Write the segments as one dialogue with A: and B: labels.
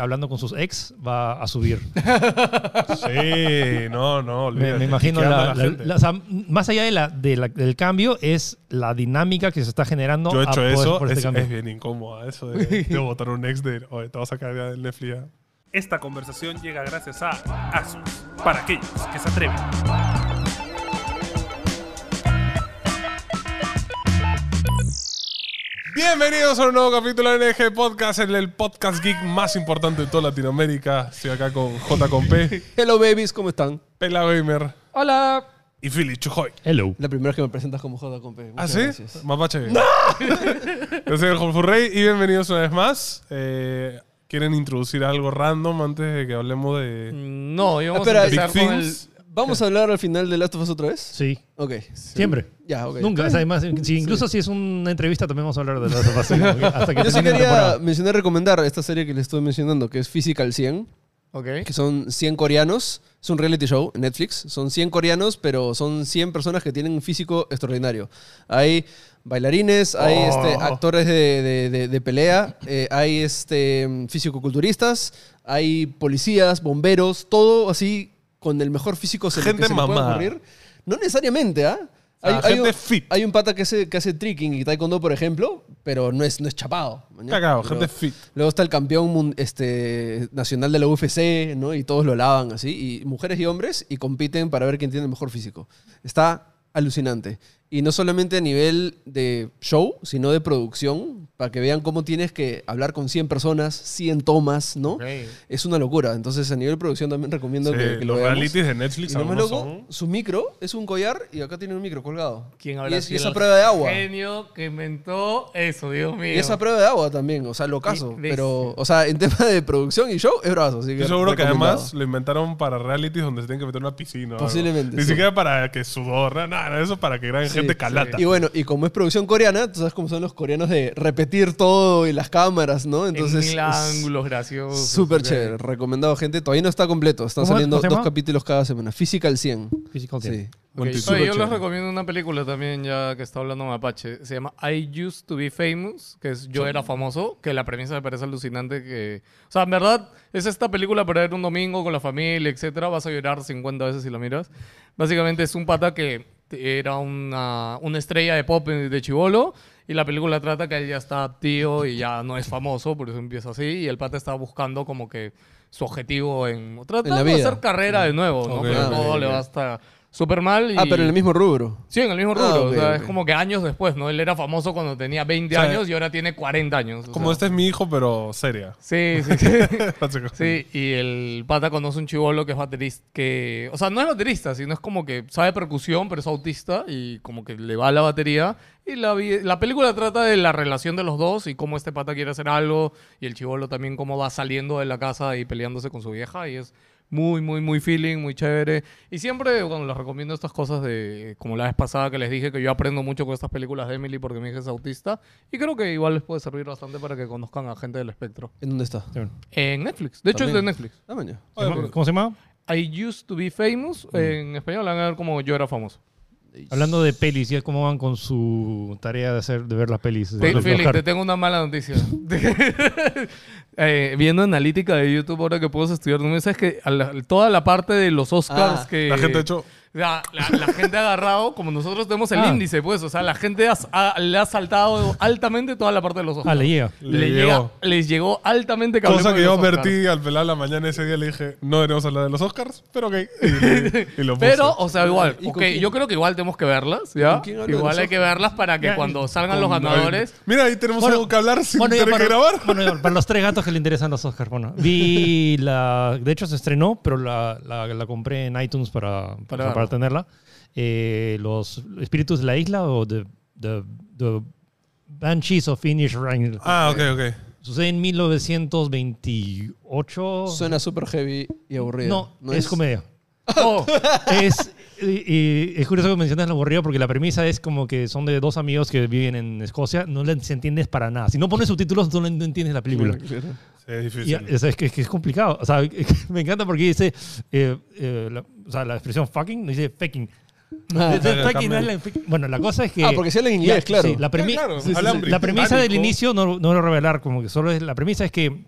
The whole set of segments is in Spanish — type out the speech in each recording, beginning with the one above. A: hablando con sus ex va a subir.
B: Sí, no, no.
A: Me,
B: olvídate.
A: me imagino,
B: ¿Qué
A: la-
B: anda la
A: la-
B: gente?
A: la- o sea, más allá de la, de la- del cambio, es la dinámica que se está generando.
B: Yo he
A: a
B: hecho
A: poder-
B: eso,
A: por este
B: es,
A: cambio.
B: es bien incómodo eso de, de votar un ex de, oye, te vas a caer del Netflix. ya".
C: Esta conversación llega gracias a Asus, para aquellos que se atreven.
B: Bienvenidos a un nuevo capítulo de NG Podcast, el, el podcast geek más importante de toda Latinoamérica. Estoy acá con J con P,
D: Hello babies, ¿cómo están?
B: Pela Gamer
D: Hola.
B: y Philly Chujoy.
A: Hello.
D: La primera vez que me presentas como Joda Compe.
B: ¿Ah,
D: Muchas
B: sí?
D: gracias.
B: Mapache. Yo soy el Jorge Furrey y bienvenidos una vez más. Eh, ¿Quieren introducir algo random antes de que hablemos de...?
E: No, íbamos
D: Ah, Espera,
E: a empezar
B: Big
E: con el...
B: Things.
D: ¿Vamos a hablar al final de Last of Us otra vez?
A: Sí.
D: Ok.
A: Siempre.
E: Ah,
D: Ya, ok.
A: Nunca. o sea, además, si- incluso si es una entrevista, también vamos a hablar de las fácil. Hasta que
D: Yo
A: termine la
D: sí quería
A: temporada.
D: mencionar, recomendar esta serie que les estoy mencionando, que es Physical 100,
E: Ok.
D: que son 100 coreanos. Es un reality show en Netflix. Son 100 coreanos, pero son 100 personas que tienen un físico extraordinario. Hay bailarines, hay este,
B: Oh.
D: actores de, de- de- de pelea, eh, hay este, fisicoculturistas, hay policías, bomberos, todo así con el mejor físico se-
B: Gente
D: que se le puede
B: mamada.
D: ocurrir. No necesariamente, ¿ah? Hay,
B: Ah,
D: hay
B: gente
D: un,
B: fit.
D: hay un pata que hace, que hace tricking y taekwondo, por ejemplo, pero no es, no es chapado.
A: Mm.
D: ¿no?
B: Cagado,
D: Pero-
B: gente fit.
D: Luego está el campeón mun- este, nacional de la UFC, ¿no? Y todos lo alaban así. Y mujeres y hombres, y compiten para ver quién tiene el mejor físico. Está alucinante. Y no solamente a nivel de show, sino de producción, para que vean cómo tienes que hablar con 100 personas, 100 tomas, ¿no? Es una locura. Entonces, a nivel de producción también recomiendo
B: Sí,
D: que, que lo
B: los
D: veamos.
B: realities de
D: Y
B: Netflix
D: no me
B: algunos
D: loco,
B: son-
D: su micro es un collar y acá tiene un micro colgado.
E: ¿Quién
D: y
E: habla
D: es,
E: así
D: y esa
E: los-
D: prueba de agua.
E: Genio que inventó eso, Dios mío.
D: Y esa prueba de agua también, o sea, lo caso.
E: Y- ves.
D: Pero, o sea, en tema de producción y show, es brazo. Así que
B: Yo seguro que
D: recomendado.
B: además lo inventaron para realities donde se tienen que meter en una piscina. o algo.
D: Posiblemente,
B: Ni
D: sí.
B: siquiera para que sudor, nada, nada, eso para que gran
D: Sí,
B: gente
D: sí.
B: calata.
D: Y bueno, y como es producción coreana, tú sabes cómo son los coreanos de repetir todo y las cámaras, ¿no? Entonces.
E: en mil
D: es
E: ángulos graciosos.
D: Súper
E: ok.
D: chévere, recomendado gente. Todavía no está completo, están
A: ¿Cómo-
D: saliendo
A: cómo se
D: dos
A: llama?
D: capítulos cada semana. Physical 100.
A: Physical Therapy.
D: Sí.
E: Ok,
B: Oye,
E: Oye,
D: Súper
E: yo les
D: chévere.
E: recomiendo una película también, ya que está hablando Mapache. Se llama I Used to Be Famous, que es Yo Era Famoso, que la premisa me parece alucinante. que... O sea, en verdad, es esta película para ver un domingo con la familia, etcétera. Vas a llorar 50 veces si la miras. Básicamente es un pata que era una, una estrella de pop de chivolo y la película trata que él ya está tío y ya no es famoso, por eso empieza así. Y el pata está buscando como que su objetivo en... Tratando de
D: vida.
E: hacer carrera de nuevo, ¿no?
B: Ok,
E: Pero
D: ok,
E: todo le
D: ok.
E: va hasta súper mal. Y...
D: Ah, pero en el mismo rubro.
E: Sí, en el mismo rubro.
D: Ah, ok,
E: o sea,
D: ok.
E: es como que años después, ¿no? Él era famoso cuando tenía 20
B: O sea,
E: años y ahora tiene 40 años. o
B: Como
E: sea.
B: este es mi hijo, pero seria.
E: Sí, sí, sí.
B: Básicamente.
E: sí, y el pata conoce un chivolo que es baterista, que... O sea, no es baterista, sino es como que sabe percusión, pero es autista y como que le va la batería. Y la, vi- la película trata de la relación de los dos y cómo este pata quiere hacer algo y el chivolo también cómo va saliendo de la casa y peleándose con su vieja y es... Muy, muy, muy feeling, muy chévere. Y siempre, bueno, les recomiendo estas cosas de, como la vez pasada que les dije, que yo aprendo mucho con estas películas de Emily porque mi hija es autista. Y creo que igual les puede servir bastante para que conozcan a gente del espectro.
D: ¿En dónde está?
E: En Netflix. De hecho, es de
D: También.
E: Netflix.
D: Ah, mañana.
B: Oye, pero-
A: ¿Cómo se llama?
E: I used to be famous.
B: Mm.
E: En español la van a ver como yo era famoso.
A: Hablando de pelis, ¿y cómo van con su tarea de hacer de ver las pelis?
E: Fe-
A: Los-
E: Félix,
A: los-
E: te tengo una mala noticia. Eh, viendo analítica de YouTube ahora que puedes estudiar, no me sabes que a la- toda la parte de los Oscars
D: Ah.
E: que...
B: la gente ha hecho...
E: La, la- la gente ha agarrado, como nosotros tenemos el
A: Ah.
E: índice, pues, o sea, la gente ha- ha- le ha saltado altamente toda la parte de los Oscars.
A: Ah, le llega.
B: Le
E: Le
B: llegó.
E: llega- les llegó altamente que
B: Cosa
E: hablemos
B: que
E: de
B: yo
E: los Oscars.
B: advertí al pelar la mañana ese día, le dije, no deberíamos hablar de los Oscars, pero ok. Y, le- y lo puse.
E: Pero, o sea, igual,
D: ¿Y con
E: ok,
D: quién?
E: yo creo que igual tenemos que verlas, ¿ya?
D: ¿Con quién hablo de
E: Igual
D: los
E: hay que verlas para que cuando salgan los ganadores.
B: Mira, ahí tenemos
A: Bueno,
B: algo que hablar sin
A: Bueno, ya
B: tener
A: para,
B: que grabar.
A: bueno, ya para los tres gatos que le interesan los Oscars, bueno. Vi la. De hecho, se estrenó, pero la, la- la compré en iTunes para, o sea, para,
E: verla.
A: tenerla. Eh, los espíritus de la isla o The, the, the Banshees of Finish Rain.
B: Ah, ok, ok.
A: Sucede en 1928.
D: Suena súper heavy y aburrido.
A: no, es, comedia.
E: Oh,
A: es, y- y es curioso que mencionas lo aburrido porque la premisa es como que son de dos amigos que viven en Escocia, no les entiendes para nada. Si no pones subtítulos, tú no no entiendes la película.
B: Sí, es
A: Y,
B: difícil.
A: o sea, es, que, es que es complicado. O sea, me encanta porque dice, eh, eh, la, o sea, la expresión fucking no dice faking.
D: Ah,
A: Dice
B: claro,
A: fucking,
B: cambia.
A: no es la- bueno, la cosa es que...
D: Ah, porque se habla en inglés,
A: Ya,
D: claro.
A: sí, la, premi-
B: Ah, claro,
D: Sí, sí,
B: hablan
D: sí.
A: la premisa del
B: británico.
A: inicio no, no lo revelar, como que solo es... La premisa es que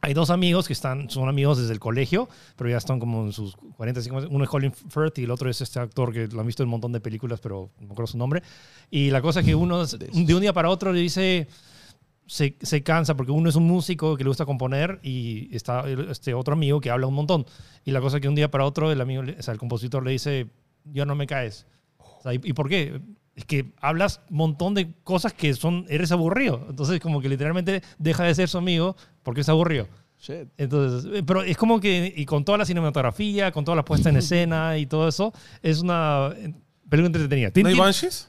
A: hay dos amigos que están, son amigos desde el colegio, pero ya están como en sus 40, 50. Uno es Colin Firth y el otro es este actor que lo han visto en un montón de películas, pero no me acuerdo su nombre. Y la cosa es que uno es- de un día para otro le dice, se, se cansa porque uno es un músico que le gusta componer y está el- este otro amigo que habla un montón. Y la cosa es que un día para otro el amigo, le- o sea, el compositor le dice, yo no me caes. O sea, ¿y, y por qué? Es que hablas un montón de cosas que son, eres aburrido. Entonces como que literalmente deja de ser su amigo porque es aburrido.
D: Shit.
A: Entonces, eh, pero es como que, y con toda la cinematografía, con toda la puesta en escena y todo eso, es una eh, película entretenida. Tien-
B: ¿No hay
A: tien-
B: Banshees?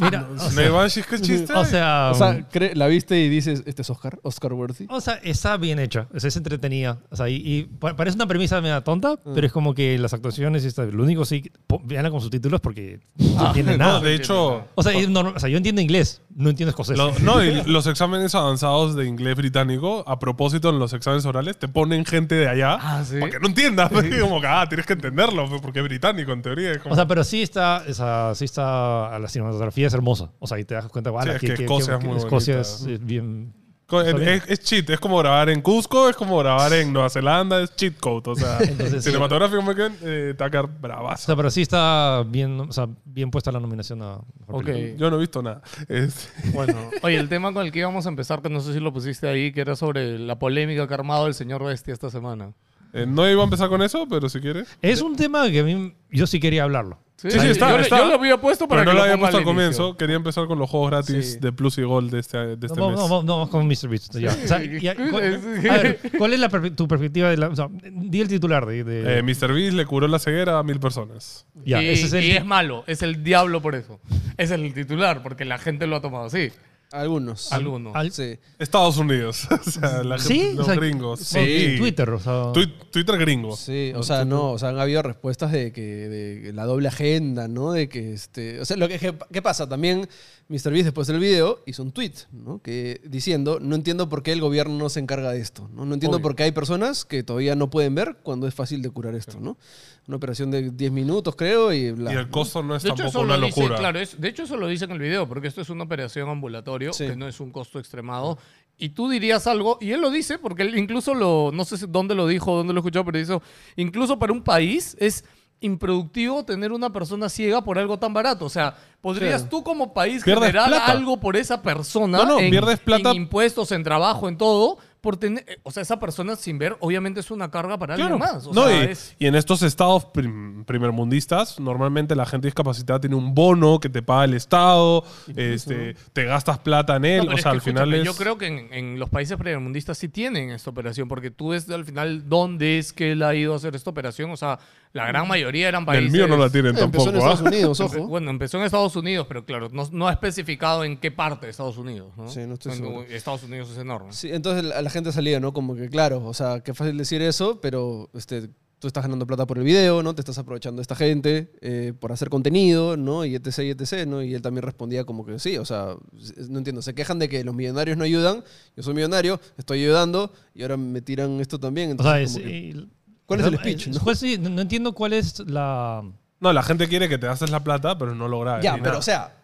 A: mira, o
B: ¿No hay
A: sea-
B: Banshees? ¿Qué chiste?
A: o sea,
D: O
E: Um.
D: sea, cre- la viste y dices, este es Oscar, Oscar worthy.
E: Oh.
A: O sea, está bien hecha, o sea, es entretenida. O sea, y, y pa- parece una premisa media tonta, pero es como que las actuaciones, y está, lo único sí, po- véanla con subtítulos porque no entienden
B: no,
A: nada.
B: de hecho,
A: o, sea, y no- o sea, yo entiendo inglés, no entiendo escocés.
B: lo- no, y los exámenes avanzados de inglés británico, a propósito en los exámenes orales, te ponen gente de allá
E: Ah, ¿sí?
B: para que no entiendas. pues, como que, ah, tienes que entenderlo, pues, porque es británico en teoría. es como-
A: O sea, pero sí está, esa, sí está, la cinematografía es hermosa. O sea, y te das cuenta,
B: Sí,
A: "Ala,
B: es
A: qué-
B: que
A: qué-
B: Escocia
A: qué-
B: es muy
A: Escocia
B: bonita".
A: es- es bien
B: Co-
A: Está bien.
B: Es, es cheat, es como grabar en Cusco, es como grabar en Nueva Zelanda, es cheat code. O sea,
A: Entonces, sí.
B: cinematográfico me quedan, eh, Takar
A: O
B: bravazo.
A: sea, pero sí está bien, o sea, bien puesta la nominación a mejor
E: Ok.
A: película.
B: Yo no he visto nada. Es-
E: Bueno, oye, el tema con el que íbamos a empezar, que no sé si lo pusiste ahí, que era sobre la polémica que ha armado el señor Bestia esta semana.
B: eh, no iba a empezar con eso, pero si quieres.
A: Es un tema que a mí yo sí quería hablarlo.
B: Sí, sí, está,
E: yo, le-
B: está.
E: yo lo había puesto para
B: Pero no
E: que
B: lo
E: lo
B: había
E: ponga
B: puesto al
E: inicio.
B: comienzo. Quería empezar con los juegos gratis
E: Sí.
B: de Plus y Gold de este, de este
A: No,
B: mes.
A: vamos, vamos- no, vamos con Mr. Beast. ya. O sea, ya, cu- a ver, ¿cuál es la perfe- tu perspectiva? De la, o sea, di el titular de... de-
B: Eh, Mr. Beast le curó la ceguera a mil personas.
A: ya,
E: y,
A: ese es el-
E: y es malo, es el diablo por eso. Es el titular, porque la gente lo ha tomado así.
D: Algunos.
E: Algunos.
A: al-
D: Sí.
B: Estados Unidos. o sea, la
A: ¿Sí?
B: gente- los
A: O sea,
B: gringos.
A: Sí, Twitter, o sea...
B: Twi- Twitter gringo.
D: Sí, o sea, no, o sea, han habido respuestas de que de la doble agenda, ¿no? De que este, o sea, lo que que- ¿qué pasa también Mr. Beast después del video hizo un tweet, ¿no? Que diciendo, no entiendo por qué el gobierno no se encarga de esto, ¿no? No entiendo
E: Obvio.
D: por qué hay personas que todavía no pueden ver cuando es fácil de curar esto, ¿no? Una operación de 10 minutos, creo, y bla.
B: Y el costo no es
E: De hecho,
B: tampoco
E: eso
B: una
E: lo dice,
B: locura.
E: claro, es- de hecho, eso lo dice en el video, porque esto es una operación ambulatorio,
D: Sí.
E: que no es un costo extremado. Y tú dirías algo, y él lo dice, porque él incluso lo, no sé si- dónde lo dijo, dónde lo escuchó, pero dijo, incluso para un país es improductivo tener una persona ciega por algo tan barato. O sea, podrías
D: Claro.
E: tú como país
B: Pierdes
E: generar
B: plata.
E: algo por esa persona.
B: No, no,
E: en,
B: pierdes plata.
E: en impuestos, en trabajo, en todo. Por tener, eh, o sea, esa persona sin ver, obviamente es una carga para
B: Claro.
E: alguien más. O
B: No,
E: sea,
B: y,
E: es-
B: y en estos estados prim- primermundistas, normalmente la gente discapacitada tiene un bono que te paga el Estado, este, te gastas plata en él.
E: No, pero
B: o
E: es
B: sea,
E: que
B: al final
E: escúchame,
B: es.
E: Yo creo que en, en los países primermundistas sí tienen esta operación, porque tú ves al final dónde es que él ha ido a hacer esta operación. O sea, la gran mayoría eran países... Eh,
B: el mío no la tienen
D: Empezó
B: tampoco.
D: en
B: ¿ah?
D: Estados Unidos,
E: Empe-
D: ojo.
E: Bueno, empezó en Estados Unidos, pero claro, no, no ha especificado en qué parte de Estados Unidos. ¿no?
D: Sí, no estoy
E: En-
D: seguro.
E: Estados Unidos es enorme.
D: Sí, entonces la, la gente salía, ¿no? Como que, claro, o sea, qué fácil decir eso, pero este, tú estás ganando plata por el video, ¿no? Te estás aprovechando de esta gente eh, por hacer contenido, ¿no? Y etc, y etc, ¿no? Y él también respondía como que sí, o sea, s- no entiendo, se quejan de que los millonarios no ayudan, yo soy millonario, estoy ayudando y ahora me tiran esto también.
A: o sea,
D: Entonces,
A: es-
D: como que-
A: y-
D: ¿Cuál
A: o
D: es
A: sea,
D: el speech,
A: eh,
D: no?
A: pues sí, no, no entiendo cuál es la...
B: No, la gente quiere que te haces la plata, pero no lo grabes.
D: ya,
B: ni
D: pero
B: eh, nada.
D: o sea,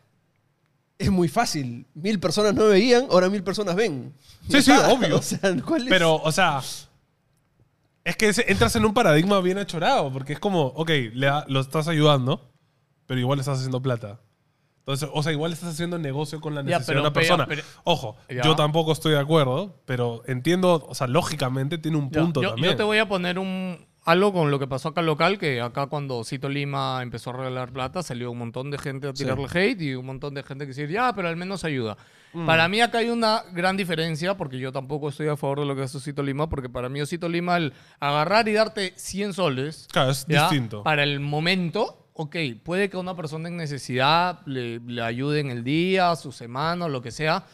D: es muy fácil. Mil personas no veían, ahora mil personas ven.
B: Sí,
D: Ya
B: sí,
D: está.
B: obvio.
D: O sea, ¿cuál es?
B: Pero, o sea, es que ese- entras en un paradigma bien achorado, porque es como, ok, le da- lo estás ayudando, pero igual estás haciendo plata. Entonces, o sea, igual estás haciendo negocio con la
E: Ya,
B: necesidad
E: pero
B: de una persona.
E: pega- pero-
B: Ojo,
E: Ya.
B: yo tampoco estoy de acuerdo, pero entiendo, o sea, lógicamente tiene un
E: Ya,
B: punto
E: yo,
B: también.
E: yo te voy a poner un algo con lo que pasó acá local, que acá cuando Cito Lima empezó a regalar plata, salió un montón de gente a tirarle hate y un montón de gente que decir, ya, pero al menos ayuda.
B: Mm.
E: Para mí acá hay una gran diferencia, porque yo tampoco estoy a favor de lo que hace Cito Lima, porque para mí Cito Lima, el agarrar y darte 100 soles,
B: Claro, es
E: ¿ya?
B: distinto.
E: Para el momento, ok, puede que a una persona en necesidad le, le ayude en el día, su semana, o lo que sea,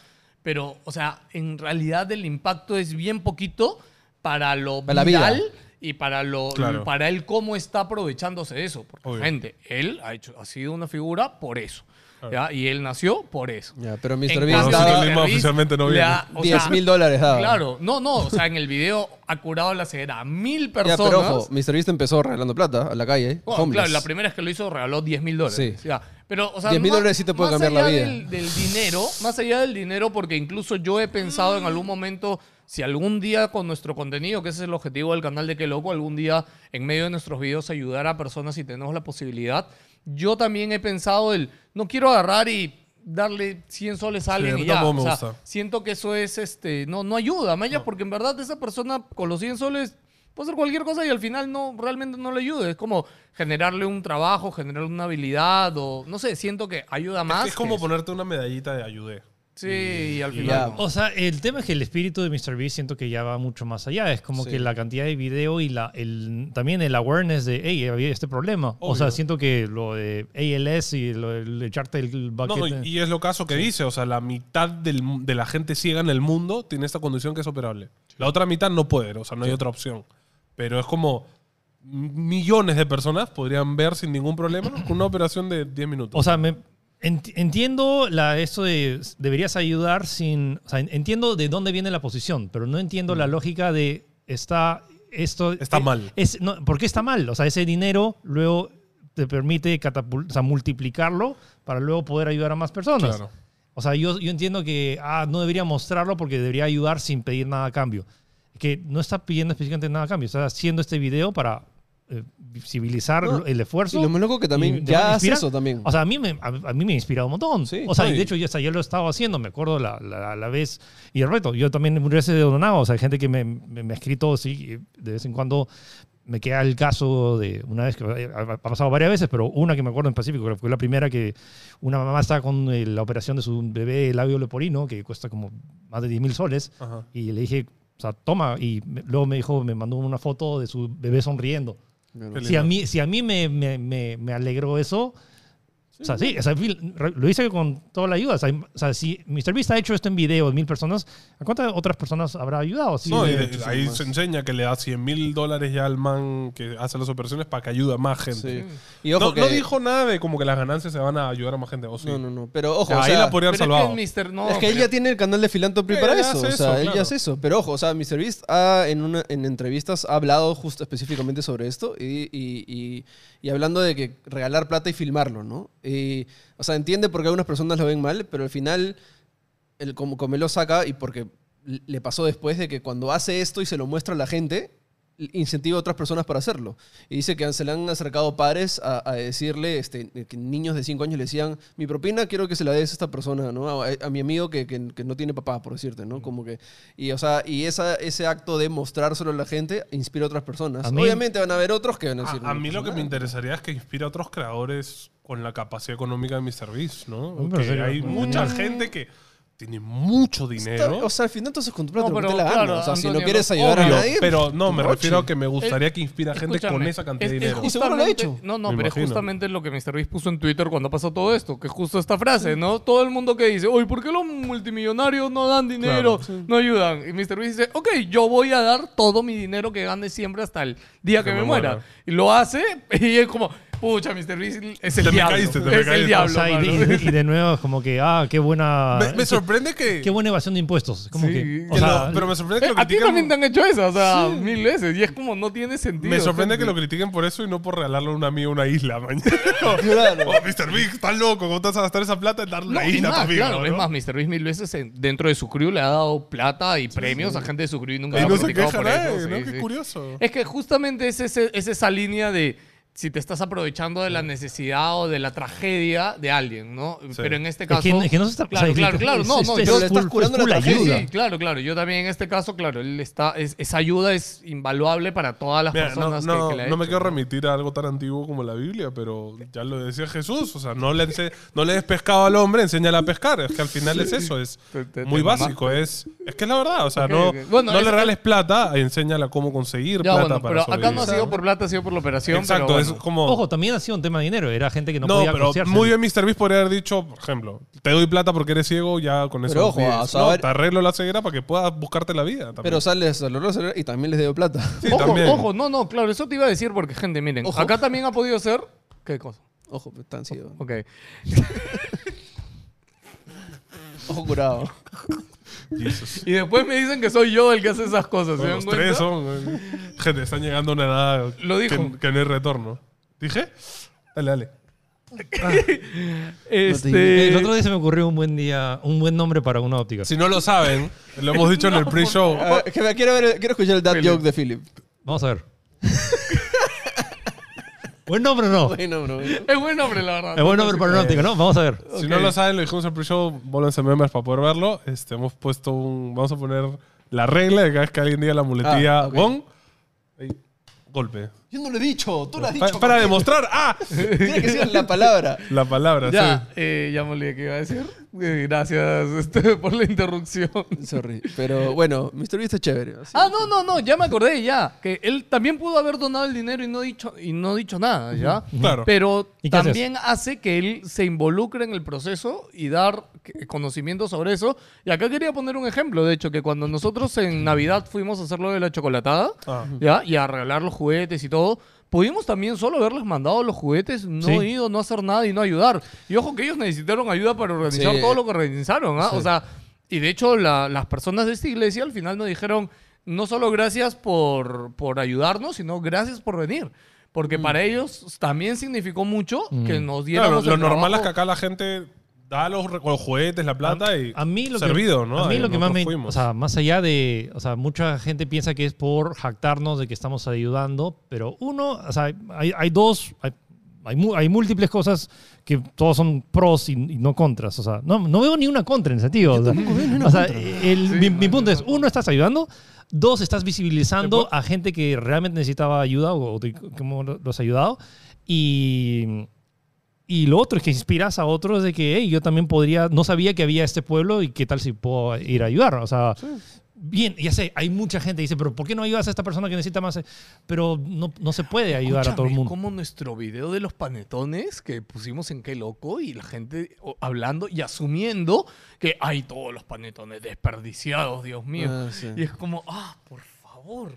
E: pero, o sea, en realidad el impacto es bien poquito para lo
D: Para la
E: viral
D: vida.
E: y para lo
B: Claro.
E: para él cómo está aprovechándose de eso. Porque,
B: Obvio.
E: gente, él ha, hecho, ha sido una figura por eso. ¿ya? Y él nació por eso.
D: Ya, pero
E: En
D: Mr.
E: cambio,
D: Beast
B: No,
E: Mr.
B: Mr.
D: daba
B: Lima
E: Beast
B: oficialmente no
E: le
B: viene.
E: da- o
D: 10
E: sea,
D: mil dólares. Daba.
E: Claro, no, no, o sea, en el video ha curado la ceguera a mil
D: Ya,
E: personas.
D: pero ojo, Mr. Beast empezó regalando plata a la calle.
B: Oh,
D: ¿eh?
E: Bueno,
D: homeless.
E: Oh, claro, la primera vez que lo hizo regaló 10 mil dólares.
D: Sí.
E: Ya, Pero, o sea,
D: 10.000
E: más-
D: dólares sí te puede
E: más
D: cambiar la
E: allá
D: vida.
E: Del, del dinero, más allá del dinero, porque incluso yo he pensado en algún momento, si algún día con nuestro contenido, que ese es el objetivo del canal de Qué Loco, algún día en medio de nuestros videos ayudar a personas si tenemos la posibilidad, yo también he pensado el, no quiero agarrar y darle 100 soles a alguien
B: a mí
E: y ya.
B: tampoco me
E: o sea,
B: gusta.
E: siento que eso es, este, no, no ayuda, Maya, porque en verdad esa persona con los 100 soles puede hacer cualquier cosa y al final no, realmente no le ayuda. Es como generarle un trabajo, generarle una habilidad o, no sé, siento que ayuda más.
B: Es como
E: que-
B: ponerte una medallita de ayudé.
E: Sí, y al
B: Ya.
E: final... no.
A: O sea, el tema es que el espíritu de Mr. Beast siento que ya va mucho más allá. Es como
D: Sí.
A: que la cantidad de video y la, el, también el awareness de, hey, había este problema. O sea,
B: Obvio.
A: siento que lo de ALS y lo de echarte el bucket.
B: No, no, y es lo caso que dice, o sea, la mitad del mu- de la gente ciega en el mundo tiene esta condición que es operable. La otra mitad no puede, o sea, no hay otra opción. Pero es como m- millones de personas podrían ver sin ningún problema con una operación de 10 minutos.
A: O sea, me ent- entiendo la, esto de s- deberías ayudar sin... O sea, en- entiendo de dónde viene la posición, pero no entiendo la lógica de está... Esto,
B: Mm. Está
A: eh,
B: mal.
A: Es, no, ¿Por qué está mal? O sea, ese dinero luego te permite catapul- o sea, multiplicarlo para luego poder ayudar a más personas.
B: Claro.
A: O sea, yo, yo entiendo que ah, no debería mostrarlo porque debería ayudar sin pedir nada a cambio. Que no está pidiendo específicamente nada a ccambio. Está haciendo este video para eh, visibilizar
D: No,
A: el esfuerzo.
D: y lo más loco que también
A: te
D: ya
A: van a
D: hace
A: inspirar.
D: eso también.
A: O sea, a mí me, a, a mí me ha inspirado un montón.
D: Sí.
A: o sea, y
B: Sí.
A: de hecho, yo, hasta yo lo he estado haciendo. Me acuerdo la, la, la vez y el reto. Yo también muchas veces donaba. O sea, hay gente que me, me, me ha escrito sí, de vez en cuando. Me queda el caso de una vez que eh, ha ha pasado varias veces, pero una que me acuerdo en específico, que fue la primera que una mamá estaba con eh, la operación de su bebé labio leporino, que cuesta como más de 10 mil soles,
B: Ajá.
A: y le dije, o sea, toma, y me- luego me dijo, me mandó una foto de su bebé sonriendo.
B: Qué
A: Si
B: lindo.
A: a mí, si a mí me, me, me- me alegró eso, o sea, sí, o sea, lo hice con toda la ayuda. O sea, o sea, si Mr. Beast ha hecho esto en video de mil personas, ¿a cuántas otras personas habrá ayudado? Sí,
B: No,
A: eh,
B: y de-
D: muchísimo
B: ahí
D: más.
B: se enseña que le da 100 mil dólares ya al man que hace las operaciones para que ayude a más
D: Sí.
B: gente.
D: Y ojo
B: No,
D: que.
B: no dijo nada de como que las ganancias se van a ayudar a más gente. ¿o sí?
D: No, no, no. Pero ojo,
B: Ya,
D: o
B: ahí
D: sea,
B: la podrían
E: Pero es
B: salvado.
E: que Mr. No,
D: es que él
E: pero-
D: ya tiene el canal de Philanthropy
B: Sí,
D: para
B: él
D: eso.
B: hace
D: O sea,
B: eso,
D: él ya
B: claro.
D: hace eso. Pero ojo, o sea, Mr. Beast ha, en, una, en entrevistas ha hablado justo específicamente sobre esto y, y- y- y hablando de que regalar plata y filmarlo, ¿no? Y, o sea, entiende por qué algunas personas lo ven mal, pero al final, el, como, como él lo saca y porque l- le pasó después de que cuando hace esto y se lo muestra a la gente, l- incentiva a otras personas para hacerlo. Y dice que se le han acercado padres a, a decirle, este, que niños de 5 años le decían, mi propina quiero que se la des a esta persona, ¿no? A, a mi amigo que, que- que no tiene papá, por decirte, ¿no? Como que, y o sea, y esa, ese acto de mostrárselo a la gente inspira a otras personas.
A: A mí-
D: Obviamente van a haber otros que van a
B: A-
D: decir...
B: Ah, A,
D: "No,
B: mí lo que
D: pues
B: me
D: nada".
B: interesaría es que inspira a otros creadores con la capacidad económica de Mr. Beast, ¿no?
A: Hombre,
B: Que
A: sería-
B: hay mucha gente que tiene mucho
D: Está-
B: dinero.
D: O sea, al final entonces con tu
E: No,
D: plata,
E: pero
D: te la
E: claro,
D: gana. O sea, si no
E: Antonio,
D: quieres
E: no,
D: ayudar a
E: obvio,
B: pero,
D: nadie...
B: pero no, me
D: roche.
B: refiero a que me gustaría que inspira gente con
E: Eh, Escúchame,
B: esa cantidad
E: es-
B: de
E: es
B: dinero.
D: Y seguro lo ha
E: justamente-
D: hecho.
E: No, no,
B: Me
E: pero
B: imagino.
E: es justamente lo que Mr. Beast puso en Twitter cuando pasó todo esto, que es justo esta frase, ¿no? Todo el mundo que dice, uy, ¿por qué los multimillonarios no dan dinero,
B: Claro,
E: no ayudan? Y Mr. Beast dice, ok, yo voy a dar todo mi dinero que gane siempre hasta el día que, me, muera. Y lo hace, y es como, pucha, Mr. Beast es el
B: Te me
E: diablo.
B: caíste, te me
E: es el
B: caíste. Pues
A: o
E: diablo.
A: sea, y,
E: mano.
A: de, y de nuevo es como que, ah, qué buena...
B: me, me
A: qué-
B: sorprende que.
A: Qué buena evasión de impuestos. Como
E: Sí.
A: que, o
B: que
A: sea,
B: lo- pero me sorprende que
E: Eh,
B: lo
E: a ti
B: critiquen-
E: también te han hecho eso, o sea, mil veces. Y es como, no tiene sentido.
B: Me sorprende que
E: gente.
B: lo critiquen por eso y no por regalarle a un amigo una isla mañana.
D: Claro.
B: oh, Mr. Big, estás loco. ¿Cómo te vas a gastar esa plata en darle
E: No,
B: una
E: y
B: isla a tu
E: más,
B: amigo?
E: claro,
B: no?
E: es más, Mr. Beast mil veces en- dentro de su crew le ha dado plata y premios a gente de su crew y nunca
B: Y
E: lo ha
B: no se
E: criticado
B: queja
E: por
B: nadie,
E: eso.
B: ¿no?
E: sí,
B: Qué
E: sí.
B: curioso.
E: Es que justamente es, ese- es esa línea de si te estás aprovechando de la necesidad o de la tragedia de alguien, ¿no? Pero en este
A: Es
E: caso...
A: que- es que no se está- o
E: Claro,
A: sea,
E: claro, claro.
A: es-
E: No,
A: es- este
E: no,
A: es
E: yo-
D: le estás
A: full-
D: curando la
A: full
E: Sí,
A: ayuda.
E: sí, claro, claro. Yo también en este caso, claro, él está, es- esa ayuda es invaluable para todas las
B: Mira,
E: personas
B: no,
E: que-
B: no,
E: que, le ha
B: no me
E: hecho,
B: quiero remitir a algo tan antiguo como la Biblia, pero ya lo decía Jesús, o sea, no le, ense- no le des pescado al hombre, enséñale a pescar, es que al final es eso, es
E: Te- te-
B: muy
E: te
B: básico, es, es que es la verdad, o sea,
E: Ok,
B: no,
E: ok. Bueno,
B: no
E: es-
B: le regales plata, enséñala cómo conseguir
E: Ya,
B: plata
E: bueno,
B: para
E: pero acá no ha
B: sobrevivir.
E: sido por plata, ha sido por la operación.
B: Exacto,
E: pero
B: es
E: bueno.
B: como...
A: Ojo, también ha sido un tema de dinero. Era gente que no,
B: no,
A: podía
B: pero
A: costearse.
B: muy bien Mr. Beast podría haber dicho, por ejemplo, te doy plata porque eres ciego, ya con eso...
D: Pero ojo,
B: vives.
D: o sea,
B: No,
D: a ver-
B: te arreglo la ceguera para que puedas buscarte la vida. También.
D: Pero sales a los y también les dio plata.
B: Sí,
E: ojo,
B: también.
E: ojo, no, no, claro, eso te iba a decir porque, gente, miren,
D: Ojo.
E: acá también ha podido ser. ¿Qué cosa?
D: Ojo, pues, tan sido.
E: Ok.
D: Ojo curado.
B: Jesus.
E: Y después me dicen que soy yo el que hace esas cosas. ¿Se
B: Bueno,
E: dan
B: los
E: cuenta?
B: tres son. güey. Gente, están llegando a una edad
E: Lo dijo.
B: Que, que no hay retorno. ¿Dije? Dale, dale.
E: Este,
A: El otro día se me ocurrió un buen día, un buen nombre para una óptica.
B: Si no lo saben, lo hemos dicho en el pre-show.
D: A ver, jefe, quiero, ver- quiero escuchar el dad
E: Philip.
D: joke de Philip.
A: Vamos a ver. buen nombre o no.
D: Bueno, bro.
E: Es buen nombre, la verdad.
A: Es buen nombre
B: pues,
A: para una óptica, ¿no? Vamos a ver.
B: Si no lo saben, lo dijimos en el pre-show, vuélvanse memes para poder verlo. Este, hemos puesto un. Vamos a poner la regla de que cada vez que alguien diga la muletilla
D: Ah, ok.
B: bon, ahí, golpe.
D: Yo no lo he dicho, tú lo has
B: Pa-
D: dicho.
B: para demostrar, ¡ah!
D: Tiene que ser la palabra.
B: La palabra,
E: Ya, eh, ya me olvidé qué iba a decir. Eh, Gracias este, por la interrupción.
D: Sorry, pero bueno, Mr. Beast es chévere. así.
E: Ah, no, no, no, ya me acordé, ya. Que él también pudo haber donado el dinero y no dicho, y no dicho nada, ¿ya?
B: sí. Claro.
E: Pero
A: ¿Y qué haces?
E: también hace que él se involucre en el proceso y dar que- conocimiento sobre eso. Y acá quería poner un ejemplo, de hecho, que cuando nosotros en Navidad fuimos a hacerlo de la chocolatada,
B: Ah.
E: ¿ya? Y a regalar los juguetes y todo. Pudimos también solo haberles mandado los juguetes, no
A: Sí.
E: ido, no hacer nada y no ayudar. Y ojo que ellos necesitaron ayuda para organizar
D: Sí.
E: todo lo que organizaron, ¿ah? O
D: Sí.
E: sea, y de hecho la- las personas de esta iglesia al final nos dijeron, no solo gracias por, por ayudarnos, sino gracias por venir. Porque para ellos también significó mucho que nos dieran
B: Claro, lo normal es que acá la gente da los, re- los juguetes, la plata y
A: A mí lo
B: servido,
A: que,
B: ¿no?
A: A mí
B: Ahí
A: lo que más
B: nosotros
A: me...
B: fuimos.
A: O sea, más allá de... O sea, mucha gente piensa que es por jactarnos de que estamos ayudando, pero uno... O sea, hay, hay dos... Hay, hay mu- hay múltiples cosas que todos son pros y, y no contras. O sea, no, no veo ni una contra en ese sentido. o sea, o sea, el- mi, mi punto es, uno, estás ayudando. Dos, estás visibilizando a gente que realmente necesitaba ayuda o, o te- cómo lo- los ha ayudado. Y... Y lo otro es que inspiras a otros de que, hey, yo también podría, no sabía que había este pueblo y qué tal si puedo ir a ayudar. O sea, bien, ya sé, hay mucha gente que dice, pero ¿por qué no ayudas a esta persona que necesita más? Pero no, no se puede ayudar a todo el mundo.
E: como nuestro video de los panetones que pusimos en Qué Loco y la gente o- hablando y asumiendo que hay todos los panetones desperdiciados, Dios mío.
D: Ah, sí.
E: Y es como, ah, por favor.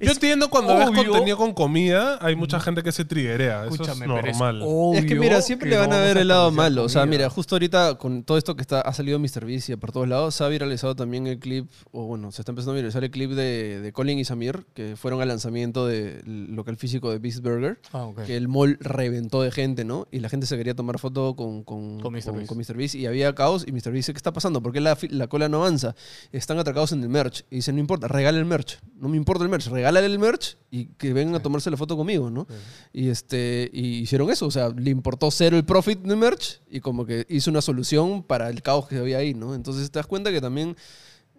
B: Yo entiendo cuando ves
E: obvio-
B: contenido con comida, hay mucha gente que se triguea. Eso es
E: Escúchame, pero es
B: normal.
E: obvio
D: Es que mira, siempre
E: que
D: le van
E: no
D: a
E: vamos
D: ver el lado
E: desperdiciar
D: malo. O sea,
E: comida.
D: mira, justo ahorita con todo esto que está, ha salido Mr. Beast y por todos lados, se ha viralizado también el clip, o bueno, se está empezando a viralizar el clip de, de Colin y Samir, que fueron al lanzamiento del local físico de Beast Burger,
E: Ah, ok.
D: que el mall reventó de gente, ¿no? Y la gente se quería tomar foto con, con,
E: Con Mr. Beast.
D: con Mr. Beast y había caos y Mr. Beast dice, ¿qué está pasando? ¿Por qué la, fi- la cola no avanza? Están atracados en el merch. Y dicen, no importa, regala el merch. No me importa el merch, regálale el merch y que vengan a tomarse la foto conmigo, ¿no? Y, este, y hicieron eso, o sea, le importó cero el profit del merch y como que hizo una solución para el caos que había ahí, ¿no? Entonces te das cuenta que también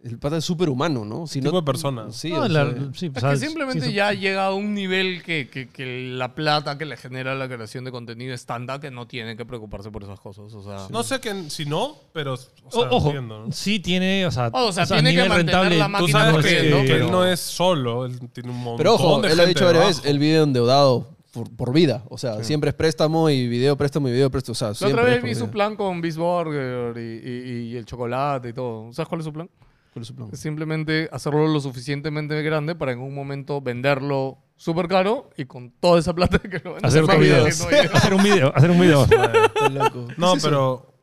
D: el pata es súper humano, ¿no? Si no- Mm,
B: Tipo de persona.
D: Sí,
A: No,
D: o
A: la-
D: sea,
A: sí, o
E: Es
A: sea,
E: que
A: sí,
E: simplemente
A: eso-
E: ya llega a un nivel que, que- que la plata que le genera la creación de contenido es tanta que no tiene que preocuparse por esas cosas. O sea,
B: No sé que, si no, pero. o
A: O-
B: sea,
A: ojo,
B: entiendo, ¿no?
A: sí tiene, o sea,
E: O sea,
A: o sea, a
E: tiene que
A: nivel
E: mantener
A: rentable.
E: la
B: Tú
E: máquina
B: sabes
E: porque-
B: que,
E: corriendo,
B: que él
E: pero-
B: no es solo, él tiene un montón
D: Pero ojo,
B: de
D: él lo ha
B: gente
D: dicho varias
B: debajo.
D: veces, eh, él vive endeudado por, por vida. O sea, siempre es préstamo y video préstamo y video préstamo. O sea,
E: la otra
D: siempre es
E: vez
D: por
E: vi su
D: vida.
E: plan con Beast Burger y, y- y el chocolate y todo. ¿Sabes cuál es su plan?
D: ¿Cuál es su plan?
E: Simplemente hacerlo lo suficientemente grande para en un momento venderlo súper caro y con toda esa plata que lo van
A: Hacer otro video. hacer un video, hacer un video.
D: Está loco.
B: No,
D: ¿Qué es eso?
B: pero.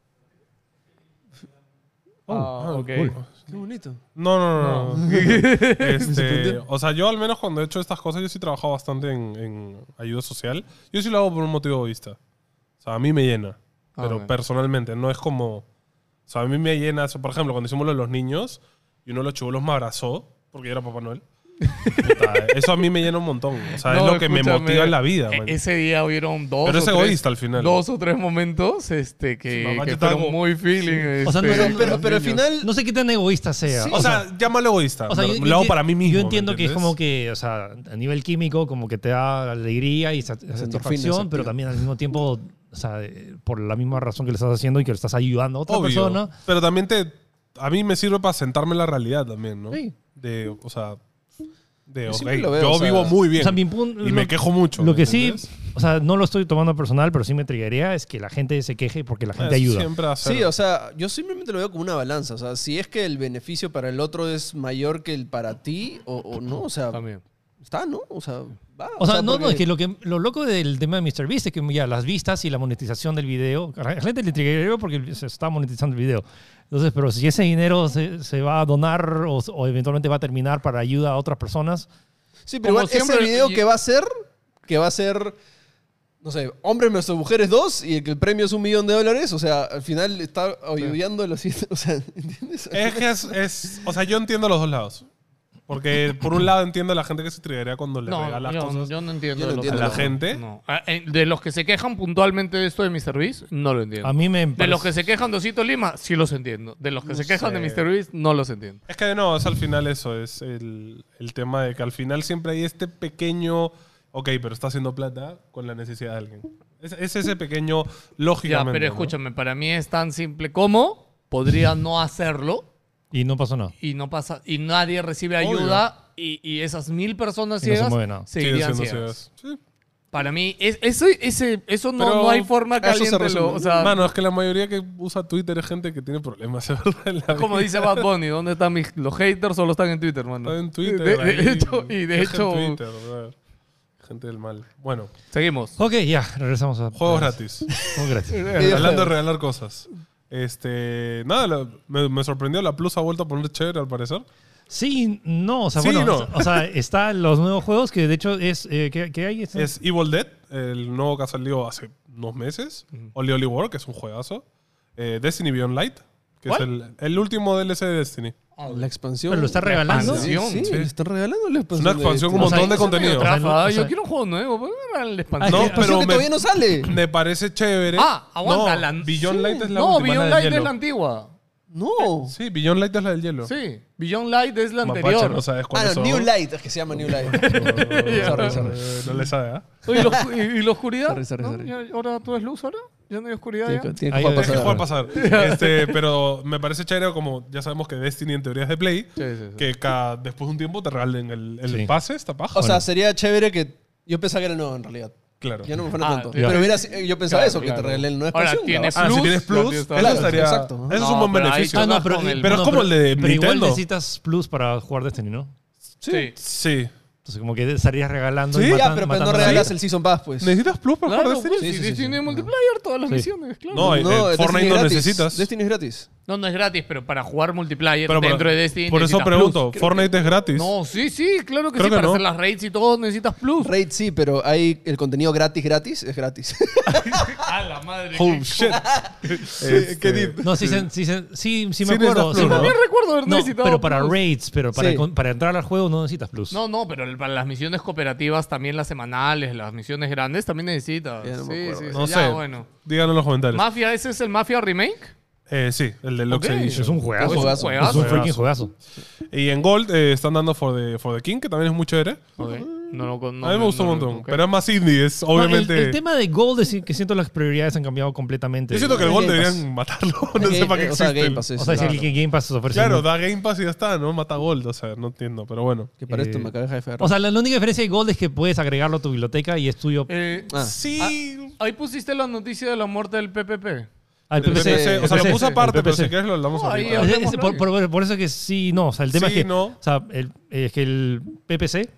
E: Ah, ok.
D: Qué bonito.
B: No, no, no. no. este, o sea, yo al menos cuando he hecho estas cosas, yo sí he trabajado bastante en, en ayuda social. Yo sí lo hago por un motivo egoísta. O sea, a mí me llena.
E: Ah,
B: Pero
E: ok.
B: personalmente, no es como. O sea, a mí me llena eso. Por ejemplo, cuando hicimos lo de los niños y uno de los chulos me abrazó porque yo era Papá Noel. Puta, eso a mí me llena un montón. O sea, es
E: No,
B: lo que me
E: escúchame,
B: motiva en la vida.
E: e-
B: man.
E: Ese día hubieron dos.
B: Pero
E: o
B: es
E: tres-
B: egoísta al final.
E: Dos o tres momentos este,
B: Sí,
E: que,
B: mamá,
E: que
B: yo
E: fueron
B: estaba como-
E: muy feeling.
A: O sea, no
E: este,
A: era-
E: con
A: pero-
E: los
D: pero al
E: niños.
D: final-
A: No sé qué tan egoísta sea.
D: Sí,
B: o, sea, llámalo egoísta.
A: O sea, yo-
B: lo
A: yo
B: hago
A: enti-
B: para mí mismo.
A: Yo
B: ¿me
A: entiendo que es
B: entiendes?
A: como que, o sea, a nivel químico, como que te da alegría y sat- satisfacción,
D: endorfinas,
A: pero
D: activa.
A: también al mismo tiempo, o sea, eh, por la misma razón que le estás haciendo y que le estás ayudando a otra
B: Obvio,
A: persona.
B: Pero también te. A mí me sirve para sentarme en la realidad también, ¿no?
A: Sí.
B: De, o sea. De,
D: Yo
B: ok,
D: siempre lo veo,
B: yo
D: o sea,
B: vivo muy bien.
A: O sea, mi pun-
B: y me
A: lo-
B: quejo mucho.
A: Lo
B: ¿me
A: que sí,
B: entiendes?
A: o sea, no lo estoy tomando personal, pero sí me triguería es que la gente se queje porque la gente
B: Eso
A: ayuda.
B: Siempre va a ser.
D: Sí, o sea, yo simplemente lo veo como una balanza. O sea, si es que el beneficio para el otro es mayor que el para ti o, o no, o sea,
E: También.
D: está, ¿no? O sea, va.
A: O sea, no, no,
D: porque-
A: es que lo, que lo loco del tema de MrBeast es que ya las vistas y la monetización del video, a la gente le triggeró porque se está monetizando el video. Entonces, pero si ese dinero se, se va a donar o, o eventualmente va a terminar para ayuda a otras personas,
D: Sí, pero
E: Como
D: igual, ese
E: siempre-
D: video
E: y-
D: que va a ser, que va a ser, no sé, hombres versus mujeres 2 y que el premio es un millón de dólares, o sea, al final está ayudando a los... O sea, ¿entiendes?
B: Es que es, es- O sea, yo entiendo los dos lados. Porque por un lado entiendo a la gente que se triggería cuando le
E: No,
B: regalas
E: yo,
B: cosas.
E: yo no entiendo.
D: Yo no
E: de lo que-
D: entiendo
B: a la gente.
E: No. Ah, eh, De los que se quejan puntualmente de esto de MrBeast, no lo entiendo.
A: a mí me
E: de
A: parece-
E: los que se quejan de Osito Lima, sí los entiendo. De los que se quejan de MrBeast, no los entiendo.
B: Es que de nuevo, es al final eso, es el, el tema de que al final siempre hay este pequeño, ok, pero está haciendo plata con la necesidad de alguien. Es, es ese pequeño,
E: Ya,
B: lógicamente.
E: pero
B: ¿no?
E: escúchame, para mí es tan simple como podría no hacerlo
A: Y no pasó nada.
E: y no pasa y nadie recibe
B: Obvio.
E: ayuda y, y esas mil personas
A: Y no se
E: ciegas
A: mueve nada.
B: Siguen
E: seguirían
B: siendo
E: ciegas.
B: ciegas. Sí.
E: Para mí es, eso, ese, eso no,
B: Pero
E: no hay forma que
D: a eso
E: alguien
D: se
E: te lo-
D: resume.
E: o sea,
B: Mano, es que la mayoría que usa Twitter es gente que tiene problemas, es verdad. en la
E: es como
B: vida.
E: dice Bad Bunny, ¿dónde están mis, los haters? Solo están en Twitter, mano.
B: Está en Twitter.
E: De- de
B: ahí.
E: hecho- y de
B: Es en
E: hecho-
B: Twitter, brother. Gente del mal. Bueno,
E: Seguimos.
A: Ok, ya, regresamos a...
B: juegos gratis.
A: Juegos gratis.
B: Hablando de regalar cosas. Este, nada, lo- me, me sorprendió. La Plus ha vuelto a poner chévere al parecer.
A: Sí, no, o sea,
B: Sí,
A: bueno,
B: no.
A: o sea, están los nuevos juegos que de hecho es... eh, ¿qué, qué hay? Está-
B: Es Evil Dead, el nuevo que ha salido hace unos meses. Oli Oli War, que es un juegazo. Eh, Destiny Beyond Light, que es
E: ¿Cuál?
B: el, el último DLC de Destiny.
D: La expansión.
A: Pero lo está regalando.
E: Ah,
D: Sí, sí,
B: Sí.
D: le están regalando la
B: Es
D: expansión.
B: una
D: de
B: expansión con
D: Destiny.
B: un
A: O sea,
B: montón de
A: eso es medio
B: contenido.
A: O sea, no-
E: Rafa,
A: o
E: ¿eh? yo
A: sea-
E: quiero un juego nuevo. ¿por qué no regalan la
A: Ah,
E: expansión?
A: es
B: No,
A: que-
B: pero
D: Expansión que
B: me,
D: todavía no sale.
B: me parece chévere.
E: Ah, aguanta,
B: No,
E: la-
B: Beyond
E: sí.
B: Light es la
E: No,
B: última. la
E: Beyond Light
B: del
E: es la
B: hielo.
E: antigua.
D: No.
B: Sí, Beyond Light es la del hielo.
E: Sí, Beyond Light es la
B: Mapache,
E: anterior.
B: no sabes cuál
D: Ah,
B: es.
D: no, New Light, es que se llama New Light. Sorry, sorry.
B: No le sabe, ¿ah?
E: ¿Y, los- y- y la oscuridad?
D: Sorry, sorry,
E: ¿No?
D: sorry.
E: ¿Ya- ¿Ahora tú eres luz ahora? ¿Ya no hay oscuridad
D: Tiene
E: ya?
D: que- tiene que
A: Ahí
D: jugar
A: va.
B: Es que
D: pasado.
B: juega a pasar. Este, pero me parece chévere como ya sabemos que Destiny en teoría es de Play.
E: Sí, sí, sí.
B: Que cada, después de un tiempo te regalen el, el
A: Sí.
B: pase, esta paja.
D: O sea, sería chévere que... Yo pensaba que era nuevo en realidad.
B: claro.
D: Yo no me fuera
E: Ah,
D: tanto.
E: ya.
D: Pero hubiera si- yo pensaba
E: Claro,
D: eso, que
E: claro.
D: te regalé el no
E: Ahora
D: expansión.
E: tiene
D: la
B: Ah, si
E: Plus,
B: tienes Plus,
E: también está.
B: eso
D: Claro,
B: estaría.
D: exacto.
B: Eso es un
E: No,
B: buen
E: pero ahí
B: beneficio.
E: está-
A: Ah, no,
E: vas
A: pero,
E: con el-
A: pero es
B: no,
A: como
B: pero-
A: el de
B: pero igual
A: Nintendo. necesitas Plus para jugar Destiny, ¿no?
E: Sí.
B: Sí.
A: Entonces como que estarías regalando
B: Sí, ah,
A: y
B: ya,
A: matan-
D: Ya, pero pues no
A: matando a la
D: regalas
A: gente.
D: el Season Pass, pues.
B: ¿Necesitas Plus para
E: Claro,
B: jugar
E: pues,
B: Destiny?
E: si
D: Sí, sí, sí,
E: tiene
D: sí.
E: multiplayer, todas las
A: Sí.
E: misiones, claro.
B: No, eh, eh,
D: Destiny
B: Fortnite
D: es
B: no
D: gratis.
B: necesitas.
D: Destiny es gratis.
E: No, no es gratis, pero para jugar multiplayer
B: Pero
E: dentro
B: para-
E: de Destiny
B: Por eso
E: necesitas
B: pregunto,
E: Plus.
B: ¿Fortnite es gratis?
E: No, sí, sí, claro que
B: Creo
E: sí.
B: que
E: para
B: no.
E: hacer las raids y todo necesitas Plus.
D: Raid sí, pero hay el contenido gratis, gratis, es gratis.
E: A la madre.
B: Oh, shit. Este,
D: qué deep.
A: No, sí, se- sí, se- sí, sí me
B: Sí necesitas
A: acuerdo.
B: Plus,
A: sí me
B: ¿no?
E: Yo
A: acuerdo.
E: recuerdo haber
A: No,
E: necesitado
A: pero para
E: Plus.
A: raids, pero para,
D: Sí.
A: con- para entrar al juego no necesitas plus.
E: No, no, pero el- para las misiones cooperativas, también las semanales, las misiones grandes, también necesitas.
D: Ya no me
E: sí,
D: acuerdo
E: sí,
D: de
E: sí.
B: No
E: Ya,
B: sé.
E: bueno.
B: Díganlo en los comentarios.
E: Mafia, ¿ese es el Mafia Remake?
B: Eh, sí, el de Lux
E: Ok.
B: Edition.
A: Es un
E: Es
A: juegazo.
E: un
D: juegazo.
E: juegazo.
A: Es un freaking
B: Juegazo.
A: juegazo.
B: Y en Gold eh, están dando for the, for the King, que también es muy chévere.
E: Ok. No lo con- no
B: a mí me gustó
E: no
B: un
E: lo-
B: montón.
E: ok.
B: Pero es más indie, es
A: No, el-
B: obviamente.
A: el, tema de Gold es que siento las prioridades han cambiado completamente.
B: Yo siento que el Gold
D: Game Pass.
B: deberían matarlo. No sé para qué
D: Eh, o sea,
B: existe.
D: Game Pass es-
A: o sea, si
D: claro.
A: el Game Pass te ofrece.
B: Claro,
A: un-
B: da Game Pass y ya está, ¿no? Mata Gold, o sea, no entiendo, pero bueno.
D: Que para esto
A: Eh,
D: me acabas de aferrar.
A: o sea, la, la única diferencia de Gold es que puedes agregarlo a tu biblioteca y es tuyo.
E: Eh,
D: Ah.
B: Sí.
E: Ahí pusiste la noticia de la muerte del PPP.
A: al
B: el
A: PPC,
B: PPC, o sea, lo
A: PPC,
B: puse aparte,
A: el
B: pero
A: PPC.
B: si quieres lo hablamos
E: No, ahí
B: ahorita.
E: ya-
A: Es- es-
E: Hablemos
A: por,
E: luego.
A: por- por eso que sí, no. O sea, el tema
B: Sí,
A: es que.
B: no.
A: O sea, el- es que el PPC.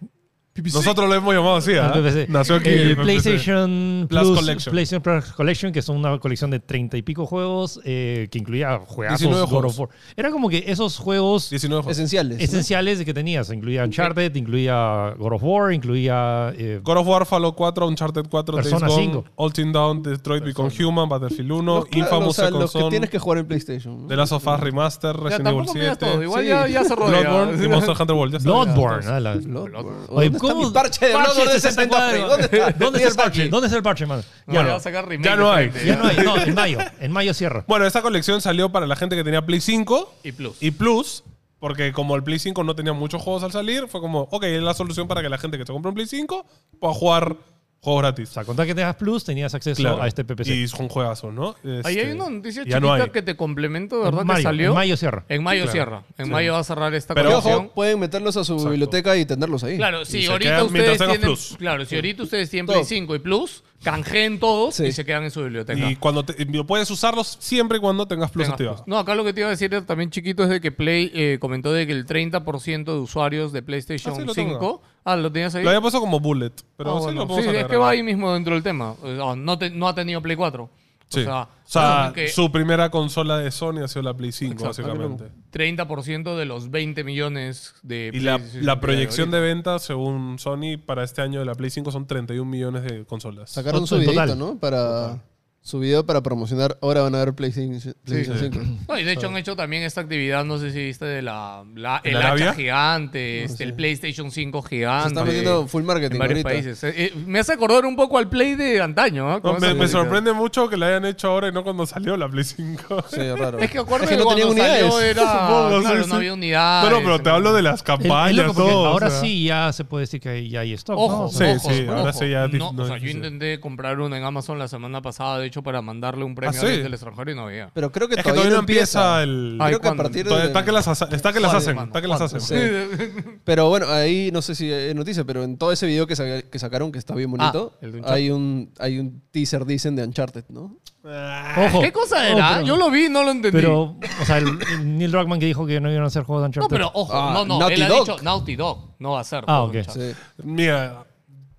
B: Nosotros lo hemos llamado así, ¿ah?
A: el PPC.
B: Nació aquí.
A: El
B: el PPC.
A: Eh, PlayStation
B: Plus
A: Plus,
B: Collection.
A: PlayStation Plus Collection, que son una colección de treinta y pico juegos eh, que incluía juegazos.
B: 19
A: God
B: juegos.
A: of War. Era como que esos juegos
B: 19 juegos.
D: Esenciales. ¿no?
A: esenciales que tenías. Incluía Uncharted, incluía God of War, incluía... eh,
B: God of War, Fallout 4, Uncharted 4, Days
A: Persona
B: Gone,
A: 5.
B: All Team Down, Detroit Become Human, Battlefield 1,
D: Los- claro,
B: Infamous
D: o sea,
B: Second
D: los que
B: Son,
D: tienes que jugar en PlayStation. ¿no?
B: The Last of Us Remaster,
E: Ya,
B: Resident Evil
E: tampoco me digas
B: 7,
E: todo. Igual
D: Sí.
E: ya, ya se rodea.
B: Bloodborne y Monster Hunter World. Ya está.
A: Bloodborne. ah, la-
D: Bloodborne.
A: Oye,
D: ¿Dónde
A: ¿cómo-
D: está mi parche de Bloodborne de 60
A: 64?
D: Play? ¿Dónde está?
A: ¿Dónde está el parche?
D: aquí?
A: ¿Dónde está el parche, mano?
E: No,
A: Ya
E: le
A: no.
E: va a sacar remake
B: Ya no
E: de
B: hay.
E: frente,
A: Ya no hay. No, en mayo. En mayo cierra.
B: Bueno, esta colección salió para la gente que tenía Play 5
E: Y plus.
B: y Plus, porque como el Play 5 no tenía muchos juegos al salir, fue como, ok, es la solución para que la gente que se compra un Play 5 pueda jugar juegos gratis.
A: O sea, contar que tengas Plus, tenías acceso
B: Claro.
A: a este PPC.
B: Y son juegazos, ¿no?
E: Ahí
B: Este,
E: hay una noticia
B: ya no
E: chiquita
B: hay.
E: que te complemento, de ¿verdad?
A: en mayo,
E: que salió.
A: En mayo cierra.
E: En mayo
B: Claro.
E: cierra. En mayo va a cerrar esta
B: Pero
D: Y
E: colección.
D: ojo, pueden meterlos a su biblioteca y tenerlos ahí.
E: Claro,
B: Y
E: si
B: se
E: ahorita
B: quedan mientras
E: ustedes
B: tengas
E: tienen.
B: Plus.
E: Claro, si ahorita ustedes tienen Play
D: Todo.
E: 5 y Plus, canjeen todos
D: Sí.
E: y se quedan en su biblioteca.
B: Y cuando te- y puedes usarlos siempre y cuando tengas Plus
E: Tengas
B: activado.
E: Plus. No, acá lo que te iba a decir también chiquito es de que Play eh, comentó de que el 30% de usuarios de PlayStation
B: Ah, sí, lo
E: 5.
B: tengo.
E: Ah, lo tenías ahí.
B: Lo había puesto como bullet, pero
E: Ah,
B: sí
E: bueno.
B: lo podemos
E: Sí, es
B: agregar.
E: que va ahí mismo dentro del tema. Eh, ah, no, te- no ha tenido Play 4.
B: Sí.
E: O sea, bueno, que
B: su primera consola de Sony ha sido la Play 5,
E: Exacto.
B: básicamente.
E: 30% de los 20 millones de
B: Y la,
E: PlayStation que hay
B: la proyección
E: ahorita.
B: de ventas, según Sony, para este año de la Play 5 son 31 millones de consolas.
D: Sacaron su
A: En
D: videito,
A: total.
D: ¿no? Para su video para promocionar. Ahora van a ver PlayStation, PlayStation
E: Sí.
D: 5.
E: No, y de hecho han hecho también esta actividad, no sé si viste, de la, la-
B: ¿En
E: el
B: Ah. la Arabia?
E: hacha gigante, este, el PlayStation 5
D: Se
E: gigante.
D: está metiendo full marketing
E: en varios
D: ahorita.
E: países. Eh, eh, me hace acordar un poco al Play de antaño. ¿ah?
B: No,
E: Con
B: me,
E: esa
B: me
E: publicidad.
B: sorprende mucho que la hayan hecho ahora y no cuando salió la Pley 5.
D: Sí, raro.
E: Es que acuerdo
D: Es que no
E: cuando
D: tenían
E: salió
D: unidades.
E: era-
B: Supongo,
E: claro,
B: sí,
E: no
B: sí.
E: había unidades.
B: No, no, pero te hablo de las
A: Es- es loco,
B: campañas,
A: porque
B: todo, o
A: ahora
B: sea.
A: sí ya se puede decir que hay- ya hay stock. ¿no?
E: Ojo,
A: O
B: Sí,
A: sea,
E: ojo,
B: sí, ahora
E: ojo.
B: sí ya di-
E: No,
B: no
E: o
B: es
E: sea, yo
B: difícil.
E: intenté comprar uno en Amazon la semana pasada, de hecho, para mandarle un
B: ¿Ah,
E: premio a
B: sí?
E: alguien del extranjero y no había.
D: Pero creo que,
B: Es que todavía no empieza el.
E: Ay,
D: Creo que a
E: ¿cuándo?
D: partir
B: Todavía
D: de...
B: está que las, hace- está que las
E: ¿Cuándo,
B: hacen,
E: hermano?
B: está que las
D: ¿Cuándo?
B: hacen.
D: Sí. Pero bueno, ahí no sé si es noticia, pero en todo ese video que, saca- que sacaron, que está bien bonito,
E: Ah, el de Uncharted.
D: hay, un, hay un teaser, dicen, de Uncharted, ¿no?
B: Ah,
A: ojo.
E: ¿Qué cosa
A: No,
E: era?
A: pero-
E: Yo lo vi, no lo entendí.
A: Pero, o sea, el, el Neil Druckmann que dijo que no iban a hacer juegos de
E: no,
A: Uncharted.
E: pero ojo,
D: Ah,
E: no, no.
D: Naughty
E: él ha
D: Dog.
E: dicho Naughty Dog. No va a ser.
A: Ah,
E: Juego de
A: ok.
E: Uncharted.
D: Sí.
B: Mira,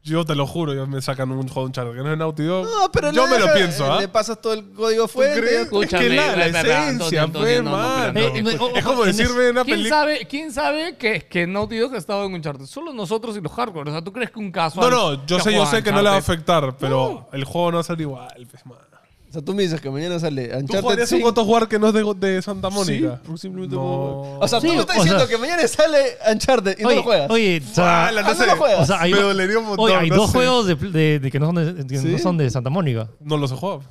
B: yo te lo juro, yo me sacan un juego de Uncharted que no es Naughty Dog.
D: No, pero
B: yo
D: le
B: me lo
D: deja-
B: pienso, ¿ah?
D: Le pasas todo el código fuente.
B: crees?
D: ya-
E: Escúchame,
B: Es que la- la
E: espera, espera,
B: esencia, pues.
E: Antonio,
B: fue,
D: pues.
E: Antonio, no, no,
B: mano.
E: espera, no.
A: Eh, ojo,
B: Es como
A: en ese-
B: decirme una
E: ¿Quién
B: película.
E: sabe, ¿Quién sabe que, que Naughty Dog ha estado en Uncharted? Solo nosotros y los hardcore. O sea, ¿tú crees que un caso...
B: No, no, yo
E: que
B: sé, yo
E: juega
B: sé que no le va a
E: Uncharted-
B: afectar, pero el juego no va a ser igual, pues, mano.
D: O sea, tú me dices que mañana sale
B: ¿Tú
D: Uncharted
B: jugarías un
D: 5.
B: God of War que no es de, de Santa Mónica?
D: Sí, pues, simplemente
B: No.
D: como- O sea, tú
A: Sí,
D: me estás
A: o sea-
D: diciendo que mañana sale Uncharted y no
A: oye,
D: lo juegas.
A: Oye, o sea,
B: Ala,
D: Ah, no lo juegas.
A: o sea, hay,
B: Me dolería un montón,
A: oye, hay
B: no
A: dos
B: sé. Pues
A: juegos de, de- de que, no son de, que no
D: ¿Sí?
A: son de Santa Mónica.
B: No los he jugado.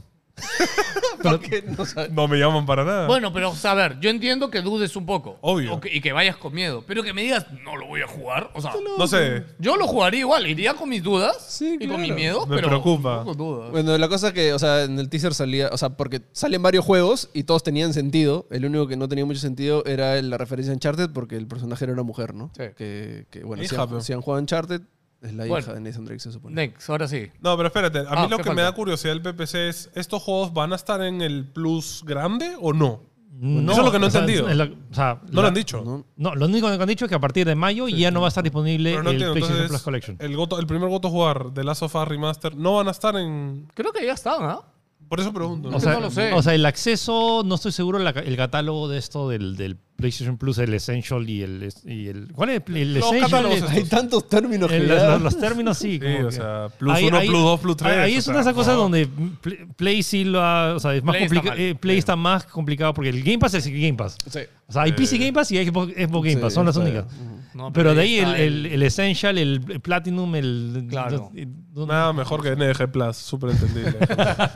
D: Porque no sabes.
B: No me llaman para nada.
E: Bueno, pero, o sea, a ver, yo entiendo que dudes un poco.
B: Obvio.
E: O que- y que vayas con miedo. Pero que me digas, no lo voy a jugar. O sea,
B: no sé.
E: yo lo jugaría igual. Iría con mis dudas
D: Sí,
E: y
D: claro.
E: con mis miedos,
B: Me
E: pero...
B: preocupa.
E: Con dudas.
D: Bueno, la cosa es que, o sea, en el teaser salía, o sea, porque salen varios juegos y todos tenían sentido. El único que no tenía mucho sentido era la referencia a Uncharted porque el personaje era una mujer, ¿no?
E: Sí.
D: Que, que, bueno,
B: Hija,
D: si han,
B: pero-
D: si han jugado Uncharted, es la
E: Bueno.
D: hija de Nathan Drake, se supone.
E: Next, ahora sí.
B: No, pero espérate. A mí
E: Ah,
B: lo
E: ¿qué
B: que me
E: falta?
B: da curiosidad del PPC es, ¿estos juegos van a estar en el Plus grande o no?
A: No,
B: eso es lo que no he
A: o sea,
B: entendido.
A: es la- o sea,
B: No lo
A: la-
B: han dicho.
D: ¿no?
A: No, lo único que han dicho es que a partir de mayo ya no va a estar disponible
B: Pero no
A: el
B: entiendo,
A: PlayStation Plus
B: entonces,
A: Collection.
B: El, Goto- el primer Goto Jugar de Last of Us Remaster no van a estar en...
E: Creo que ya están, ¿ah?
B: Por eso pregunto. ¿no?
A: O sea,
E: no lo sé.
A: o sea, el acceso, no estoy seguro la- el catálogo de esto del, del PlayStation Plus, el Essential y el. y el- ¿Cuál es? El,
B: Los
A: Essential,
B: catálogos,
A: el-
B: o sea,
D: Hay tantos términos
A: el-
D: que
A: los,
D: ya-
A: los- los términos sí.
B: Sí,
A: como
B: o
A: que-
B: sea, plus uno, plus dos, plus tres,
A: Ahí
B: o
A: es
B: sea,
A: una de esas cosas
B: no.
A: donde Play, Play sí lo ha- o sea, es más
E: Play está
A: complica-
E: mal.
A: eh, Play
E: Sí.
A: está más complicado porque el Game Pass es el Game Pass.
D: Sí.
A: O sea, hay PC Game Pass y hay Xbox, Xbox Game
D: Sí,
A: Pass, son las
D: está
A: únicas.
E: No,
A: pero de ahí el,
E: está
A: el- el Essential, el Platinum, el.
E: Claro.
A: eh, no-
B: Nada mejor que NDG Plus, súper entendible.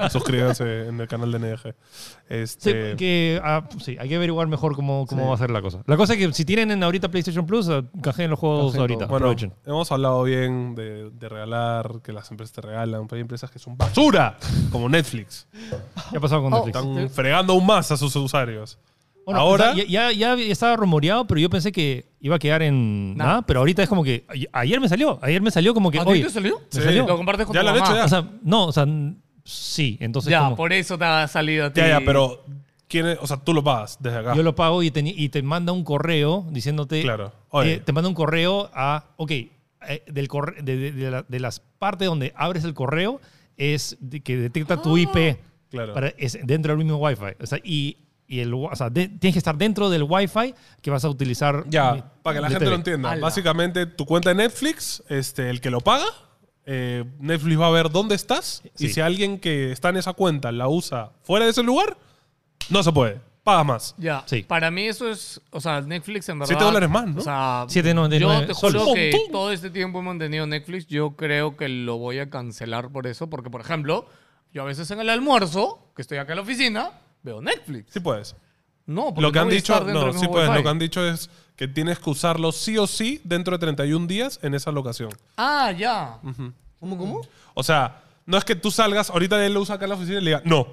B: Suscríbanse en el canal de NDG.
A: Sí,
B: Este,
A: que, ah, sí, hay que averiguar mejor cómo, cómo va a ser la cosa. La cosa es que si tienen en ahorita PlayStation Plus, ah, canjeen los juegos
D: Canjeen
A: ahorita.
D: todo.
B: bueno,
A: Aprovechen.
B: hemos hablado bien de, de regalar, que las empresas te regalan, pero hay empresas que son basura, como Netflix.
A: ¿Qué ha pasado con
E: Oh,
A: Netflix?
B: Están
E: Sí.
B: fregando aún más a sus usuarios.
A: Bueno,
B: Ahora,
A: o sea, ya, ya, ya estaba rumoreado, pero yo pensé que iba a quedar en
E: Nada.
A: nada. pero ahorita es como que. ay- Ayer me salió. Ayer me salió como que.
E: ¿A ti
A: Oye,
E: te salió?
A: me salió.
E: Lo compartes con
B: Ya
E: tu
B: lo han
E: mamá.
B: hecho,
A: O sea, no, o sea, n- sí. Entonces,
E: Ya, pues,
A: como,
E: por eso te ha salido a ti.
B: ya, ya, pero ¿quién es? o sea, tú lo pagas desde acá.
A: yo lo pago y te, y te manda un correo diciéndote.
B: Ah. Claro. Oye.
A: eh, te manda un correo a. Ok, eh, del corre- de, de- de la- de las partes donde abres el correo es de que detecta
D: Ah.
A: tu IP.
B: Claro.
A: para- es dentro del mismo Wi-Fi. O sea, y, y el, wa- o sea, de- tienes que estar dentro del Wi-Fi que vas a utilizar. de-
B: Ya, para que la
A: de
B: gente
A: TV.
B: lo entienda.
E: Ala.
B: Básicamente, tu cuenta de Netflix, este, el que lo paga, eh, Netflix va a ver dónde estás. Y
A: Sí.
B: si alguien que está en esa cuenta la usa fuera de ese lugar, no se puede. Pagas más.
E: Ya,
A: Sí.
E: para mí eso es, o sea, Netflix en verdad...
B: Siete dólares más, ¿no?
E: O sea,
A: 7.99
E: yo te
A: soles.
E: juro que
B: ¡Montón!
E: todo este tiempo hemos tenido Netflix, yo creo que lo voy a cancelar por eso, porque por ejemplo, yo a veces en el almuerzo, que estoy acá en la oficina, veo Netflix.
B: Sí puedes.
E: No, porque
B: Lo que
E: no
B: han
E: voy a
B: dicho,
E: estar dentro
B: no,
E: del
B: sí
E: mismo
B: puedes.
E: Wi-Fi.
B: Lo que han dicho es que tienes que usarlo sí o sí dentro de 31 días en esa locación.
E: Ah, ya.
D: ¿Cómo, cómo?
B: O sea, no es que tú salgas, ahorita él lo usa acá en la oficina y le diga, no.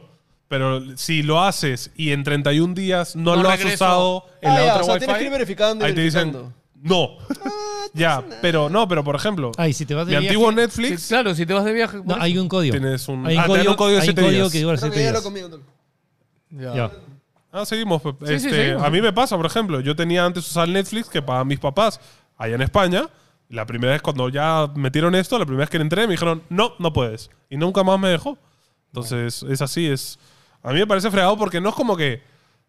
B: Pero si lo haces y en 31 días no,
E: No
B: lo has
E: regreso.
B: usado en
D: Ah,
B: la
D: ya,
B: otra
D: o sea,
B: Wi-Fi,
D: tienes que ir verificando y
B: ahí te dicen,
D: verificando.
B: no.
D: Ah,
B: Ya, pero no, pero por ejemplo,
A: Ay, si te vas
B: mi
A: de viaje-
B: antiguo Netflix
E: Sí, claro, si te vas de viaje.
A: No,
E: por
A: hay
E: eso.
A: un código.
B: tienes un.
A: Hay un
B: ah, te dan
A: código,
B: un código de
A: hay un
B: 7
A: código
B: días.
A: que dura
D: Creo
A: 7
D: que ya
A: días.
D: lo conmigo. Tolu.
E: Ya.
A: Ya.
B: Ah, seguimos. Pepe.
E: Sí, sí,
B: Este,
E: seguimos.
B: A mí me pasa, por ejemplo, yo tenía antes usar Netflix que pagaban mis papás allá en España. y La primera vez cuando ya metieron esto, la primera vez que entré me dijeron, no, no puedes. Y nunca más me dejó. Entonces, es así, es... A mí me parece fregado porque no es como que...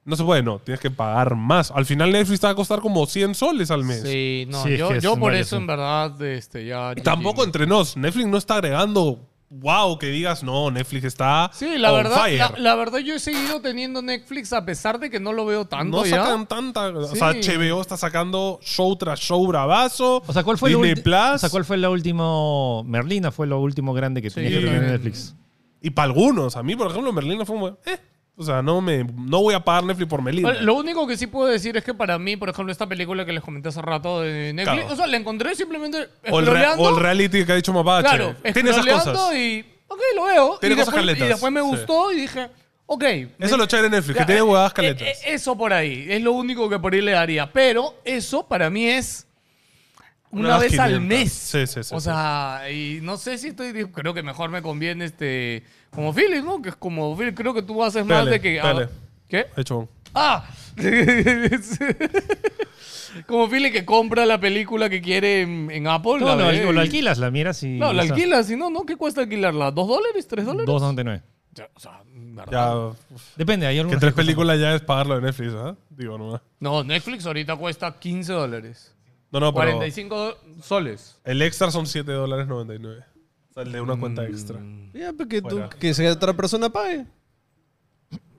B: No se puede, no, tienes que pagar más. Al final Netflix te va a costar como 100 soles al mes.
E: Sí, no,
A: Sí, es
E: yo,
A: que es
E: yo por
A: varios,
E: eso
A: sí.
E: en verdad este, ya...
B: Y tampoco entre nos, Netflix no está agregando, wow, que digas, no, Netflix está...
E: Sí, la
B: on
E: verdad,
B: fire".
E: la, la verdad yo he seguido teniendo Netflix a pesar de que no lo veo tanto
B: No
E: ya.
B: sacan tanta. O sea,
E: Sí.
B: HBO está sacando show tras show bravazo.
A: O sea, ¿cuál fue, el
B: Disney
A: ulti-
B: Plus.
A: o sea, ¿cuál fue la última? Merlina fue lo último grande que tenía que tener
E: también.
A: Netflix.
B: Y para algunos. A mí, por ejemplo, Merlina fue como. Eh. O sea, no, me, no voy a pagar Netflix por Merlina.
E: Bueno, Lo único que sí puedo decir es que para mí, por ejemplo, esta película que les comenté hace rato de Netflix,
B: Claro.
E: o sea, la encontré simplemente
B: o, el re-
E: scrolleando.
B: o el reality que ha dicho Mapache.
E: claro,
B: Ah, Tiene esas
E: scrolleando
B: cosas.
E: y... Ok, lo veo.
B: Tiene
E: y,
B: cosas
E: después, y
B: caletas,
E: después me
B: sí.
E: gustó y dije, ok. me-
B: Eso es lo chévere de Netflix, que
E: Ya,
B: tiene
E: eh,
B: huevadas
E: eh,
B: caletas.
E: eh, Eso por ahí, es lo único que por ahí le daría. Pero eso para mí es una,
B: Una
E: vez
B: 500.
E: al mes.
B: Sí, sí, sí,
E: O
B: sí.
E: sea, y no sé si estoy. Creo que mejor me conviene este. Como Philip, ¿no? Que es como Philip, creo que tú haces más
B: Pele,
E: de que. ah,
B: pele.
E: ¿Qué?
B: De hecho,
E: ¡Ah! como Philip que compra la película que quiere en, en Apple.
A: No,
E: la
A: lo,
E: ve
A: al- o lo
E: y-
A: alquilas, la miras y.
E: No, la
A: o sea,
E: alquilas, si no, ¿no? ¿Qué cuesta alquilarla? ¿Dos dólares? ¿Tres dólares?
A: 2.99.
E: Ya, O sea, ¿verdad?
B: ya.
A: Ah. Depende, hay
B: Que
A: algunas.
B: tres
A: cosas-
B: películas ya es pagarlo de Netflix, ¿ah? Digo, no.
E: No, Netflix ahorita cuesta 15 dólares.
B: No, no, pero.
E: 45 do- soles.
B: El extra son 7 dólares 99. O sea, el de una cuenta extra.
D: Ya, pues que, tú-
B: Fuera.
D: que sea otra persona pague.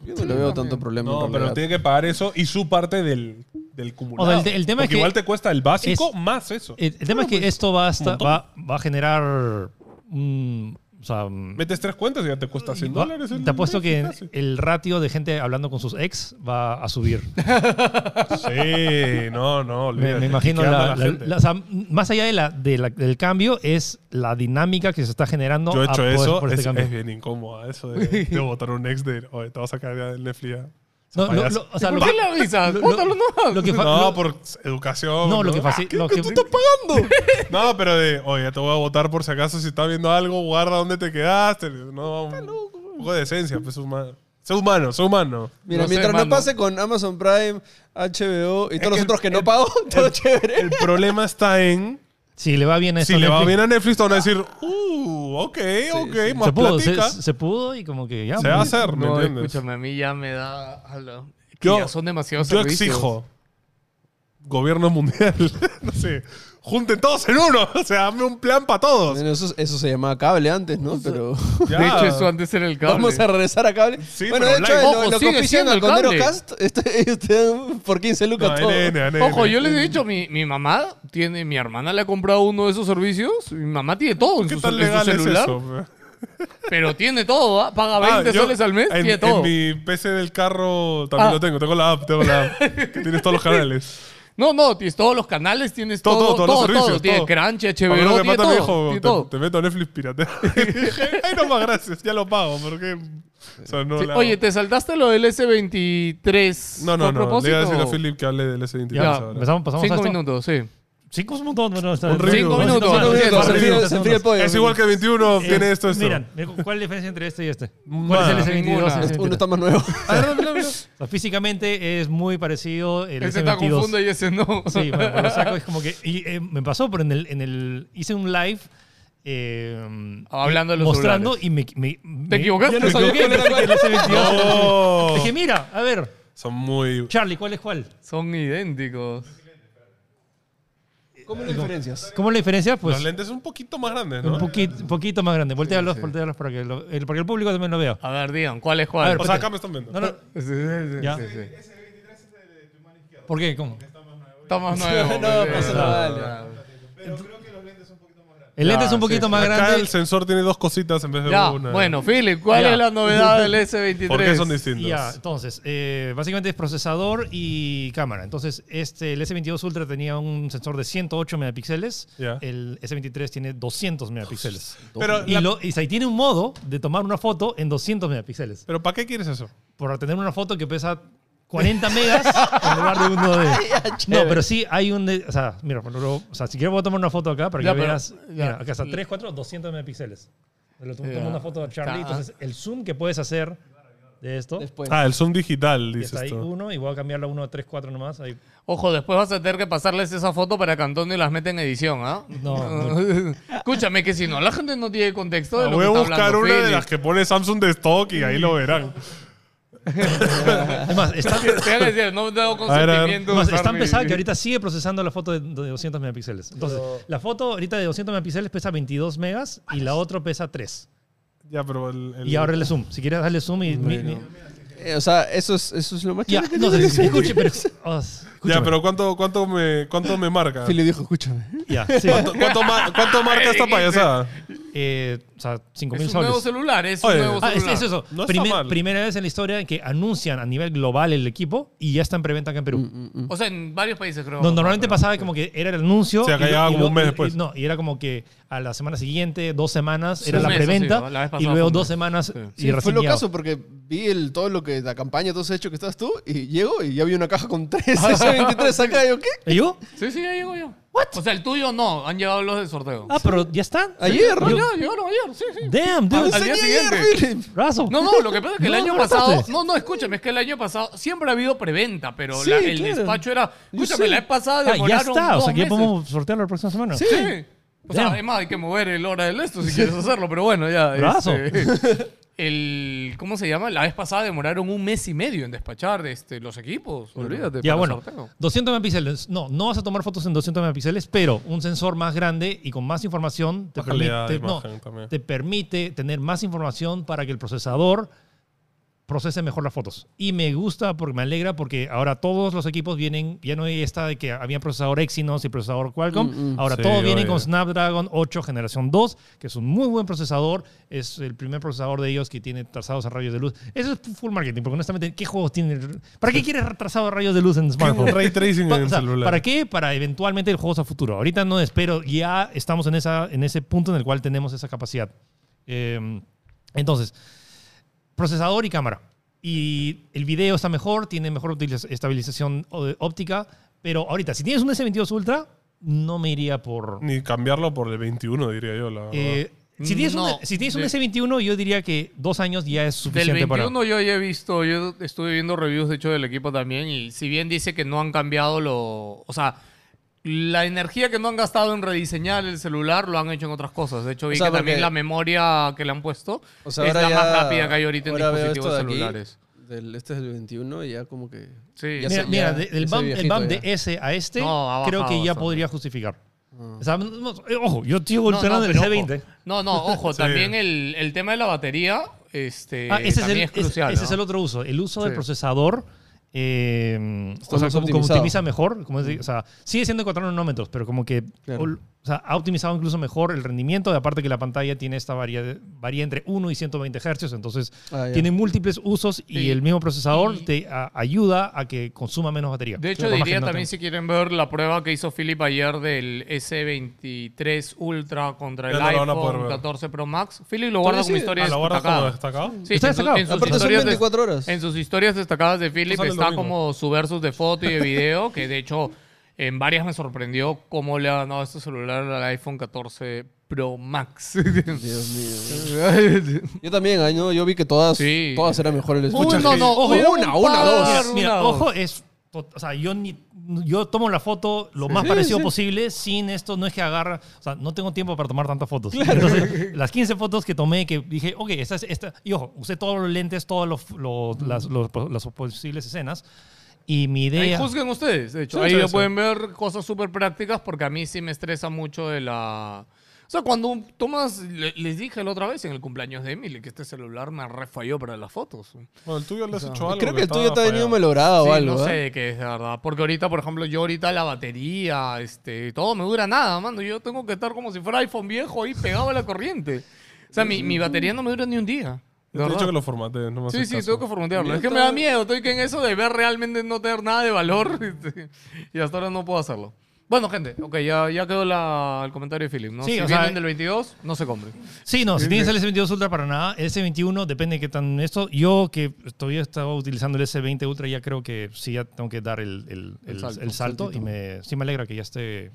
D: Yo no le veo tanto problema.
B: No,
D: en
B: pero
D: realidad.
B: tiene que pagar eso y su parte del, del cumulado.
A: O sea, el te- el tema es
B: Porque
A: que
B: igual te cuesta el básico
A: es-
B: más eso.
A: El, el tema es que esto va, hasta-
B: Ah, pues. montón.
A: va, va a generar. un- o sea, un-
B: Metes tres cuentas y ya te cuesta 100
A: va-
B: dólares. el
A: te apuesto que
B: mes, casi.
A: el ratio de gente hablando con sus ex va a subir.
B: Sí, no, no.
A: Me,
B: olvídate.
A: me imagino,
B: Quedando
A: la- la-
B: gente.
A: la- o sea, más allá de la, de la- del cambio, es la dinámica que se está generando.
B: Yo he
A: a-
B: hecho
A: por-
B: eso,
A: por este
B: es,
A: cambio.
B: es bien incómoda eso de, de votar un ex de, oye, te vas a cargar del Netflix. ya".
A: No, lo-
B: payaso.
A: lo- o sea,
E: ¿Por
A: lo-
E: qué le avisas?
A: lo-
E: Cuéntalo nomás.
A: lo que fa-
B: No,
A: lo-
B: por educación.
A: no, lo que faci- lo que-
B: pagando? no, pero de, oye, te voy a votar por si acaso si estás viendo algo, guarda dónde te quedaste. No, un poco de esencia, pues humano. Sé humano, sé humano.
D: Mira,
E: No sé,
D: mientras
E: mano.
D: no pase con Amazon Prime, HBO y todos los
B: que
D: otros que no
B: el-
D: pago, todo chévere.
B: El problema está en
A: Si le va bien a
B: si
A: esto
B: le va
A: Netflix,
B: bien a Netflix, te van a decir, uh, ok, ok, más
A: se pudo, se,
B: platica.
A: se pudo y como que ya.
B: Se va a
A: pues,
B: hacer, ¿me
E: No,
B: entiendes?
E: escúchame, a mí ya me da. ala, que
B: Yo-
E: ya son demasiados
B: Yo
E: servicios.
B: exijo gobierno mundial, no sé, junten todos en uno, o sea, hazme un plan para todos.
D: Bueno, eso, eso se llamaba cable antes, ¿no? Pero
B: Ya.
E: De hecho, eso antes era el cable.
D: vamos a regresar a cable.
B: Sí,
D: bueno, de
B: pero
D: hecho,
B: online.
D: lo,
E: Ojo,
D: lo que
E: sigue
D: ofician
E: siendo
D: al
E: el
D: Condero
E: cable.
D: Cast este- este, por 15 lucas
B: No,
D: todo.
B: NN, NN.
E: Ojo, yo les he dicho, mi, mi mamá tiene, mi hermana le ha comprado uno de esos servicios. Mi mamá tiene todo en
B: ¿Qué
E: su,
B: tan
E: en su
B: legal es
E: celular.
B: eso? pe?
E: Pero tiene todo, ¿ah? Paga 20
B: Ah, yo
E: soles al mes,
B: en,
E: tiene
B: en
E: todo.
B: mi PC del carro también
E: Ah.
B: lo tengo, tengo la app, tengo la app, que tienes todos los canales.
E: No, no, tienes todos los canales, tienes todo, todo, todo,
B: todos los servicios,
E: tiene
B: todo.
E: Crunch,
B: Me acuerdo
E: HBO,
B: que Pata
E: tiene todo,
B: me dijo,
E: tiene
B: te,
E: todo.
B: te meto a Netflix pirata. Y dije, Ay, no más, gracias, ya lo pago, porque... o sea, no
E: Sí,
B: la-
E: Oye, ¿te saltaste lo del S23
B: No, no,
E: por
B: no, le iba a decir a
E: propósito?
B: Philip que hable del S23
A: Ya,
B: ahora.
A: empezamos, pasamos
E: Cinco
A: a esto.
E: minutos, sí.
A: Cinco es un montón. bueno, está-
B: Un
A: está-
B: review.
A: está-
E: Cinco
A: está-
E: minutos.
A: está-
E: Cinco
A: está-
D: minutos,
A: está-
D: se enfría el
A: está-
D: pollo.
B: Es igual que el
A: Eh,
B: 21, tiene esto, esto.
A: Miran, ¿cuál es la diferencia entre este y este? ¿Cuál
B: Nada.
A: es el S22?
E: Ninguna.
A: S23?
D: Uno está más nuevo.
A: O sea, físicamente es muy parecido el
E: Ese Este está
A: S22.
E: confundo y ese no.
A: Sí, bueno, pero lo saco es como que... Y, eh, me pasó, pero en el, en el... Hice un live... eh,
E: Hablando de los
A: Mostrando
E: celulares.
A: y me... me- me-
E: ¿Te equivocaste?
A: Yo no sabía que era el S22.
B: No.
A: Dije, mira, a ver,
B: Son muy...
A: Charlie, ¿cuál es cuál?
E: Son idénticos.
D: ¿Cómo lo diferencias?
A: ¿Cómo es la diferencia? Pues...
B: Los lentes son un poquito más grandes, ¿no?
A: Un poquito, poquito más grande. Voltealos, voltealos para que, lo- el, para que el público también lo vea.
E: A ver, digan, ¿cuál es cuál?
A: A ver,
B: o sea, acá me están viendo.
A: No, no.
E: Sí, sí, sí,
A: Ya.
E: sí, sí.
A: ¿Por qué? ¿Cómo?
E: Está más nuevo.
D: No,
E: sí.
D: pues eso no vale.
A: El lente
E: Ya,
A: es un poquito
E: sí.
A: más
B: acá
A: grande.
B: el sensor tiene dos cositas en vez de
E: Ya,
B: una.
E: bueno, Philip, ¿cuál
A: Ya.
E: es la novedad del S23?
B: ¿Por qué son
A: Ya,
B: distintos?
A: entonces, eh, básicamente es procesador y cámara. Entonces, este, el S22 Ultra tenía un sensor de 108 megapíxeles.
B: Ya.
A: El S23 tiene 200 megapíxeles.
B: Pero,
A: Y,
B: la-
A: lo, y ahí tiene un modo de tomar una foto en 200 megapíxeles.
B: pero ¿para qué quieres eso?
A: Por tener una foto que pesa 40 megas en lugar de uno de. No,
D: chévere.
A: pero sí hay un. de- o sea, mira, por lo- o sea, si quieres voy a tomar una foto acá para que
E: Ya, pero-
A: veas.
E: ya.
A: mira, acá está 3, 4, 200 megapíxeles. Le to-
E: Ya.
A: tomo una foto a Charlie.
E: Ya.
A: Entonces, el zoom que puedes hacer de esto.
D: Después.
B: Ah, el Zoom digital,
A: y está
B: dices
A: ahí
B: tú.
A: uno y voy a cambiarlo a uno a 3, 4 nomás. Ahí.
E: Ojo, después vas a tener que pasarles esa foto para que Antonio las meta en edición, ¿ah?
A: No,
E: Escúchame, que si no, la gente no tiene contexto de
B: Ah,
E: lo
B: Voy
E: que
A: pues,
B: a
E: está
B: buscar
E: hablando
B: una de
E: Philip.
B: las que pone Samsung de stock y ahí lo verán.
A: Es más, está,
E: Te van a decir, no te hago
B: ver, a ver.
E: consentimiento. de
A: Más,
E: usar
A: es tan
E: mi-
A: pesada que ahorita sigue procesando la foto de, de 200 megapíxeles. Entonces, la foto ahorita de 200 megapíxeles pesa 22 megas y la otra pesa 3.
B: Ya, pero el, el-
A: Y ahora le zoom. Si quieres darle zoom y... mi- mi-
D: Eh, o sea, eso es, eso es lo más
A: ya,
D: chévere que
A: no sé,
D: tiene que ser.
A: escuche, pero... oh, escúchame.
B: Ya, pero ¿cuánto, cuánto, me, cuánto me marca?
D: Philip dijo, escúchame.
A: Ya, sí.
B: ¿Cuánto, cuánto ma- cuánto marca esta payasada?
A: Eh, o sea, 5.000
E: Es un nuevo
A: soles.
E: celular, es un
B: Oye.
E: nuevo
A: Ah,
E: celular.
A: es, es eso.
B: No está
A: Primer-
B: mal.
A: primera vez en la historia en que anuncian a nivel global el equipo y ya está en preventa acá en Perú.
E: O sea, en varios países creo.
A: No, normalmente pasaba como que era el anuncio.
B: O sea, que llegaba como
A: lo-
B: un mes después.
A: y- no, y era como que a la semana siguiente, dos semanas, era
E: un
A: la
E: mes,
A: preventa.
E: sí, la vez
A: y
E: pasada fue
A: luego
E: un
A: dos
E: mes.
A: semanas
E: Sí.
A: y
D: Sí, fue
A: recién
D: lo
A: llegado.
D: caso porque vi el, todo lo que la campaña, todo ese hecho que estás tú y llego y ya vi una caja con 3 S23 acá. Yo, ¿qué?
A: ¿Y yo?
E: Sí, sí, ya llego yo. ¿What? O sea, el tuyo no, han llegado los del sorteo.
A: Ah, pero ya está.
D: Ayer,
E: No,
D: yo-
E: ya, llegaron ayer, sí, sí.
A: Damn, dude.
E: Al
D: Pensé
E: día
D: que ayer,
E: siguiente.
D: Philip.
A: Brazo.
E: No, no, lo que pasa es que el
A: No,
E: año
A: no
E: pasado.
A: trataste.
E: No, no, escúchame, es que el año pasado siempre ha habido preventa, pero
D: Sí,
E: la- el
D: claro.
E: despacho era.
D: Yo
E: Escúchame,
D: sé.
E: la vez pasada
A: Ah, ya
E: demoraron.
A: está. O
E: dos
A: sea, que ya
E: meses.
A: podemos sortearlo la próxima semana.
E: Sí. O sea,
A: Damn.
E: además hay que mover el hora del esto si quieres hacerlo, pero bueno, ya.
A: Brazo.
E: este, el, ¿Cómo se llama? La vez pasada demoraron un mes y medio en despachar este, los equipos. Olvídate. para
A: Ya,
E: el
A: bueno.
E: sorteo.
A: 200 megapíxeles. No, no vas a tomar fotos en 200 megapíxeles, pero un sensor más grande y con más información te,
B: Más calidad de
A: permite- no,
B: imagen también.
A: te permite tener más información para que el procesador procese mejor las fotos. Y me gusta, porque me alegra, porque ahora todos los equipos vienen, ya no hay esta de que había procesador Exynos y procesador Qualcomm, ahora
B: Sí,
A: todos vienen
B: obvio.
A: con Snapdragon 8 generación 2, que es un muy buen procesador, es el primer procesador de ellos que tiene trazados a rayos de luz. Eso es full marketing, porque honestamente, ¿qué juegos tiene? el- ¿Para qué quieres trazado a rayos de luz en
B: Tiene un
A: smartphone?
B: ray tracing
A: Pa-
B: en
A: o
B: el
A: sea,
B: celular.
A: ¿Para qué? Para eventualmente el juegos a futuro. Ahorita no espero, ya estamos en, esa, en ese punto en el cual tenemos esa capacidad. Eh, entonces, procesador y cámara. Y el video está mejor, tiene mejor utiliz- estabilización o- de- óptica, pero ahorita, si tienes un S22 Ultra, no me iría por...
B: Ni cambiarlo por el 21, diría yo, la verdad.
A: Eh, si tienes,
E: No.
A: un, si tienes un
E: De-
A: S21, yo diría que dos años ya es
E: Del
A: suficiente
E: 21
A: para...
E: yo ya he visto, yo estuve viendo reviews de hecho del equipo también y si bien dice que no han cambiado lo, o sea, la energía que no han gastado en rediseñar el celular lo han hecho en otras cosas. De hecho vi
D: sea,
E: que también
D: porque-
E: la memoria que le han puesto
D: O sea,
E: es
D: ahora
E: la
D: ya-
E: más rápida que hay ahorita en
D: ahora veo
E: dispositivos
D: esto de aquí,
E: celulares.
D: del- este es el 21 y ya como que...
E: Sí.
D: ya
A: Mira,
D: se-
A: mira,
D: ya
A: de- el
D: ese
A: bump, el
D: viejito
A: bump de
D: ya.
A: ese a este,
E: No, ha
A: creo
E: bajado
A: que ya
E: bastante.
A: podría justificar.
D: Ah.
A: O sea, no- no, eh, ojo, yo sigo
E: No, no,
A: esperando el
E: pero
A: C20.
E: ojo. no, no, ojo, también el, el tema de la batería este,
A: Ah, ese es, el,
E: también es,
A: ese-
E: crucial.
A: ese
E: ¿no?
A: es el otro uso. El uso del
E: Sí.
A: procesador. eh,
D: Está
A: o sea,
D: más
A: como, como
D: optimizado. Mm.
A: optimiza mejor. Como es de- o sea, sigue siendo 4 nanómetros, pero como que
D: Claro.
A: ol- o sea, ha optimizado incluso mejor el rendimiento. Y aparte que la pantalla tiene esta varía, varía entre 1 y 120 Hz. Entonces,
D: Ah, ya.
A: tiene múltiples usos y
E: Sí.
A: el mismo procesador
E: Y-
A: te a- ayuda a que consuma menos batería.
E: De hecho,
A: Por más que
E: diría
A: no
E: también,
A: tenga-
E: si quieren ver la prueba que hizo Philip ayer del S23 Ultra contra el
B: Ya no lo van a poder
E: iPhone
B: ver. 14
E: 14 Pro Max. Philip lo guarda
D: Todavía
E: como
D: sigue.
E: historia
B: ¿A Ah, la guarda como
E: destacada.
B: destacado?
E: Sí,
A: Está
E: en su-
A: destacado.
E: en sus
D: Aparte son
E: historias de-
D: 24 horas.
E: En sus historias destacadas de Philip
B: Esto sale el
E: está
B: domingo.
E: como su versus de foto y de video, que de hecho en varias me sorprendió cómo le ha ganado este celular al iPhone 14 Pro Max.
D: Dios mío. Yo también, ay, no, yo vi que todas,
E: Sí.
D: todas eran mejor el
E: Uy,
D: escucha.
E: no, no,
D: Ojo,
E: hubieron
D: una,
E: un
D: una,
E: par.
D: dos.
A: Mira, mira,
E: Una, dos.
A: ojo, es. to- O sea, yo, ni, yo tomo la foto lo más
D: Sí,
A: parecido
D: sí.
A: posible sin esto. No es que agarra. O sea, no tengo tiempo para tomar tantas fotos. Entonces, las 15 fotos que tomé, que dije, ok, esta es esta. Y ojo, usé todos los lentes, todas los- los- las, los- las posibles escenas. Y mi
E: Ahí
A: idea.
E: juzguen ustedes, de hecho.
A: Sí,
E: ahí
A: sí,
E: ya
A: sí.
E: pueden ver cosas súper prácticas porque a mí sí me estresa mucho de la... O sea, cuando tomas, le- les dije la otra vez en el cumpleaños de Emily que este celular me refalló para las fotos.
A: Ah,
B: Bueno, el tuyo le has hecho algo.
D: Creo que el
B: estaba
D: tuyo te ha
B: fallado.
D: venido malogrado
E: Sí,
D: o algo.
E: no sé
D: ¿eh?
E: de qué es, de verdad. Porque ahorita, por ejemplo, yo ahorita la batería, este, todo me dura nada, mano. Yo tengo que estar como si fuera iPhone viejo ahí pegado a la corriente. O sea, mi, mi batería no me dura ni un día.
B: Te he
E: de
B: dicho
E: verdad.
B: que lo formatees, no me
E: Sí,
B: haces
E: sí,
B: caso.
E: tengo que formatearlo.
D: Mira,
E: Es que me
D: está-
E: da miedo, estoy que en eso de ver realmente no tener nada de valor. este, y hasta ahora no puedo hacerlo. Bueno, gente, ok, ya, ya quedó la- el comentario de Philip, ¿no?
A: Sí,
E: si
A: o
E: vienen
A: sea,
E: del 22, no se compren.
A: Sí, no, si tienes el S22 Ultra para nada, el S21 depende de qué tan esto. Yo que todavía estaba utilizando el S20 Ultra, ya creo que sí, ya tengo que dar el, el-
E: El
A: el-
E: salto.
A: el salto y me, sí me alegra que ya esté...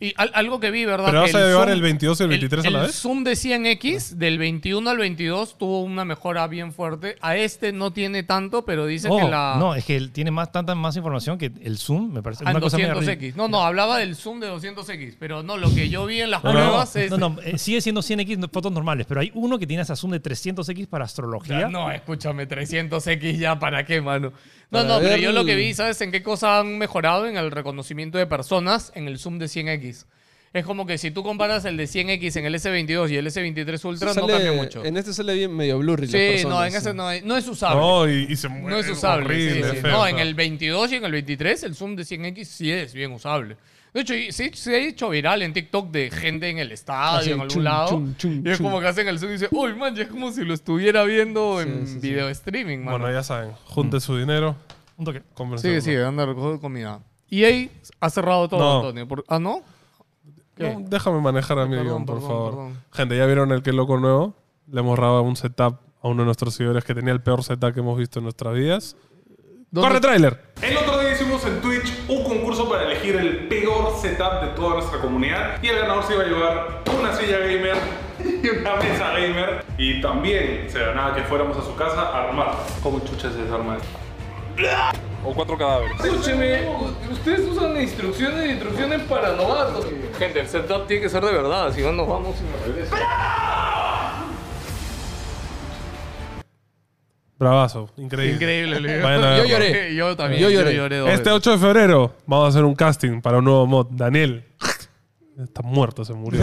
E: Y al- algo que vi, ¿verdad?
B: ¿Pero vas
E: Que
B: a llevar
E: zoom-
B: el 22 y el 23 a la
E: el
B: vez?
E: Zoom de 100X del 21 al 22 tuvo una mejora bien fuerte. A este no tiene tanto, pero dice
A: Oh,
E: que la...
A: No, es que él tiene más, tanta más información que el Zoom, me parece.
E: al
A: una cosa media
E: 200X. No, no, hablaba del zoom de 200X, pero no, lo que yo vi en las
B: No, no,
E: pruebas es...
A: No, no, eh, sigue siendo 100x no- fotos normales, pero hay uno que tiene hasta zoom de 300x para astrología.
E: Ya, No, escúchame, 300X ya, ¿para qué, mano? No,
D: Para
E: no, pero
D: ver
E: yo lo que
D: el-
E: vi, ¿sabes en qué cosa han mejorado? En el reconocimiento de personas en el zoom de 100X. Es como que si tú comparas el de 100X en el S22 y el S23 Ultra, no
D: Sale-
E: cambia mucho.
D: En este sale bien medio blurry las
E: Sí, no,
D: personas,
E: en ese
D: sí.
E: no, es- no es usable. No,
B: No, y, y se muere.
E: es usable. sí,
B: horrible,
E: sí.
B: feo,
E: no, en
B: feo.
E: el 22 y en el 23 el zoom de 100X sí es bien usable. De hecho, y sí, se ha hecho viral en TikTok de gente en el estadio,
D: Así,
E: en algún
D: chum,
E: lado.
D: chum, chum,
E: y es
D: chum.
E: como que hacen el zoom y dicen, uy, man, ya es como si lo estuviera viendo en
D: sí, sí.
E: video streaming, mano.
B: Bueno, ya saben, junten su dinero.
A: Un toque.
B: cómprense
E: sigue,
B: uno.
E: sigue, anda a recoger comida. EA ha cerrado todo,
B: No.
E: Antonio. por- ¿Ah, no? ¿Qué?
B: No, déjame manejar a mi
E: Perdón,
B: guión, por
E: perdón,
B: favor.
E: perdón.
B: Gente, ¿ya vieron el que loco nuevo? Le hemos robado un setup a uno de nuestros seguidores que tenía el peor setup que hemos visto en nuestras vidas.
E: ¿Dónde-
B: ¡Corre trailer!
C: El otro día hicimos en Twitch un concurso para elegir el peor setup de toda nuestra comunidad y el ganador se iba a llevar una silla gamer y una mesa gamer y también se ganaba que fuéramos a su casa a armar. ¿Cómo chuchas se desarma esto? O cuatro cadáveres.
E: Escúcheme, ustedes usan instrucciones y instrucciones para novatos. Gente, el setup tiene que ser de verdad, si no nos vamos y nos regresamos.
B: Bravazo, increíble.
E: Increíble, Leo.
B: Vayan a verlo.
D: Yo lloré.
E: Yo también.
D: Yo lloré.
E: dos
B: Este
E: veces.
B: 8 de febrero vamos a hacer un casting para un nuevo mod. Daniel está muerto, se murió.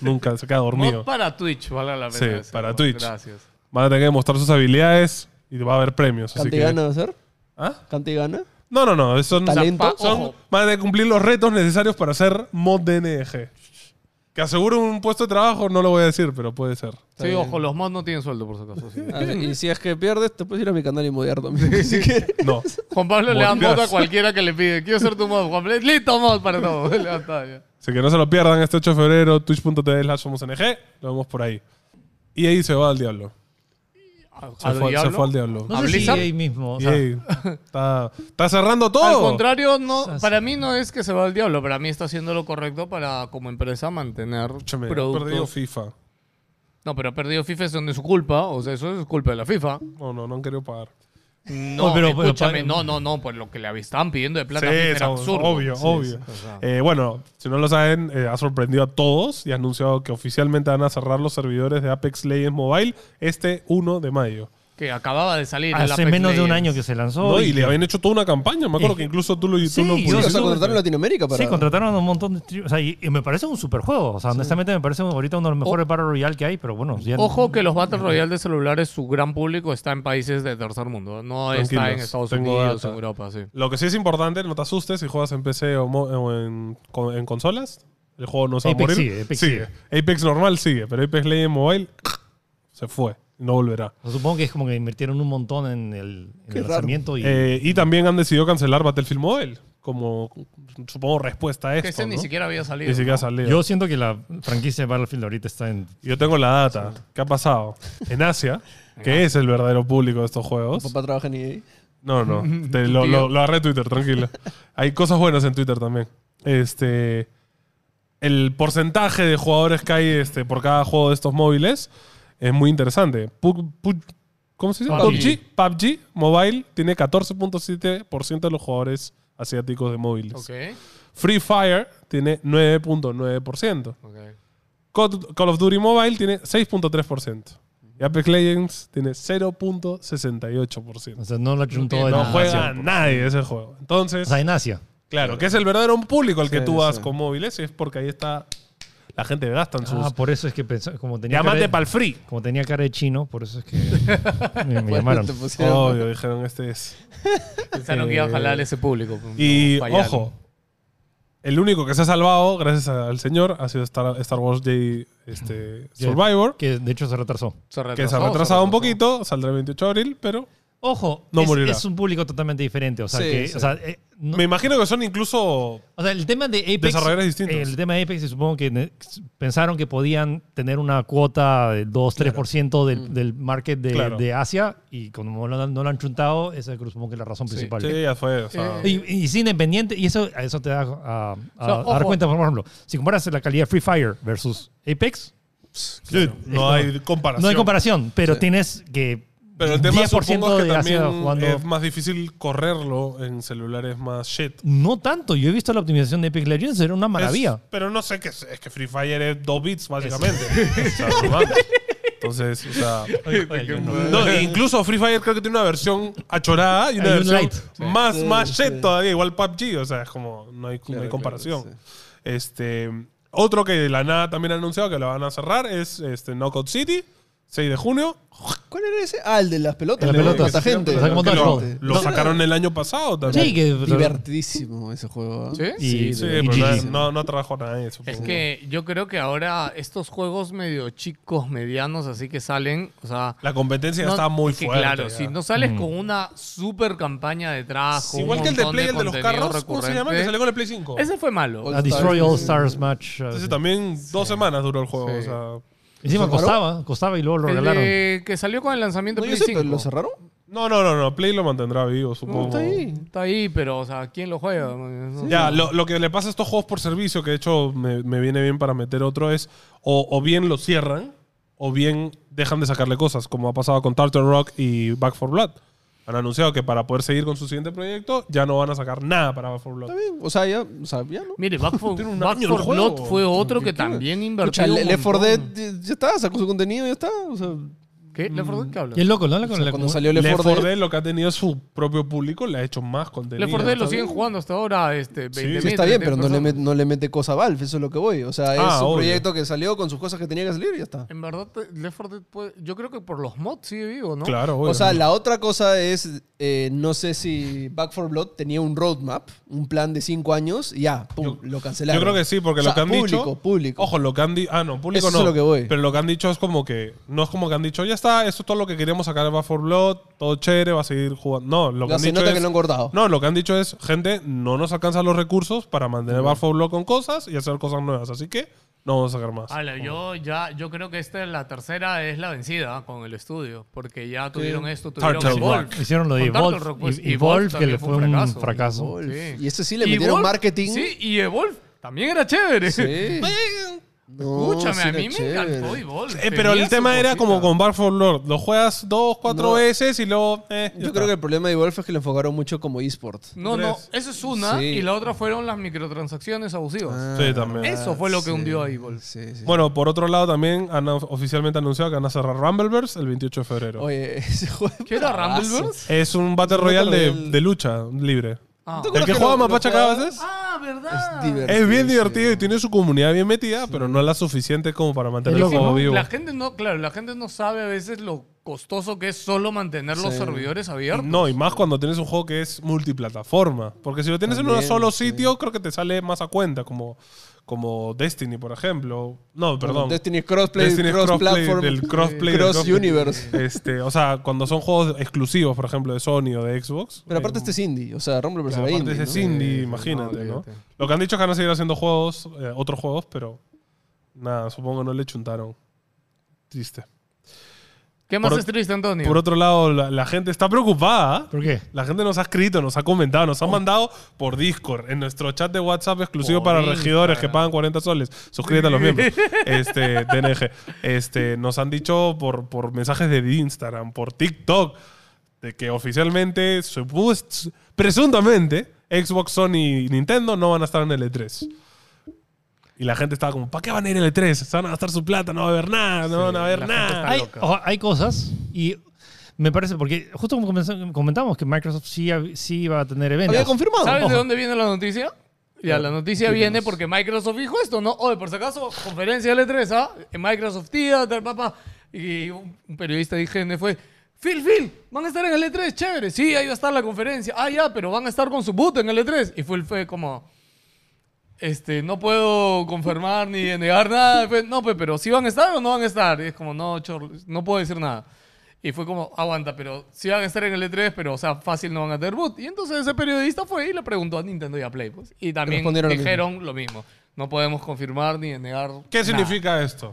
B: Nunca, se queda dormido.
E: Mod para Twitch, vale la pena.
B: Sí,
E: decirlo.
B: para Twitch.
E: Gracias.
B: Van a tener que mostrar sus habilidades y va a haber premios. Así que...
D: ¿Cantigana va a ser?
B: ¿Ah?
D: ¿Cantigana?
B: No, no, no. Son,
D: Talento.
E: pa-
B: son-
E: Ojo.
B: van a tener que cumplir los retos necesarios para ser mod DNG. Que aseguro un puesto de trabajo, no lo voy a decir, pero puede ser.
E: Sí, ojo, los mods no tienen sueldo, por si acaso. sí.
D: Ah, y si es que pierdes, te puedes ir a mi canal y modear también. si quieres.
B: No.
E: Juan Pablo le da
B: Modeas.
E: mod a cualquiera que le pide. Quiero ser tu mod, Juan Pablo. Listo, mod para todo. Le da talla.
B: Así que no se lo pierdan este 8 de febrero, twitch.tv slash somosng. Lo vemos por ahí. Y ahí se va al diablo. Se,
E: ¿Al
B: fue, se
E: diablo?
B: fue al diablo.
A: No sé
E: ¿A
A: si
E: Blizzard?
A: EA mismo. o sea,
B: Yay. está, está cerrando todo.
E: Al contrario, no,
A: sea,
E: para mí no es que se va al diablo, para mí está haciendo lo correcto para como empresa mantener
B: Escúchame,
E: productos.
B: perdido FIFA.
E: No, pero ha perdido FIFA eso no es su culpa, o sea, eso es culpa de la FIFA.
B: No, no, no han querido pagar.
E: No,
A: Oh, pero- pero
E: escúchame,
A: pa-
E: no, no, no, pues lo que le estaban pidiendo de plata
B: Sí,
E: a FIFA era
B: eso,
E: absurdo.
B: obvio,
E: Sí,
B: obvio.
E: sí, o sea.
B: Eh, bueno, si no lo saben, eh, ha sorprendido a todos y ha anunciado que oficialmente van a cerrar los servidores de Apex Legends Mobile este 1 de mayo.
E: que acababa de salir. el
A: Hace
E: Apex
A: menos de un
E: Legends.
A: año que se lanzó.
B: ¿no? Y le
A: que-
B: habían hecho toda una campaña. Me acuerdo
A: Eh,
B: que incluso tú lo, tú
A: sí, yo-
B: lo
D: Sí, o
B: publicaste.
D: sea, contrataron a Latinoamérica para.
A: Sí, contrataron a un montón de streamers. O sea, y, y me parece un super juego. O sea, honestamente me parece ahorita uno de los mejores Battle Royale que hay, pero bueno. ya-
E: Ojo que los Battle Royale de celulares, su gran público está en países de tercer mundo, no está en
B: Tranquilos,
E: Estados
B: tengo
E: Unidos,
B: data.
E: en Europa, sí.
B: Lo que sí es importante, no te asustes si juegas en PC o, mo- o en, con- en consolas. El juego no se va a
A: Apex
B: morir.
A: sigue, Apex
B: Apex normal sigue, pero Apex Legends Mobile se fue. No volverá.
A: o sea, Supongo que es como que invirtieron un montón en el, en el
D: Qué raro.
A: lanzamiento. Y,
B: Eh, y también han decidido cancelar Battlefield Mobile. Como, supongo, respuesta a esto.
E: Que ese ni
B: ¿no?
E: siquiera había salido.
B: Ni siquiera
E: ¿no?
B: salió. Yo,
A: yo siento que la franquicia de Battlefield ahorita está en
B: tengo la data. ¿Qué ha pasado? En Asia, que es el verdadero público de estos
D: Mi
B: juegos.
D: papá trabaja en E EA.
B: No, no. Te- lo, lo, lo agarré de Twitter, tranquila. Hay cosas buenas en Twitter también. Este. El porcentaje de jugadores que hay este, por cada juego de estos móviles es muy interesante. Pu- pu- ¿Cómo se dice?
E: PUBG.
B: PUBG. PUBG Mobile tiene 14.7% de los jugadores asiáticos de móviles.
E: Ok,
B: Free Fire tiene 9.9%.
E: ok.
B: Cod- Call of Duty Mobile tiene 6.3%. Y Apex Legends tiene 0.68%.
A: O sea, no la chuntó
E: No
A: en
B: No
A: Asia.
B: juega nadie ese juego.
A: O
B: Entonces,
A: sea, en Asia.
B: claro, que es el verdadero público al que
D: Sí,
B: tú vas
D: sí.
B: con móviles y es porque ahí está la gente gasta en sus...
A: Ah, por eso es que pensaba, como tenía
B: Llámate
A: cara
B: para
A: de,
B: el free.
A: como tenía cara de chino, por eso es que me, me llamaron.
D: Pues, Te pusieron-
B: Obvio, dijeron este es.
E: Pensaron que iba a jalar ese público. pues,
B: Y
E: No, fallaron.
B: ojo, el único que se ha salvado, gracias al señor, ha sido Star, Star Wars Jedi este,
A: Ya,
B: Survivor.
A: Que de hecho se retrasó.
E: Se retrasó,
B: que se ha retrasado un poquito, saldrá el 28 de abril, pero
A: Ojo,
B: No
A: es,
B: morirá.
A: es un público totalmente diferente. O sea,
D: Sí,
A: que,
D: sí.
A: o sea, eh, no-
B: Me imagino que son incluso.
A: o sea, el tema de Apex.
B: Desarrolladores distintos.
A: El tema de Apex, supongo que ne- pensaron que podían tener una cuota de 2-3% del, del market de,
B: Claro.
A: de Asia y como no, lo han- no lo han chuntado, esa creo, supongo que es la razón
E: Sí.
A: principal.
B: Sí, ya fue. O sea,
E: Eh,
A: Y, y es independiente, y eso, eso te da a, a-
E: O sea,
A: a
E: ojo.
A: dar cuenta, por ejemplo, si comparas la calidad de Free Fire versus Apex,
B: claro, no hay comparación.
A: no hay comparación, pero tienes que
B: Pero el tema
A: 10%
B: supongo es que
A: de Asia
B: también
A: jugando.
B: es más difícil correrlo en celulares más shit.
A: No tanto, yo he visto la optimización de Epic Legends, era una maravilla.
B: Es- pero no sé qué es. Es que Free Fire es dos bits, básicamente. O sea, no mames. Entonces, o sea. No, e incluso Free Fire creo que tiene una versión achorada y una
A: Hay un
B: versión
A: light.
B: más,
D: Sí,
B: más
D: sí.
B: shit todavía, igual PUBG. O sea, es como. No hay, no hay
D: claro,
B: comparación.
D: sí.
B: Este. Otro que de la nada también ha anunciado que lo van a cerrar es este, Knockout City, 6 de junio.
D: ¿Cuál era ese? Ah, el de las pelotas.
A: El de
D: ¿no?
A: pelotas.
D: Mata gente.
A: O sea, como
B: Que
A: Dodge
B: lo,
A: Ball.
B: lo sacaron el año pasado también.
A: Sí, que-
D: Divertidísimo ese juego. ¿ah?
E: ¿Sí?
A: Y-
B: Sí,
A: y
B: pero
A: GG.
B: no, no, no trabajó nadie,
E: Es
B: supongo.
E: que yo creo que ahora estos juegos medio chicos, medianos, así que salen, o sea...
B: la competencia
E: no-
B: está muy
E: es que
B: fuerte.
E: Claro,
B: ya. Mm.
E: si no sales con una super campaña detrás, con un
B: Igual que el de
E: montón
B: Play, el de los
E: contenido
B: carros, ¿cómo se
E: recurrente.
B: llama? Que salió con el Play 5.
E: Ese fue malo.
D: All
A: A Destroy
D: Stars.
A: All Stars Match. uh,
B: Entonces
A: sí.
B: también dos semanas duró el juego.
E: Sí.
B: O sea,
A: Encima
D: ¿Se paró?
A: costaba, costaba y luego lo
E: El
A: regalaron.
E: de- que salió con el lanzamiento
D: No, yo
E: de Play
D: sé, pero
E: 5.
D: ¿lo cerraron?
B: no, no, no, no. Play lo mantendrá vivo, supongo.
D: No, está ahí.
E: Está ahí, pero, o sea, ¿quién lo juega? No.
B: Ya, lo, lo que le pasa a estos juegos por servicio, que de hecho me, me viene bien para meter otro, es o, o bien lo cierran o bien dejan de sacarle cosas, como ha pasado con Tartar Rock y Back 4 Blood. Han anunciado que para poder seguir con su siguiente proyecto ya no van a sacar nada para Back 4 Blood.
D: Está bien. O sea, ya, o sea, ya no.
E: Mire, Back 4
B: Tiene un año el juego.
E: Blood fue otro que también
D: Escucha,
E: invirtió. un
D: Le- Left 4 Dead
E: montón.
D: ya- ya está, sacó su contenido, ya está. O sea,
E: ¿Qué? ¿Left 4 Dead qué habla?
A: Y es loco, ¿no? La-
D: o sea,
A: la-
D: cuando
A: como-
D: salió Left
B: Left
D: 4 Dead,
B: lo que ha tenido su propio público, le ha hecho más contenido.
E: Left 4 Dead lo
D: está
E: siguen
D: bien.
E: jugando hasta ahora. Este, 20.000,
D: Sí, está bien,
E: 30.000
D: pero no le,
E: personas.
D: met- no le mete cosa a Valve, eso es lo que voy. O sea,
B: Ah,
D: es un
B: obvio.
D: proyecto que salió con sus cosas que tenía que salir y ya está.
E: En verdad, te- Left 4 Dead puede- yo creo que por los mods sigue vivo, ¿no?
B: Claro,
D: O
B: obvio.
D: sea, la otra cosa es, eh, no sé si Back 4 Blood tenía un roadmap, un plan de cinco años, y ya, pum, lo cancelaron.
B: Yo creo que sí, porque
D: O sea,
B: lo que han
D: público,
B: dicho.
D: Público,
B: Ojo, lo que han dicho. Ah, no, público
D: Eso es
B: no.
D: lo que voy.
B: Pero lo que han dicho es como que. No es como que han dicho, ya está, esto es todo lo que queríamos sacar de Back 4 Blood, todo chévere, va a seguir jugando. No, lo que
D: Ya
B: han
D: se
B: dicho.
D: nota
B: es-
D: que lo han cortado.
B: No, lo que han dicho es, gente, no nos alcanzan los recursos para mantener Back 4 Blood con cosas y hacer cosas nuevas. Así que no vamos a sacar más.
E: Ala, yo ya, yo creo que esta la tercera es la vencida ¿ah? con el estudio, porque ya tuvieron esto, tuvieron
B: Turtle
E: Evolve.
B: Rock.
A: Hicieron lo de
E: Con Turtle
A: Evolve.
E: Rock, pues,
A: y- y Evolve, que
E: también
A: le fue un fracaso.
D: Wolf.
E: Sí.
D: Y este sí le metieron
E: Evolve,
D: marketing.
E: Sí, y Evolve también era chévere.
D: Sí. No,
E: Escúchame,
D: sí
E: a
D: era
E: mí me
D: chévere.
E: encantó Evolve.
B: Eh, pero el
E: Tenía su
B: tema era como
E: cosita.
B: con Back 4 Blood. Lo juegas dos, cuatro
D: No.
B: veces y luego. eh, ya
D: Yo
B: está.
D: creo que el problema de Wolf es que lo enfocaron mucho como eSport.
E: No, no, eso es una,
D: Sí.
E: y la otra fueron las microtransacciones abusivas.
B: Ah. Sí, también.
E: Eso fue lo que hundió a Evolve.
D: Sí, sí.
B: Bueno, por otro lado también han of- oficialmente anunciado que van a cerrar Rumbleverse el 28 de febrero.
D: Oye, ese juego.
E: ¿Qué era
D: bravazo.
E: Rumbleverse?
B: Es un Battle
D: Battle
B: Royale de,
D: Royale.
B: de lucha libre.
E: Ah.
D: ¿Tú
B: El
D: crees
B: que
D: lo-
B: juega
D: lo
B: Mapacha
D: juega?
B: cada vez
E: Ah, ¿verdad?
D: Es divertido.
B: es bien
D: sí.
B: divertido y tiene su comunidad bien metida, pero no la suficiente como para mantener el
A: loco,
B: juego
A: ¿no?
B: vivo.
E: La gente no, claro, la gente no sabe a veces lo costoso que es solo mantener los
D: Sí.
E: servidores abiertos.
B: No, y más cuando tienes un juego que es multiplataforma. Porque si lo tienes en un
D: También,
B: solo
D: sí.
B: sitio, creo que te sale más a cuenta, como, como Destiny, por ejemplo. No, perdón.
D: Destiny es crossplay,
B: Destiny es crossplay,
D: cross-platform, eh,
B: del crossplay, del
D: cross
B: crossplay.
D: universe.
B: Este, o sea, cuando son juegos exclusivos, por ejemplo, de Sony o de Xbox.
D: Pero aparte
B: eh,
D: este es indie, o sea, Rumble vs.
B: Claro, aparte
D: indie.
B: ese
D: ¿no?
B: es indie, imagínate,
E: no,
B: ¿no?
E: olvídate.
B: Lo que han dicho es que van a seguir haciendo juegos, eh, otros juegos, pero nada, supongo que no le chuntaron. Triste.
E: ¿Qué más
B: Por-
E: es triste, Antonio?
B: Por otro lado, la, la gente está preocupada.
A: ¿Por qué?
B: La gente nos ha escrito, nos ha comentado, nos ha mandado por Discord, en nuestro chat de WhatsApp exclusivo
E: Oh. Por
B: para regidores
E: Instagram.
B: que pagan 40 soles. Suscríbete a los miembros. Este, DNG. Este, nos han dicho por, por mensajes de Instagram, por TikTok, de que oficialmente, supus- presuntamente, Xbox, Sony y Nintendo no van a estar en el E3. Y la gente estaba como, ¿para qué van a ir al E3? Se van a gastar su plata, no va a haber nada, no van a haber
E: la gente
B: nada.
E: está
B: Ay,
A: Hay,
E: loca.
A: ojo, hay cosas y me parece, porque justo como comenzó- comentamos que Microsoft sí, hab- sí iba a tener eventos.
D: Había confirmado.
E: ¿Sabes
A: Ojo.
E: de dónde viene la noticia? Ya, la noticia viene porque Microsoft dijo esto, ¿no? Oye, por si acaso, conferencia L3, ¿ah? En Microsoft tía, tal, papá. Y un un periodista de IGN fue, Phil, Phil, van a estar en el E3, chévere. Sí, ahí va a estar la conferencia. Ah, ya, pero van a estar con su boot en el E3. Y fue, fue como, este, no puedo confirmar ni negar nada. Fue, no, pues, pero si van a estar o no van a estar. Y es como, no, chorro, no puedo decir nada. Y fue como, aguanta, pero sí van a estar en el E3, pero o sea, fácil no van a tener boot. Y entonces ese periodista fue y le preguntó a Nintendo y a Play. Pues. Y también
D: Respondieron lo mismo.
E: dijeron lo mismo. No podemos confirmar ni negar.
B: ¿Qué
E: nada.
B: significa esto?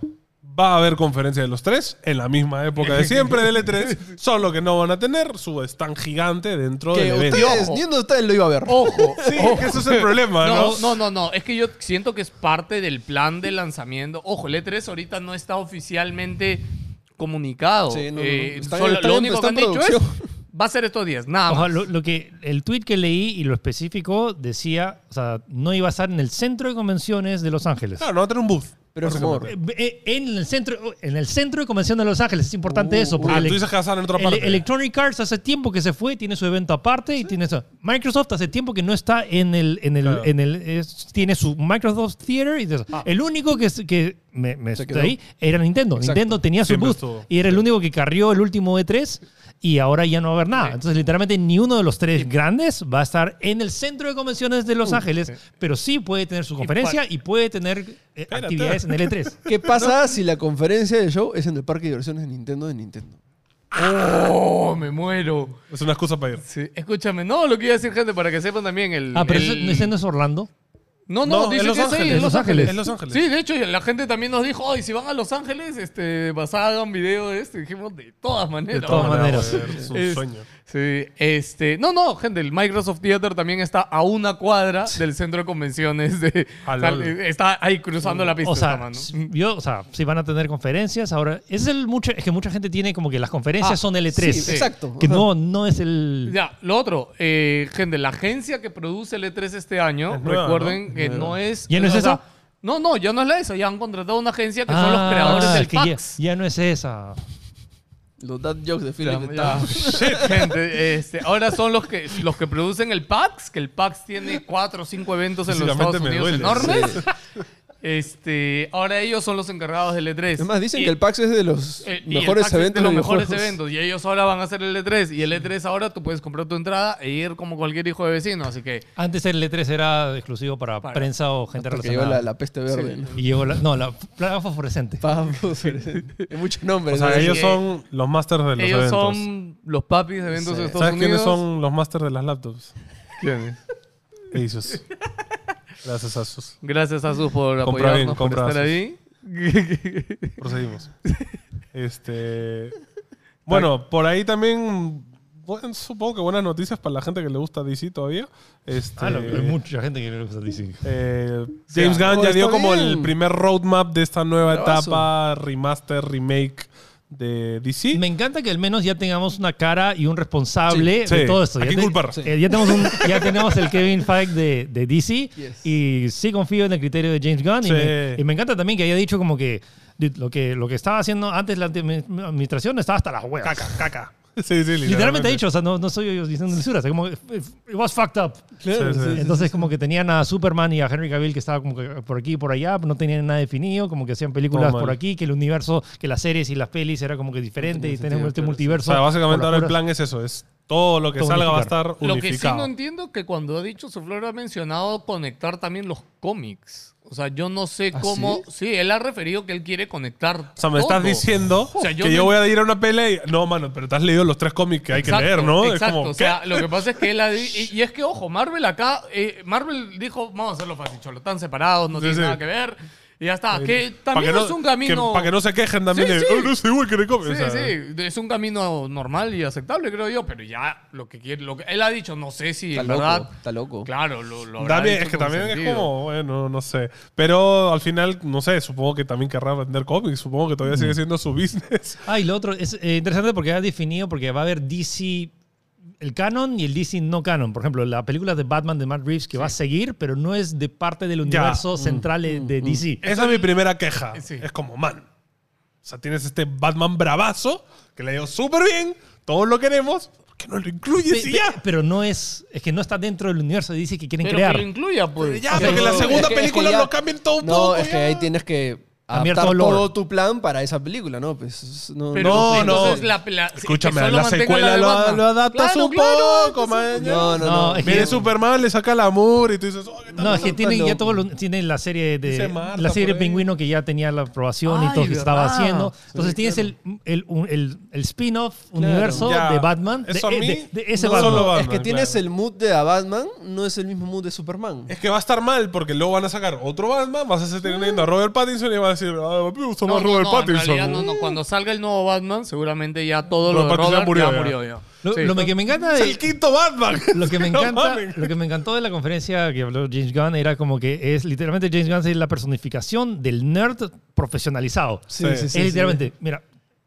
B: Va a haber conferencia de los tres en la misma época de siempre del E3, solo que no van a tener su stand gigante dentro
D: Que
B: del evento.
D: ustedes,
E: Ojo.
D: ni uno de ustedes lo iba a ver.
E: Ojo.
B: Sí, que ese es el problema, ¿no?
E: No, no, no, no. Es que yo siento que es parte del plan de lanzamiento. Ojo, el E3 ahorita no está oficialmente comunicado.
D: Sí, no, no, no.
E: Eh,
D: Está-
E: solo-
D: está
E: lo
D: en-
E: único
D: está
E: que han
D: en
E: dicho es,
D: producción.
E: va a ser estos días, nada
A: Ojo,
E: más.
A: lo, lo que, el tweet que leí y lo específico decía, o sea, no iba a estar en el centro de convenciones de Los Ángeles.
B: Claro, no va a tener un booth.
D: Pero es rumor.
A: Eh, eh, En el centro, en el centro de convención de Los Ángeles es importante
D: Uh,
A: eso. porque
B: Ah,
A: ele-
B: tú dices que vas a estar en otra
A: ele-
B: parte.
A: Electronic Arts hace tiempo que se fue, tiene su evento aparte y tiene eso. Microsoft hace tiempo que no está en el, en el,
B: Claro. Ah.
A: en el es- tiene su Microsoft Theater y todo eso. El único que, es- que me, me
D: Se
A: está
D: quedó.
A: ahí era Nintendo.
D: Exacto.
A: Nintendo tenía su
B: Siempre
A: booth
B: estuvo.
A: y era el único que carrió el último E3 y ahora ya no va a haber nada.
E: Sí.
A: Entonces literalmente ni uno de los tres grandes va a estar en el centro de convenciones de
B: Uh,
A: Los Ángeles, pero sí puede tener su conferencia y, puede tener eh, actividades en el E3.
D: ¿Qué pasa si la conferencia de show es en el parque de diversiones de Nintendo de Nintendo?
E: Oh, me muero.
B: Es una excusa para ir.
E: Sí, escúchame, no, lo que iba a decir, gente, para que sepan también el.
A: Ah, pero
E: el-
A: eso- ese no es Orlando.
E: No,
B: No,
E: no, dice
B: en Los
E: que es ahí,
B: Ángeles.
E: en Los Ángeles.
B: En Los Ángeles.
E: Sí, de hecho, la gente también nos dijo, ay, si van a Los Ángeles, este, vas a hagan video de esto. Y dijimos, de todas maneras.
A: De todas
E: vamos".
A: maneras.
B: Es un
E: Es-
B: sueño.
E: Sí, este. No, no, gente, el Microsoft Theater también está a una cuadra del centro de convenciones. De,
B: Ah,
E: o sea,
B: lol.
E: está ahí cruzando la pista.
A: O
E: esta
A: sea,
E: mano.
A: s- yo, o sea, si van a tener conferencias, ahora es el mucho, es que mucha gente tiene como que las conferencias
E: Ah,
A: son el E3,
D: Sí, exacto.
A: que
D: Ajá.
A: no, no es el
E: Ya, lo otro, eh, gente, la agencia que produce el E3 este año,
B: Es nueva,
E: recuerden
B: ¿no?
E: que no es.
A: ¿Ya no es
E: o sea,
A: esa?
E: No, no, ya no es la esa. Ya han contratado una agencia que son
A: Ah,
E: los creadores del
A: que ya-
E: PAX.
A: Ya, no es esa.
D: Los dad jokes de
E: Ya,
D: Philip.
E: ya. Gente, este, ahora son los que, los que producen el PAX, que el PAX tiene cuatro o cinco eventos en los
B: Físicamente
E: Estados
B: me
E: Unidos
B: duele.
E: enormes. Este, ahora ellos son los encargados del E3.
D: Es más, dicen
E: Y-
D: que el PAX es de los
E: eh, y el
D: mejores
E: PAX es
D: eventos.
E: de los mejores
D: videojuegos.
E: eventos. Y ellos ahora van a hacer el E3. Y el E3 ahora tú puedes comprar tu entrada e ir como cualquier hijo de vecino. Así que
A: Antes el E3 era exclusivo para,
E: Para-
A: prensa o gente
D: Porque lleva
A: relacionada.
D: la, la peste verde. ¿no?
A: Y llegó la no, la plaga fosforescente.
D: Pavos, hay muchos
B: O
D: nombres.
B: sea,
D: ¿no?
B: ellos
E: que-
B: son los masters de los
E: ellos
B: eventos.
E: son los papis de eventos
D: Sí.
E: de Estados
B: ¿Sabes quiénes
E: Unidos.
B: son los masters de las laptops?
E: ¿Quiénes?
B: Asus. Gracias, Asus.
E: Gracias a sus por
B: Compra bien,
E: apoyarnos, por
B: compra
E: estar ahí.
B: Procedimos. Este. Bueno, por ahí también. bueno, supongo que buenas noticias para la gente que le gusta DC todavía. Este,
A: Ah, lo- hay mucha gente que le gusta DC.
B: eh,
D: sea,
B: James Gunn
D: no,
B: ya
D: está
B: dio como el
D: bien.
B: primer roadmap de esta nueva
D: Bravazo.
B: etapa, remaster, remake de DC.
A: Me encanta que al menos ya tengamos una cara y un responsable
B: Sí,
A: de
B: sí.
A: todo esto.
B: ¿A
A: Ya,
B: quién culpar?
A: eh, ya tenemos un- ya tenemos el Kevin Feige de, de DC
D: Yes.
A: y sí confío en el criterio de James Gunn.
B: Sí.
A: Y, me, y me encanta también que haya dicho como que dude, lo que, lo que estaba haciendo antes la anti- administración estaba hasta las huevas.
B: Caca, caca. Sí, sí,
A: Literalmente ha dicho, o sea, no, no estoy yo diciendo censuras, es como, eh, it was fucked up.
B: Claro, sí, sí, sí,
A: Entonces, como que tenían a Superman y a Henry Cavill que estaba como que por aquí y por allá, no tenían nada definido, como que hacían películas
B: Todo mal.
A: por aquí, que el universo, que las series y las pelis era como que diferente y tenemos este
B: O
A: multiverso.
B: sea, básicamente
A: por
B: ahora el
A: las puras-
B: plan es eso: es todo lo que
A: Todo
B: salga va a
A: unificar.
B: estar unificado.
E: Lo que sí no entiendo es que cuando ha dicho su flor ha mencionado conectar también los cómics. O sea, yo no sé
D: ¿Ah,
E: cómo. ¿sí? él ha referido que él quiere conectar.
B: O sea, me estás diciendo
E: O sea, yo
B: que yo
E: no-
B: voy a ir a una pelea y... No, mano, pero te has leído los tres cómics que hay que leer, ¿no? Es
E: Exacto.
B: como,
E: o sea,
B: ¿qué?
E: lo que pasa es que él ha di- y, y es que, ojo, Marvel acá. eh, Marvel dijo, vamos a hacerlo fácil, cholo. Están separados, no
B: Sí,
E: tienen
B: sí.
E: nada que ver. Y ya está. Que
B: Pa'
E: también
B: no-
E: es un camino.
B: que- Para que no se quejen también
E: Sí,
B: de...
E: sí.
B: "Ay, no sé, güey, que le come".
E: Sí,
B: O sea,
E: sí, es un camino normal y aceptable, creo yo, pero ya lo que quiere, lo que él ha dicho, no sé si
D: Está
E: en
D: loco,
E: verdad.
D: está loco.
E: Claro, lo, lo habrá
B: También,
E: dicho
B: es que
E: con
B: también
E: sentido.
B: es como, bueno, no sé. Pero al final, no sé, supongo que también querrá vender cómics. Supongo que todavía
E: Mm.
B: sigue siendo su business.
A: Ah, y lo otro es eh, interesante porque ha definido, porque va a haber DC, el canon y el DC no canon. Por ejemplo, la película de Batman de Matt Reeves que va a seguir, pero no es de parte del universo
B: Mm,
A: central de- de DC.
B: Esa es mi primera queja.
E: Sí.
B: Es como, man. O sea, tienes este Batman bravazo que le dio súper bien. Todos lo queremos. ¿Por qué no lo incluyes
A: Pe-
B: y
A: pe-
B: ya?
A: Pero no es, es que no está dentro del universo de DC que quieren
E: Pero que
A: crear.
E: lo incluya, pues.
B: Ya, porque la
D: No,
B: segunda
D: es que- es que
B: película
D: ya-
B: lo cambian todo un
D: No,
B: poco,
D: es que
B: ya.
D: ahí tienes que
A: Cambiar todo
D: adaptar
A: el
D: todo
A: lore.
D: tu plan para esa película, ¿no? Pues es- no,
E: Pero
D: no.
B: No, no.
E: entonces la- la-
B: Escúchame,
E: que solo
B: la
E: mantengan
B: secuela
E: la de
B: lo,
E: Batman.
B: lo adaptas
E: Claro,
B: un
E: claro,
B: poco,
E: adaptas
B: man.
D: No, no, no.
A: es que-
B: Viene Superman, le saca el amor y tú dices, oh, ¿qué tal?
A: No, es que tiene
D: Está
A: ya
D: loco.
A: todo lo- tiene la serie
B: Dice
A: de
B: Marta
A: la serie
B: por ahí.
A: pingüino que ya tenía la aprobación
E: Ay,
A: y todo lo que estaba
E: ¿verdad?
A: haciendo. Entonces tienes el, el, un- el, el spin-off universo
B: Ya.
A: de Batman, de,
B: Eso a
A: de-
B: mí
A: de- de ese
B: no
A: Batman.
B: solo va-
D: es que
B: Batman,
D: tienes
B: claro.
D: el mood de a Batman, no es el mismo mood de Superman.
B: Es que va a estar mal porque luego van a sacar otro Batman, vas a ser
A: Mm.
B: teniendo a Robert Pattinson y vas a decir, ah, me gusta más Robert
E: en
B: Pattinson.
E: realidad no, no. Cuando salga el nuevo Batman, seguramente ya todo lo
B: Robert
E: de
B: Pattinson
E: Robert
B: murió
E: ya
B: ya.
E: murió ya.
A: Lo,
E: Sí.
A: lo que me encanta
B: Es
A: de,
B: el quinto Batman.
A: lo que me
B: No
A: encanta,
B: mames.
A: lo que me encantó de la conferencia que habló James Gunn era como que es literalmente James Gunn es la personificación del nerd profesionalizado.
D: Sí,
B: Sí.
D: sí, sí,
A: es
D: sí.
A: literalmente, mira,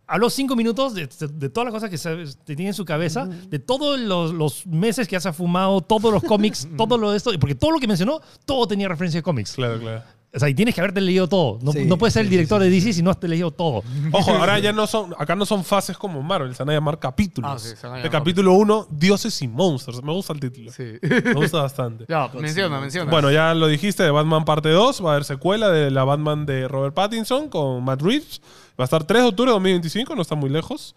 A: habló cinco minutos de, de todas las cosas que se, te tiene en su cabeza, de todos los, los meses que has fumado, todos los cómics, todo lo de esto, porque todo lo que mencionó, todo tenía referencia de cómics.
B: Claro, claro.
A: O sea, y tienes que haberte leído todo. No,
D: Sí,
A: no puedes ser
D: sí,
A: el
D: sí,
A: director de DC si no has leído todo.
B: Ojo, ahora ya no son, acá no son fases como en Marvel, se van a llamar capítulos.
E: Ah, sí, se van a
B: de
E: llamar
B: capítulo 1, Dioses y Monsters. Me gusta el título.
E: Sí.
B: Me gusta bastante.
E: Ya, menciona, menciona.
B: Bueno, ya lo dijiste, de Batman parte 2, va a haber secuela de la Batman de Robert Pattinson con Matt Reeves. Va a estar 3 de octubre de 2025, no está muy lejos.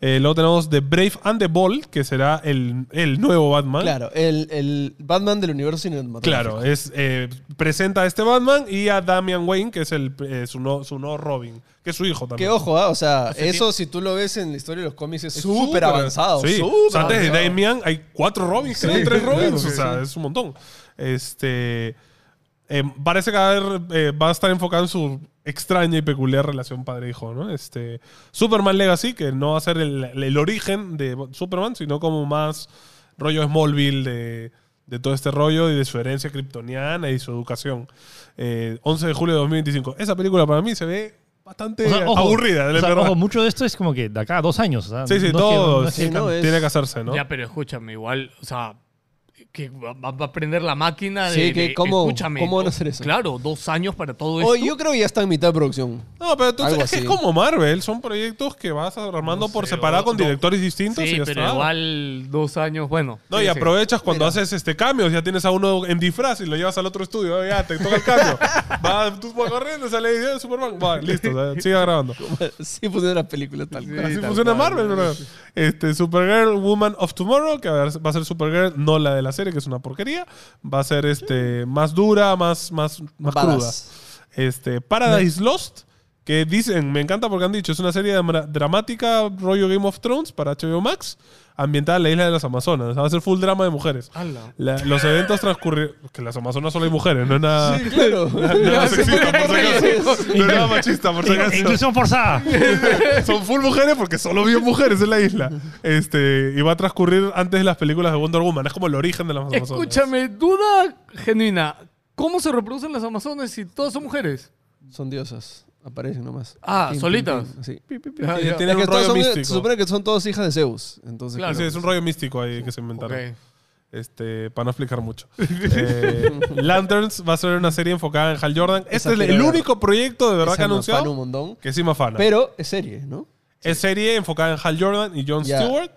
B: Eh, luego tenemos The Brave and the Bold, que será el, el nuevo Batman.
D: Claro, el, el Batman del universo cinematográfico.
B: Claro, es, eh, presenta a este Batman y a Damian Wayne, que es el, eh, su, no, su nuevo Robin, que es su hijo
D: Que
B: también.
D: ojo, ah, o sea, eso si tú lo ves en la historia de los cómics es
B: Es
D: súper avanzado.
B: Sí.
D: súper
B: O sea, antes de
D: avanzado.
B: Damian hay cuatro Robins, creo, tres Robins.
D: claro,
B: o sea, es un montón. Este. eh, parece que va a, haber, eh, va a estar enfocado en su extraña y peculiar relación padre-hijo, ¿no? Este, Superman Legacy, que no va a ser el, el origen de Superman, sino como más rollo Smallville de, de todo este rollo y de su herencia kryptoniana y su educación. Eh, 11 de julio de 2025. Esa película para mí se ve bastante
A: O sea, ojo,
B: aburrida, de
A: o sea,
B: verdad.
A: ojo, mucho de esto es como que de acá a dos años. o sea,
B: Sí,
A: no es que-
B: sí, todo.
A: no es que-
D: sí, no, es-
B: Tiene que hacerse, ¿no?
E: Ya, pero escúchame, igual, o sea, que va, va- va a prender la máquina de.
D: Sí, que
E: de-
D: cómo-
E: escúchame,
D: cómo van a
E: do-
D: hacer eso.
E: Claro, dos años para todo
D: Oye,
E: esto.
D: yo creo que ya está en mitad de producción.
B: No, pero tú
D: Algo
B: es, que es
D: así.
B: como Marvel, son proyectos que vas armando
E: No
B: por
E: sé,
B: separado
E: o-
B: con
E: no.
B: directores distintos
E: Sí,
B: y ya
E: pero
B: está.
E: igual dos años, bueno.
B: No,
E: sí,
B: y
E: sí.
B: aprovechas cuando haces este cambios, ya tienes a uno en disfraz y lo llevas al otro estudio, ya te toca el cambio. va, tú vas corriendo, sale y dice, Superman, va, listo, o sea, sigue grabando.
D: sí pusieron las películas tal cual.
B: Así funciona Marvel, ¿verdad? Este, Supergirl Woman of Tomorrow, que va a ser Supergirl, no la de la serie, que es una porquería. Va a ser este, más dura, más, más, más cruda.
D: Badass.
B: Este, Paradise Lost, que dicen, me encanta porque han dicho, es una serie dra- dramática, rollo Game of Thrones para HBO Max, ambientada en la isla de las Amazonas. Va a ser full drama de mujeres.
E: Ala.
B: La- los eventos transcurrieron. Que en las Amazonas solo hay mujeres, no es nada.
D: Sí, claro.
B: No es nada sexista, por si acaso. No es nada machista, por si
A: Inclu-
B: acaso.
A: Inclusión forzada.
B: Son full mujeres porque solo vio mujeres en la isla. Este, y va a transcurrir antes de las películas de Wonder Woman. Es como el origen de las Amazonas.
E: Escúchame, duda genuina. ¿Cómo se reproducen las amazonas si todas son mujeres?
D: Son diosas. Aparecen nomás.
E: Ah, ¿solitas?
D: así.
E: Ah, ya.
B: Tiene
D: Es que
B: un rollo
D: todas son-
B: místico. Ah,
D: Se supone que son todas hijas de Zeus. Entonces,
E: Claro.
B: Sí, es un rollo místico ahí que se
E: Ok.
B: inventaron. Este, para no explicar mucho. Eh, Lanterns va a ser una serie enfocada en Hal Jordan.
D: Esa
B: Este es
D: quiero
B: el
D: ver.
B: único proyecto de verdad
D: esa
B: que ha
D: me afana
B: anunciado
D: un montón.
B: que sí me afana.
D: Pero es serie, ¿no?
B: es serie enfocada en Hal Jordan y Jon
D: Ya.
B: Stewart.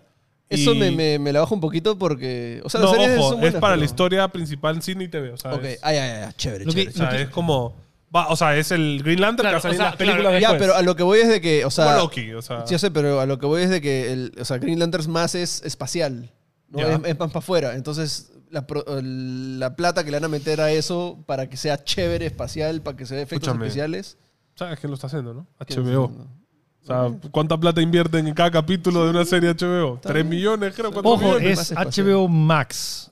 B: y-
D: Eso me, me, me la bajo un poquito porque. O sea,
B: no,
D: las series
B: ojo,
D: son buenas,
B: es para la
D: pero-
B: historia principal en cine y TV. O sea,
D: Ok, ah,
B: es,
D: ay, ay, ay, chévere,
A: Lo que-
D: chévere.
B: o sea, es como. va, o sea, es el Green Lantern
E: Claro,
B: que va a salir
E: o sea,
B: en las películas
E: claro,
D: Ya,
B: después.
D: pero a lo que voy es de que, o sea,
B: como Loki. O sea,
D: Sí, ya sé, pero a lo que voy es de que el, o sea, Green Lanterns más es espacial. ¿no?
B: Ya.
D: Es, es más para afuera. Entonces, la, pro- el- la plata que le van a meter a eso para que sea chévere espacial, para que se vea efectos
B: Escúchame.
D: especiales.
B: ¿sabes quién lo está haciendo, no?
D: ¿qué es
B: HBO.
D: eso?
B: O sea, ¿cuánta plata invierten en cada capítulo de una serie HBO? ¿Tres millones, creo? cuatro
A: Ojo,
B: millones?
A: es HBO Max.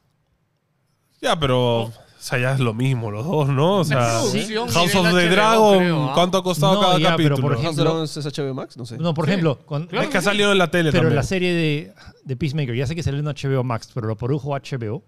B: Ya, pero. O sea, ya es lo mismo los dos, ¿no? O sea,
E: Sí. Sí.
B: House of
E: Nivel
B: the
E: HBO,
B: Dragon,
E: creo, ¿ah?
B: ¿cuánto ha costado
A: No,
B: cada
A: ya, pero
B: capítulo?
A: por ejemplo-
D: House of Dragons es HBO Max, no sé.
A: No, por
E: Sí.
A: ejemplo, con-
E: Claro.
B: es que ha salido en la tele
A: pero
B: también.
A: la serie de, de Peacemaker, ya sé que salió en HBO Max, pero lo produjo HBO.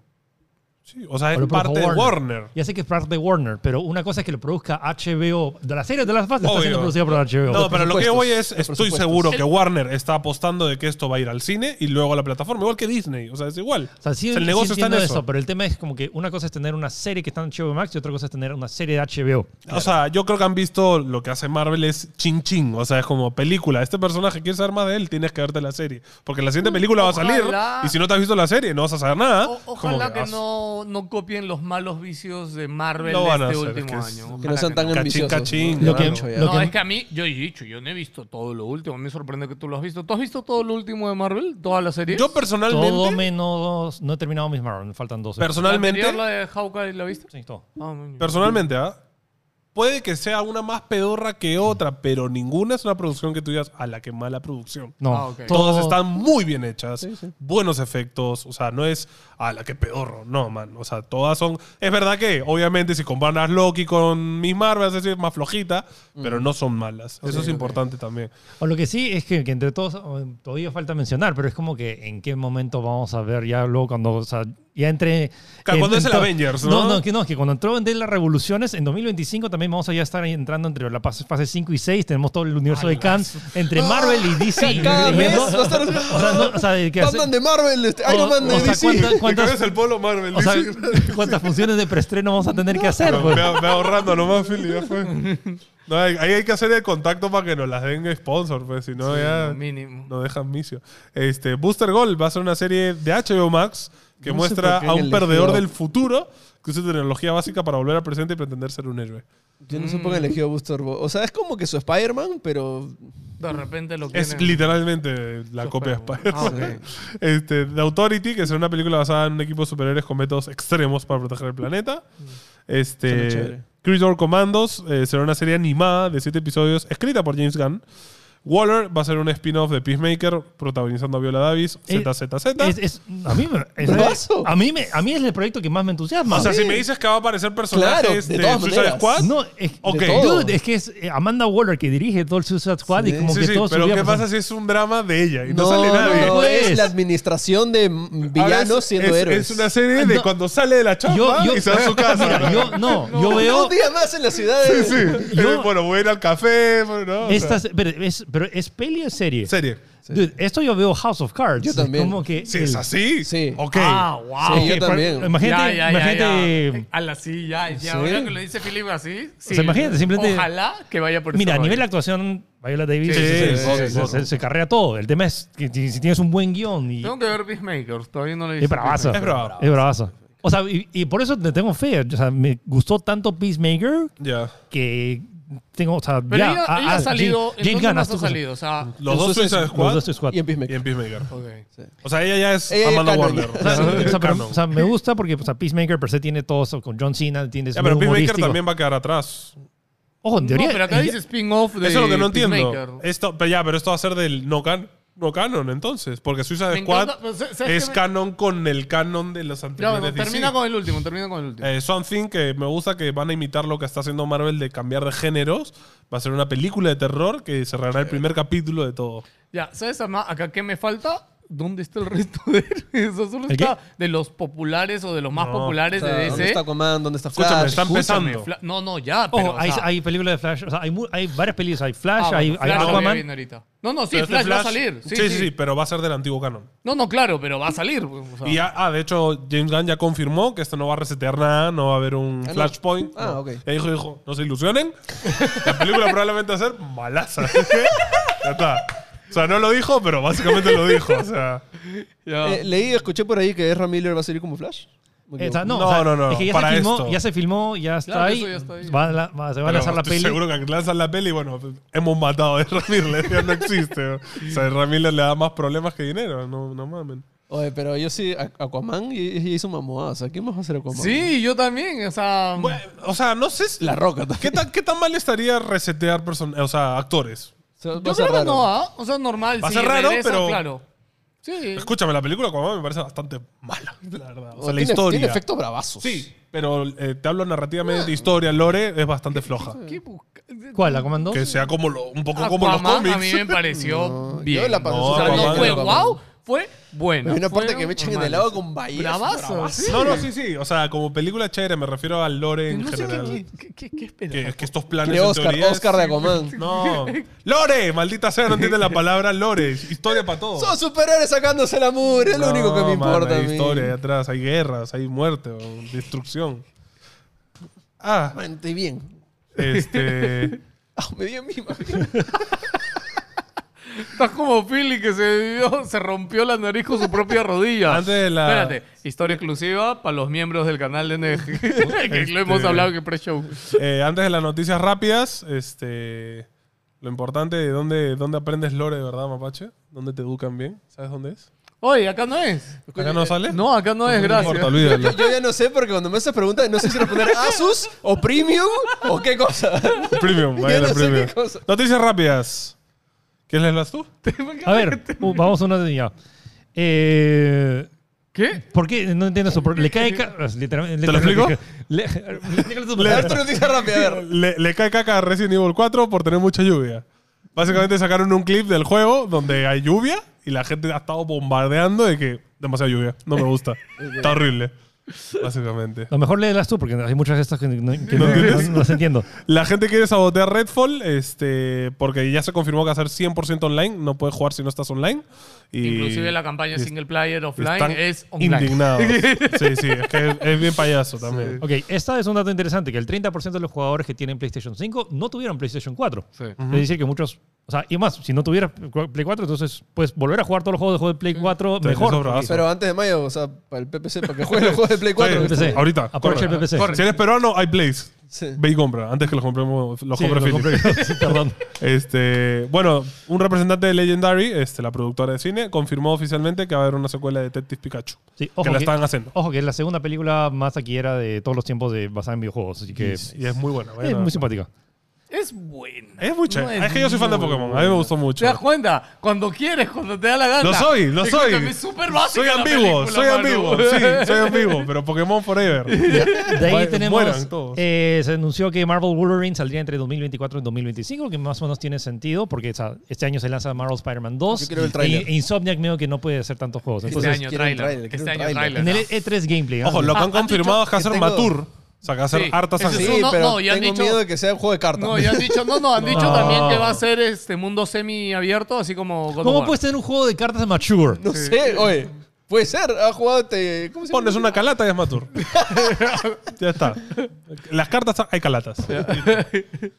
B: Sí, o sea, es
A: Pero por
B: parte de
A: Warner.
B: Warner.
A: Ya sé que es parte de Warner, pero una cosa es que lo produzca HBO. De la serie de las fases está
B: Obvio.
A: siendo producida por HBO.
B: No, pero lo que
D: presupuestos,
B: voy es,
D: los
B: estoy
D: presupuestos.
B: seguro que Warner está apostando de que esto va a ir al cine y luego a la plataforma, igual que Disney. O sea, es igual.
A: o sea, sí,
B: el negocio está en
A: entiendo
B: eso.
A: Pero el tema es como que una cosa es tener una serie que está en HBO Max y otra cosa es tener una serie de HBO.
B: O sea, yo creo que han visto lo que hace Marvel es chin chin. O sea, es como película. Este personaje, quieres saber más de él, tienes que verte la serie. Porque la siguiente película va a salir
E: Uh, ojalá.
B: y si no te has visto la serie, no vas a saber nada.
E: O-
B: Como
E: ojalá que
B: vas-
E: no no, no copien los malos vicios de Marvel
B: Lo
E: de
B: van a
E: este
B: hacer,
E: último
B: es que es-
E: año.
D: Que no sean tan
E: Ojalá que
B: Cachín,
D: ambiciosos.
B: cachín.
D: ¿no?
A: Lo que-
D: Mucho ya.
A: lo
E: no,
A: que-
E: es que a mí, yo he dicho, yo no he visto todo lo último. A mí me sorprende que tú lo has visto. ¿Tú has visto todo lo último de Marvel? ¿Toda la serie?
B: Yo personalmente.
A: Todo menos. No he terminado mis Marvel, me faltan 12.
B: personalmente.
E: ¿La de Hawkeye la viste?
A: Sí, todo.
E: Ah, man.
B: Personalmente, ¿ah? Puede que sea una más pedorra que otra, pero ninguna es una producción que tú digas a la que mala producción.
A: No,
E: Ah, ok.
A: todo-
B: Todas están muy bien hechas, buenos efectos, o sea, no es a la que pedorro, no, man. O sea, todas son. Es verdad que, obviamente, si comparas Loki con Miss Marvel, es más flojita, pero no son malas. Eso es importante también.
A: O lo que sí es que, que entre todos o, todavía falta mencionar, pero es como que en qué momento vamos a ver ya luego cuando, o sea, ya entre...
B: Claro, cuando es el
A: to-
B: Avengers, ¿no?
A: No, que no, que cuando entró en de las revoluciones, en 2025 también vamos a ya estar entrando entre la fase, fase 5 y 6, tenemos todo el universo de Khan, entre Marvel y DC.
D: Cada
A: ¿no?
D: mes
A: O
D: va a estar-
A: sea, no, o sea, de que hace-
D: Batman de Marvel, este, Iron
A: o-
D: Man de
A: o sea,
D: DC.
A: ¿cuántas-
B: ¿Te
A: cuántas-
B: cabes el polo Marvel?
A: o sea,
B: dice.
A: ¿Cuántas funciones de preestreno vamos a tener que hacer?
B: No,
A: pues?
B: ve, ve ahorrando nomás, Philly, ya fue. No, hay- ahí hay que hacer el contacto para que nos las den sponsor, pues si no,
E: Sí,
A: eh,
B: ya
E: mínimo.
B: no dejan misio. Este, Booster Gold va a ser una serie de HBO Max que
D: No sé
B: muestra
D: por qué
B: a un
D: elegido.
B: perdedor del futuro que usa tecnología básica para volver al presente y pretender ser un héroe.
D: Yo no sé por qué elegido Booster Gold. O sea, es como que su Spider-Man, pero.
E: De repente lo
B: Es
E: quieren-
B: literalmente la
E: Sos
B: copia de
E: perro.
B: Spider-Man.
E: Ah, ok.
B: Este, The Authority, que será una película basada en un equipo de superhéroes con métodos extremos para proteger el planeta.
D: Suena
B: Este,
D: chévere.
B: Creature Commandos eh, será una serie animada de siete episodios escrita por James Gunn. Waller va a ser un spin-off de Peacemaker protagonizando a Viola Davis.
A: Eh,
B: ZZZ.
A: Es- es- a, mí me, es-
D: Bravazo.
A: a, mí me- a mí es el proyecto que más me entusiasma.
B: o sea,
D: sí.
B: si me dices que va a aparecer personajes
D: Claro, de
B: de,
D: todas
B: Suicide
D: maneras.
B: Squad.
A: No, es,
B: Ok.
A: de todo. Dude, es que es eh, Amanda Waller que dirige todo el Suicide Squad y
D: Sí.
A: como
B: sí,
A: que
B: sí,
A: todo su
B: pero
A: vida
B: ¿qué
A: pasa-
B: pasa si es un drama de ella y no, sale nadie?
A: no,
D: es
A: pues.
D: la administración de m-
B: Ahora
D: villanos
B: es-
D: siendo
B: es, Es
D: héroes.
B: una serie de
A: No.
B: cuando sale de la chamba
A: Yo, yo,
B: y se va a su casa.
A: Mira, yo, no, yo veo
D: Un día más en la ciudad de.
B: Sí,
A: Yo-
B: eh, bueno, voy a ir al café. bueno, o sea,
A: estas, pero, es, pero es peli o es serie.
B: serie.
A: Dude, esto yo veo House of Cards.
D: Yo también.
A: Como que
B: Si es
A: el-
B: así,
D: Sí.
B: ok.
E: Ah, wow.
D: Sí, yo
A: Ok, por-
D: también.
A: Imagínate, eh,
E: Ya, ya, ya,
A: imagínate
E: ya. A la sí, ya, ya.
D: Sí.
E: Ahora que lo dice Philip así. Sí.
A: sea, imagínate, simplemente-
E: Ojalá que vaya por ese
A: Mira, a
E: rollo.
A: nivel de actuación, Viola Davis
E: Sí,
A: se,
D: sí,
A: se-
D: sí,
A: se-
D: sí.
A: se- se carrea todo. El tema es que si si tienes un buen guión y
E: Tengo que ver Peacemakers. Todavía no le
A: es bravazo.
B: Es bravo.
A: Es bravazo. O sea, y, y por eso te tengo fe. O sea, me gustó tanto Peacemaker
B: Ya.
A: que tengo, o sea,
E: Pero
A: ya,
E: ella,
A: ah,
E: ella
A: ah,
E: ha salido.
A: Jim-
E: ¿En
A: Jim
E: dónde
A: Gunn, haz
E: más ha
A: tu cosa.
E: salido? O sea,
B: Los
D: El
B: dos
D: Suicide
B: Suicide
D: Squad.
B: Squad
A: Los dos Squad.
D: Y en Peacemaker.
B: y en Peacemaker.
E: ok.
B: O sea, ella ya es
D: Ella ya
B: Amanda
D: canon,
B: Warner.
A: O sea, o sea, pero,
B: Canon.
A: o sea, me gusta porque o sea, Peacemaker per se tiene todo eso con John Cena, tiene
B: Ya,
A: su
B: Ah, pero Peacemaker
A: humorístico.
B: también va a quedar atrás.
A: Ojo, en teoría.
E: No, pero acá
A: ella-
E: dice spin-off de
B: Eso es lo que no
E: Peacemaker.
B: entiendo. Eh, Esto, pero ya, pero esto va a ser del no, can, no canon, entonces. Porque Suicide
E: Me
B: Squad
E: encanta, pero ¿sabes qué
B: es
E: me-
B: canon con el canon de los
E: Ya,
B: anteriores.
E: bueno,
B: DC.
E: termina con el último, termina con el último.
B: Eh, Something, que me gusta que van a imitar lo que está haciendo Marvel de cambiar de géneros. Va a ser una película de terror que cerrará el primer capítulo de todo.
E: Ya, ¿sabes ama- acá qué me falta? ¿Dónde está el resto de héroes? O solo
A: ¿El qué?
E: está de los populares o de los más
B: No,
D: O
E: populares
D: sea,
E: de
D: ¿Dónde
E: DC.
D: está Aquaman? ¿Dónde está Flash?
B: Escúchame, están
E: Escúchame,
B: empezando.
E: Fla- No, no, ya,
A: Ojo,
E: pero. o
B: Oh,
A: hay,
E: sea-
A: hay películas de Flash. O sea, hay, mu- hay varias películas. Hay Flash,
E: Ah, bueno,
A: hay, hay
E: Flash lo voy
A: Aquaman.
E: viendo ahorita. No, no, sí,
B: Pero este
E: Flash, va a salir.
B: Sí sí, sí, pero va a ser del antiguo canon.
E: No, no, claro, pero va a salir. pues, o sea.
B: Y ya- ah, de hecho, James Gunn ya confirmó que esto no va a resetear nada, no va a haber un
D: Ah, no.
B: flashpoint.
D: Ah,
B: no.
D: ok.
B: Ya dijo, dijo, no se ilusionen. La película probablemente va a ser malaza. Así que, ya está. O sea, no lo dijo, pero básicamente lo dijo. O sea,
E: Ya.
D: Eh, leí, escuché por ahí que Ezra Miller va a salir como Flash. Me
A: Eh, o
D: equivoco.
A: sea, no,
B: No,
A: o sea,
B: no, no,
A: Es que ya,
B: para
A: se filmó,
B: esto.
A: ya se filmó, ya está
E: Claro,
A: ahí.
E: eso ya está ahí.
A: Va a la- va- se va a
B: pero
A: lanzar la
B: estoy
A: peli.
B: Seguro que lanzan la peli, bueno, hemos matado a Ramírez, ya no existe. O sea, Ramírez le da más problemas que dinero, no, no mamen.
D: Oye, pero yo sí, Aqu- Aquaman y, y hizo mamoada. O sea, ¿quién más va a hacer Aquaman?
E: Sí, yo también. O sea.
B: Bueno, o sea, no sé. si-
D: La Roca
B: ¿Qué
D: también.
B: tan, ¿Qué tan mal estaría resetear person- o sea, actores?
D: O sea, va
E: yo
D: a ser
E: creo que
D: raro.
E: no, ¿ah? O sea, normal.
B: Va a
E: sí,
B: ser raro,
E: regresa,
B: pero-
E: Claro. Sí.
B: Escúchame, la película como me parece bastante mala, la verdad. O sea, la
D: tiene,
B: historia.
D: Tiene efectos bravazos.
B: Sí, pero eh, te hablo narrativamente de historia, lore, es bastante floja.
E: ¿Qué busca-
A: ¿Cuál? ¿Aquaman 2?
B: Que sea como lo- un poco como los
E: Aquaman
B: cómics.
E: a mí me pareció
D: No,
E: bien.
D: yo la pasé
E: o sea,
B: súper
E: no
B: bien
E: fue
B: con
D: Aquaman.
E: wow, fue bueno.
D: Hay una parte
E: Fueron
D: que me echan en
E: normales.
D: el agua con bahías.
E: Bravazo, sí.
B: No, no, sí, sí. O sea, como película chévere, me refiero al lore en
E: No sé
B: general.
E: qué, qué, qué, qué esperaba.
B: Que, es que estos planes
D: Tiene
B: en
D: Oscar,
B: teoría es-
D: Oscar de Aquaman.
B: No. Lore, maldita sea, no entiende la palabra lore. Historia para todo.
D: Son superhéroes sacándose la mugre, es lo único que me
B: No, man,
D: importa.
B: Hay
D: a mí.
B: historia ahí atrás, hay guerras, hay muerte, o destrucción. Ah,
D: Man, estoy bien.
B: este.
D: Ah, me dio mi
E: Estás como Philly que se, dio- se rompió la nariz con su propia rodilla.
B: Antes de la-
E: Espérate, historia exclusiva para los miembros del canal de NG. que lo hemos
B: Este-
E: hablado en el pre-show.
B: Eh, antes de las noticias rápidas, este, lo importante de dónde, dónde aprendes lore, de ¿verdad, Mapache? ¿Dónde te educan bien? ¿Sabes dónde es?
E: Oye, acá no es.
B: ¿Acá
D: Eh,
B: no sale?
E: No, acá no es,
B: No importa,
E: gracias.
B: olvídalo.
D: Yo ya no sé porque cuando me haces preguntas no sé si responder Asus o Premium o qué cosa.
B: Premium, vaya la
D: no sé
B: premium.
D: qué cosa.
B: Noticias rápidas. ¿Quieres leerlas tú?
A: A ver, uh, vamos a una de ya. Eh,
E: ¿Qué?
A: ¿Por qué? No entiendo eso. Por- Le cae... ca- Literalmente,
B: ¿Te lo explico?
A: Le- explícalo tú.
D: A ver tu noticia rápida, a ver.
B: Le, le cae caca a Resident Evil 4 por tener mucha lluvia. Básicamente sacaron un clip del juego donde hay lluvia y la gente ha estado bombardeando de que demasiada lluvia. No me gusta. Está horrible. Básicamente.
A: Lo mejor léelas tú, porque hay muchas de estas que no, que
B: ¿No
A: no-
B: entiendes?
A: no las entiendo.
B: La gente quiere sabotear Redfall este, porque ya se confirmó que va a ser 100% online. No puedes jugar si no estás online. Y
E: Inclusive la campaña
B: y-
E: single player offline
B: están
E: es online.
B: indignados. sí, sí. Es que es, es bien payaso también.
A: Ok, esta es un dato interesante, que el 30% de los jugadores que tienen PlayStation 5 no tuvieron PlayStation 4.
E: Sí.
A: Es decir, que muchos... O sea, y más, si no tuvieras Play 4, entonces puedes volver a jugar todos los juegos de, juego de Play 4
B: Sí,
A: mejor.
B: eso es bravazo.
D: Pero antes de mayo, o sea, para el PPC, para que juegue los juegos de Play 4.
A: PPC.
B: Sí, ahorita,
A: Aprovecha
B: corre.
A: el PPC.
E: Corre.
B: Si eres peruano, hay plays.
D: Sí.
B: Ve y compra, antes que los compremos, los
A: Sí,
B: compre
A: lo
B: Philip.
A: compré. Sí, perdón.
B: Este, bueno, un representante de Legendary, este, la productora de cine, confirmó oficialmente que va a haber una secuela de Detective Pikachu.
A: Sí,
B: que la están haciendo.
A: Ojo, que es la segunda película más taquillera de todos los tiempos de, basada en videojuegos. Así que
B: y es muy buena.
A: es
B: buena.
A: muy simpática.
E: Es buena.
B: Es muy chévere. es, que yo soy fan de
E: muy
B: Pokémon. A
E: buena.
B: mí me gustó mucho.
E: ¿Te das cuenta? Cuando quieres, cuando te da la gana.
B: Lo soy, lo
E: Escúchame,
B: soy.
E: Es súper básico.
B: soy ambiguo, soy ambiguo. Sí,
D: Este
B: soy ambiguo, pero Pokémon Forever.
A: De ahí
B: Mueran
A: tenemos.
B: todos.
A: eh, se anunció que Marvel Wolverine saldría entre 2024 y 2025, que más o menos tiene sentido, porque o sea, este año se lanza Marvel Spider-Man 2.
D: Yo quiero el
A: e,
D: tráiler.
A: e Insomniac, medio que no puede hacer tantos juegos.
E: Este
A: Entonces,
E: año
D: quiero un
E: trailer.
D: tráiler, quiero
E: Este
D: un
E: año
D: tráiler.
E: trailer.
A: en el E3 Gameplay.
B: Ojo, lo que
E: Ah,
B: han
E: han
B: confirmado es que
D: dicho
B: hacer
D: que tengo-
B: Matur. O sea, que hacer
E: Sí.
B: harta
E: Ese
B: sangre.
E: es
D: Sí,
E: No,
D: pero
E: no, ya han
D: tengo
E: dicho-
D: miedo de que sea un juego de cartas.
E: No, ya han dicho, no, no, han dicho
B: No.
E: también que va a ser este mundo semi abierto, así como. God of
A: ¿Cómo
E: War.
A: puedes tener un juego de cartas mature?
D: No sé, oye. Puede ser, ha jugado. Te, ¿Cómo se llama?
B: Pones una calata y es Matur. ya está. Las cartas son- hay calatas.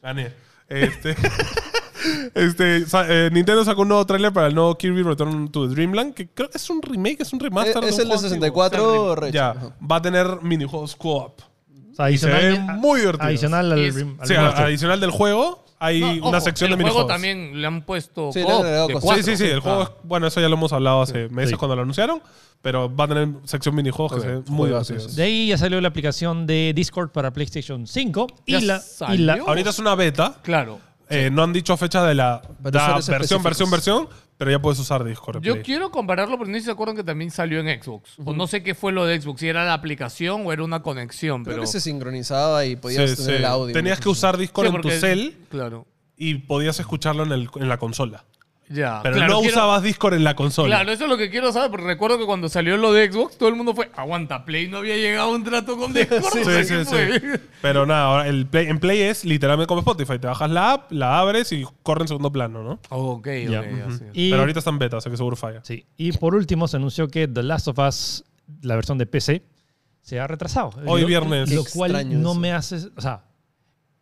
B: Gané. Este, este, sa- eh, Nintendo sacó un nuevo tráiler para el nuevo Kirby Return to Dreamland, que creo que es un remake, es un
D: Eh,
B: remaster.
D: Es
B: un
D: el de
B: juego
D: 64
B: antiguo.
D: Rage.
B: Ya,
D: Ajá.
B: va a tener minijuegos co-op.
A: O sea, adicional,
B: se ven muy divertidos.
A: Adicional al,
E: Y es-
A: rim- al
B: Sí, ah, a-
A: remaster.
B: adicional del juego, hay
E: No,
B: una
E: ojo,
B: sección de
E: el juego
B: minijuegos.
E: también le han puesto.
D: Sí, le
E: co-op
D: han agregado
E: de
D: cosas.
E: cuatro.
B: Sí, sí, sí. El juego, es- bueno, eso ya lo hemos hablado hace meses
A: Sí.
B: cuando lo anunciaron, pero va a tener sección minijuegos que se ven muy
D: Juegazo,
B: divertidos.
A: De ahí ya salió la aplicación de Discord para PlayStation 5. Y
E: ¿Ya
A: la, y
E: salió?
A: la-
B: Ahorita es una beta.
E: Ah. Claro.
B: Eh, no han dicho fecha de la,
D: Para
B: da
D: usuarios
B: versión,
D: específicos.
B: versión, versión, pero ya puedes usar Discord.
E: Yo
B: Play.
E: quiero compararlo, pero no sé si se acuerdan que también salió en Xbox. O no sé qué fue lo de Xbox, si era la aplicación o era una conexión,
D: Creo
E: pero.
D: que se sincronizaba y podías
B: Sí,
D: tener
B: sí.
D: el audio.
B: Tenías que usar Discord
E: Sí,
B: en tu
E: porque-
B: cel
E: Claro.
B: y podías escucharlo en, el- en la consola.
E: Ya.
B: Pero
E: Ah, claro,
B: no
E: quiero-
B: usabas Discord en la consola.
E: Claro, eso es lo que quiero saber, porque recuerdo que cuando salió lo de Xbox, todo el mundo fue, aguanta, Play no había llegado a un trato con Discord.
B: Sí,
E: o sea,
B: sí, sí.
E: ¿qué fue?
B: Pero nada, ahora el play, en Play es literalmente como Spotify. Te bajas la app, la abres y corre en segundo plano, ¿no?
E: Ok, ok,
A: Ya.
E: ya sé.
A: y-
B: Pero ahorita está en beta, o sea que seguro falla.
A: Sí. Y por último, se anunció que The Last of Us, la versión de PC, se ha retrasado.
B: Hoy
A: Lo-
B: viernes.
A: Lo
D: Qué
A: cual
D: extraño
A: no
D: eso.
A: me hace. O sea,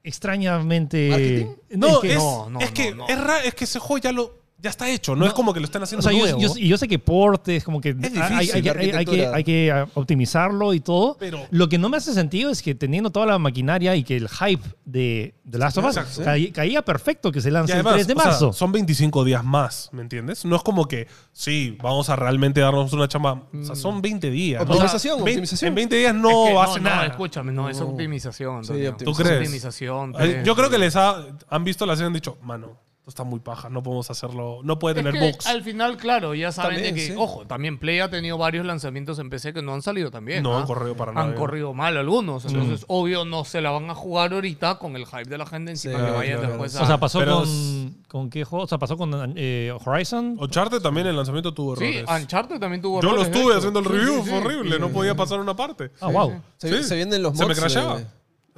A: extrañamente.
D: ¿Marketing?
B: No, es que, es,
E: no, no,
B: que
E: no, no.
B: es ra- es que ese juego ya lo ya está hecho. No, es como que lo están
A: O
B: haciendo
A: sea, yo,
B: nuevo,
A: yo- y yo sé que portes, como que
B: difícil,
A: hay, hay- hay-
D: la
A: hay que,
D: arquitectura.
A: hay que, ah, optimizarlo y todo.
B: Pero-
A: lo que no me hace sentido es que teniendo toda la maquinaria y que el hype de The Last of Us
B: Exacto.
A: caí- caía perfecto que se
B: Y
A: lance
B: además,
A: el 3 de
B: o sea,
A: marzo.
B: son 25 días más, ¿me entiendes? No es como que, sí, vamos a realmente darnos una chamba. O sea, son 20 días. ¿no?
D: Mm. Optimización,
B: O sea, vein-
D: optimización.
B: En 20 días no
E: Es que
B: hace nada.
E: Escúchame, no, es optimización. Antonio.
D: optimización.
B: ¿Tú crees?
E: Optimización.
B: Ay,
E: tenés-
B: Yo creo que les ha- han visto la serie y han dicho, mano, esto está muy paja, no podemos hacerlo, no puede
E: Es
B: tener
E: que
B: bugs.
E: al final, claro, ya saben
D: También,
E: de que,
D: sí.
E: ojo, también Play ha tenido varios lanzamientos en PC que no han salido también.
B: No
E: ¿ah?
B: han corrido para
E: Han
B: nada.
E: corrido mal algunos. Entonces, obvio, no se la van a jugar ahorita con el hype de la gente encima
D: Sí,
E: que vaya
D: claro,
E: después a.
A: O sea, pasó
B: Pero es-
A: con, con qué juego? O sea, pasó con eh, Horizon.
B: Uncharted también el lanzamiento tuvo
E: sí,
B: errores.
E: Uncharted también tuvo
B: Yo lo
E: errores, de
B: estuve
E: hecho.
B: haciendo el
E: Sí,
B: review,
E: sí,
B: fue
E: sí.
B: horrible, no podía pasar una parte.
A: Ah, wow.
D: Se,
B: Sí.
D: se vienen los
B: Se me
D: mods.
B: crashaba.
D: de-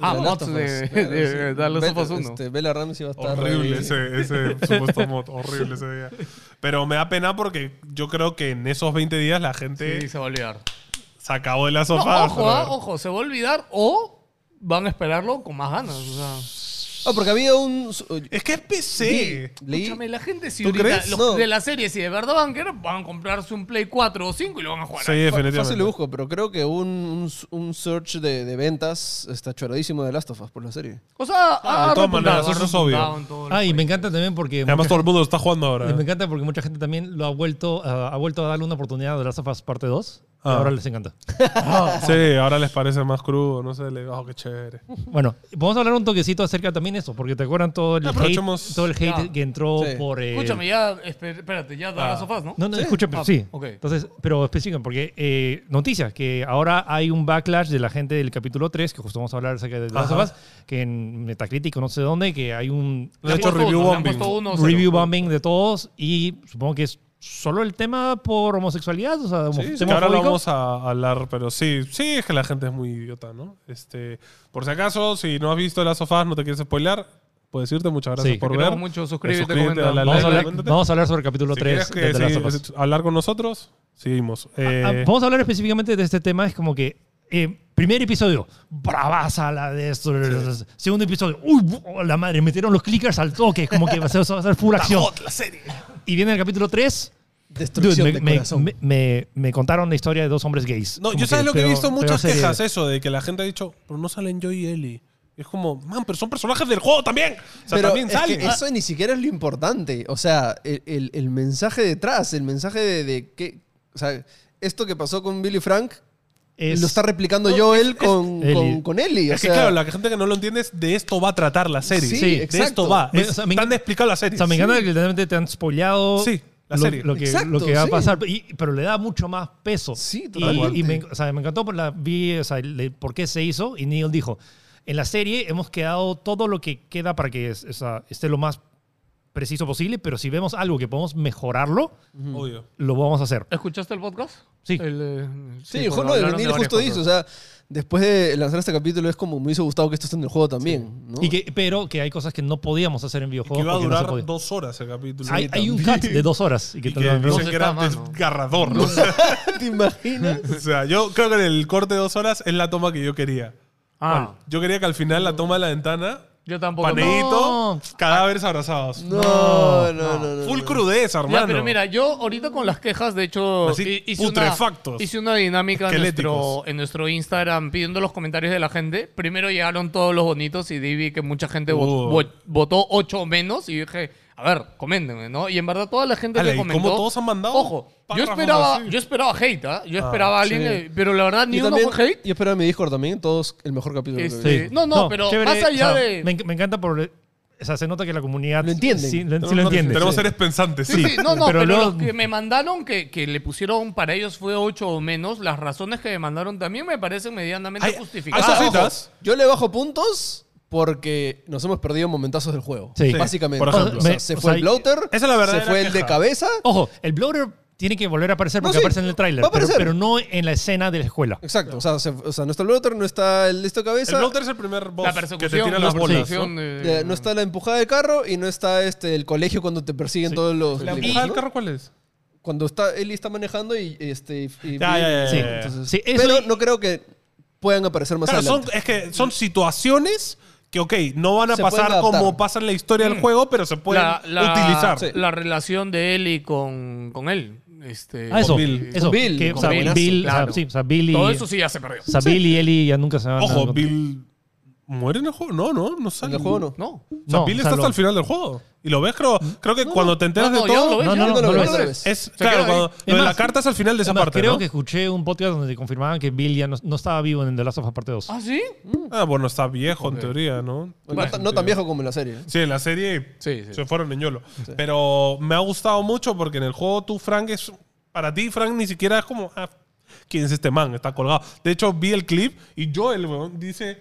E: Ah,
D: de
E: mods
D: Last of Us.
E: de-
D: Claro,
E: de-
D: sí.
E: de Last of
D: Bella-
E: Us uno.
D: este, Bella Ramsey va a estar.
B: Horrible
D: ahí.
B: ese, ese supuesto mod, horrible ese día. Pero me da pena porque yo creo que en esos 20 días la gente
E: Sí, se va a olvidar.
B: se acabó de la
E: No,
B: sofá.
E: ojo, ah, ojo, se va a olvidar o van a esperarlo con más ganas. O sea,
D: Ah, porque había un.
B: Es que es PC.
D: leí-
E: Escúchame, la gente si
B: ¿Tú
E: ahorita
B: crees?
E: los
D: No.
E: de la serie, si de verdad van a querer, van a comprarse un Play 4 o 5 y lo van a jugar.
B: Sí,
E: ahí.
B: definitivamente.
D: Fácil lo busco, pero creo que un, un, un search de, de ventas está choradísimo de Last of Us por la serie.
E: O sea,
B: Ah, de todas maneras, eso es obvio.
A: Ah, y me encanta también porque.
B: Además,
A: mucha-
B: todo el mundo lo está jugando ahora.
A: Y me encanta porque mucha gente también lo ha vuelto, ah, ha vuelto a darle una oportunidad a The Last of Us Parte 2. Y
B: Ah.
A: ahora les encanta.
B: Sí, ahora les parece más crudo, no sé, le oh, qué chévere.
A: Bueno, vamos a hablar un toquecito acerca también de eso, porque te acuerdan todo el hate,
B: Aprovechemos-
A: todo el hate
E: Ya.
A: que entró
D: Sí.
A: por. eh,
E: Escúchame, ya, esper- espérate, ya da
B: Ah.
E: las sofás, ¿no?
A: No, no, escúchame,
E: Ah,
A: sí.
E: ok.
A: Entonces, pero especifican, porque eh, noticias, que ahora hay un backlash de la gente del capítulo 3, que justo vamos a hablar acerca de The Last of
B: Ajá.
A: Us, que en Metacritic o no sé dónde, que hay un
B: Le han hecho
E: Le han
B: review
E: puesto uno, le han
B: bombing.
E: puesto uno, cero.
A: review bombing de todos y supongo que es solo el tema por homosexualidad, o sea, homo-
B: Sí, que
A: tema
B: ahora lo
A: homofóbico.
B: vamos a hablar, pero sí, sí, es que la gente es muy idiota, ¿no? Este, por si acaso, si no has visto las sofás, no te quieres spoilear, puedes irte. Muchas gracias
A: Sí.
B: por
E: Te
B: ver.
E: queremos mucho, suscríbete, comenta.
B: dale a
A: Vamos a,
B: like,
A: hablar,
B: coméntate.
A: vamos a hablar sobre el capítulo
B: Si
A: 3
B: quieres
A: de The
B: que
A: Last
B: sí,
A: of Us.
B: es- hablar con nosotros, seguimos.
A: Ah,
B: Eh,
A: vamos a hablar específicamente de este tema. Es como que. eh, primer episodio, bravaza la de esto. Segundo episodio, uy, bu- la madre, metieron los clickers al toque. Como que va a ser, va a ser full acción. Y viene el capítulo 3.
D: Destrucción
A: me,
D: de
A: me-
D: corazón.
A: me- me- me contaron la historia de dos hombres gays.
B: No,
A: Como
B: yo sabes lo que he
A: peor-
B: visto muchas
A: peor serie.
B: quejas, eh. eso, de que la gente ha dicho, pero no salen yo y Ellie. Y Es como, man, pero son personajes del juego también. O sea,
D: Pero
B: también
D: es que
B: salen.
D: eso ni siquiera es lo importante. O sea, el, el- el mensaje detrás, el mensaje de, de que. O sea, esto que pasó con Billy Frank
A: Es-
D: lo está replicando Joel con,
A: Ellie.
D: con, con Ellie. O
B: Es que
D: sea,
B: claro, la gente que no lo entiende es de esto va a tratar la serie.
D: Sí,
B: de
D: exacto.
B: esto va.
A: Me-
B: Es,
A: o sea, me
B: tan
A: enc-
B: de explicar la serie.
A: O sea, me encanta que literalmente te han spoileado
B: Sí, la
A: lo,
B: serie.
A: lo que,
D: Exacto,
A: lo que va a
D: sí.
A: pasar, y- pero le da mucho más peso.
D: Sí,
A: Y-
D: totalmente.
A: Y, me, o sea, me encantó por, la, vi, o sea, le- por qué se hizo y Neil dijo, en la serie hemos quedado todo lo que queda para que es- o sea, esté lo más preciso posible, pero si vemos algo que podemos mejorarlo,
B: Obvio.
A: lo vamos a hacer.
E: ¿Escuchaste el podcast?
A: Sí.
E: El, eh,
D: Sí,
E: cuando
D: Juan, no,
E: hablaron
D: Neil
E: de varias
D: justo dice,
E: cosas.
D: o sea, después de lanzar este capítulo es como me hubiese gustado que esto esté en el juego también, ¿no?
A: Y que, pero que hay cosas que no podíamos hacer en
B: Que
A: videojuegos.
B: iba a
A: porque no se
B: durar
A: podía.
B: dos horas el capítulo.
A: hay, hay un cut de dos horas. Y que
B: Y que
A: también-
B: dicen
E: Dos
B: que era
E: está más, ¿no?
B: desgarrador. ¿no?
D: ¿Te imaginas?
B: o sea, yo creo que en el corte de dos horas es la toma que yo quería.
E: Ah,
B: Yo quería que al final la toma de la ventana,
E: yo tampoco.
B: paneíto,
A: No.
B: cadáveres abrazados.
D: No, no, no, no. no.
B: Full crudeza, hermano.
E: Ya, pero mira, yo ahorita con las quejas, de hecho,
B: Así,
E: hi- hice una,
B: putrefactos.
E: hice una dinámica en nuestro,
B: Esqueléticos.
E: en nuestro Instagram pidiendo los comentarios de la gente. Primero llegaron todos los bonitos y vi que mucha gente vo-
B: Oh.
E: vo- votó 8 o menos y dije, a ver, coméntenme, ¿no? Y en verdad toda la gente
B: Ale,
E: que
B: ¿y cómo
E: comentó...
B: todos han mandado
E: Ojo, yo
B: párrafos
E: esperaba,
B: así?
E: yo esperaba hate, ¿ah? Yo esperaba a alguien,
D: sí.
E: eh, pero la verdad ni
D: Yo
E: uno
D: también-
E: fue hate.
D: Yo esperaba mi Discord también, todos el mejor capítulo. que
E: Este,
D: vi.
E: Sí. No, no, pero más allá de-
A: Me, enc- me encanta por... O sea, se nota que la comunidad...
D: Lo entienden.
A: Sí, lo, sí lo
B: Tenemos-
A: entiende.
B: Tenemos
A: Sí.
B: seres pensantes,
E: Sí,
B: sí.
E: sí, no, no,
A: pero
E: pero,
A: luego-
E: los que me mandaron que, que le pusieron para ellos fue 8 o menos, las razones que me mandaron también me parecen medianamente
B: Hay-
E: justificadas.
B: hay
D: Ah, ojo,
B: citas.
D: yo le bajo puntos porque nos hemos perdido momentazos del juego.
A: Sí.
D: Básicamente.
B: Por ejemplo.
D: O sea,
A: Me-
D: se
A: o
D: fue
A: sea,
D: el bloater.
B: esa es la
D: Se
B: verdadera
D: fue el de
B: queja.
D: cabeza.
A: Ojo, el bloater tiene que volver a aparecer
D: No,
A: porque
D: sí,
A: aparece en el tráiler,
D: va a
A: pero,
D: aparecer.
A: pero no en la escena de la escuela.
D: Exacto. O sea, se- o sea, no está el bloater, no está el de esto de
B: El
D: cabeza.
B: Bloater es el primer boss
E: la
B: que
E: persecución,
B: te tira las
E: la
B: bolas. ¿no?
E: persecución, eh,
D: eh, no está la empujada del carro y no está este, el colegio cuando te persiguen todos los.
B: ¿La
D: climas,
B: empujada del
D: ¿no?
B: carro cuál es?
D: Cuando está, Eli está manejando y. Este, y-
B: Ya, ya, ya,
A: Sí,
B: ya, ya.
A: entonces- sí, eso
D: pero
A: y-
D: no creo que puedan aparecer más
B: Claro, son,
D: adelante.
B: es que son situaciones que, ok, no van a
D: Se
B: pasar
D: pueden
B: como
D: adaptar.
B: pasa en la historia
A: Mm.
B: del juego, pero se pueden
E: la, la-
B: utilizar.
D: Sí.
E: la relación de Ellie con, con él. Este,
A: Ah, eso.
B: Con Bill.
A: eso,
D: Con Bill,
A: que, o
E: con
A: sea,
E: Bill,
A: Bill,
E: claro.
A: o sea, sí, o sea, Bill y...
E: Todo eso sí ya se perdió.
A: o sea, Bill y Ellie ya nunca se van a
B: Ojo,
A: encontrar.
B: Bill muere en el juego. No, no, no sale.
D: En el juego no.
E: No.
B: O sea,
A: No,
B: Bill
A: o sea,
B: está
A: lo-
B: hasta el final del juego. Y lo ves, creo, creo que cuando te enteras
E: No,
B: de
E: no, ya
B: todo.
E: lo ves,
A: No,
E: ya
A: no, no, no lo ves.
B: Es,
E: Se
B: claro,
E: queda ahí.
B: cuando, lo de
A: Es
B: la
A: más,
B: carta es al final de
A: Es
B: esa
A: más,
B: parte.
A: creo
B: ¿no?
A: que escuché un podcast donde confirmaban que Bill ya no, no estaba vivo en The Last of Us Parte 2.
E: ¿Ah, sí?
B: Ah, bueno, está viejo en teoría, ¿no?
D: No tan- no tan viejo como en la serie.
B: Sí, en la serie
E: Sí, sí.
B: se fueron en ñolo. Pero me ha gustado mucho porque en el juego tú, Frank, es. Para ti, Frank, ni siquiera es como. ah, ¿Quién es este man? Está colgado. De hecho, vi el clip y Joel, weón, dice.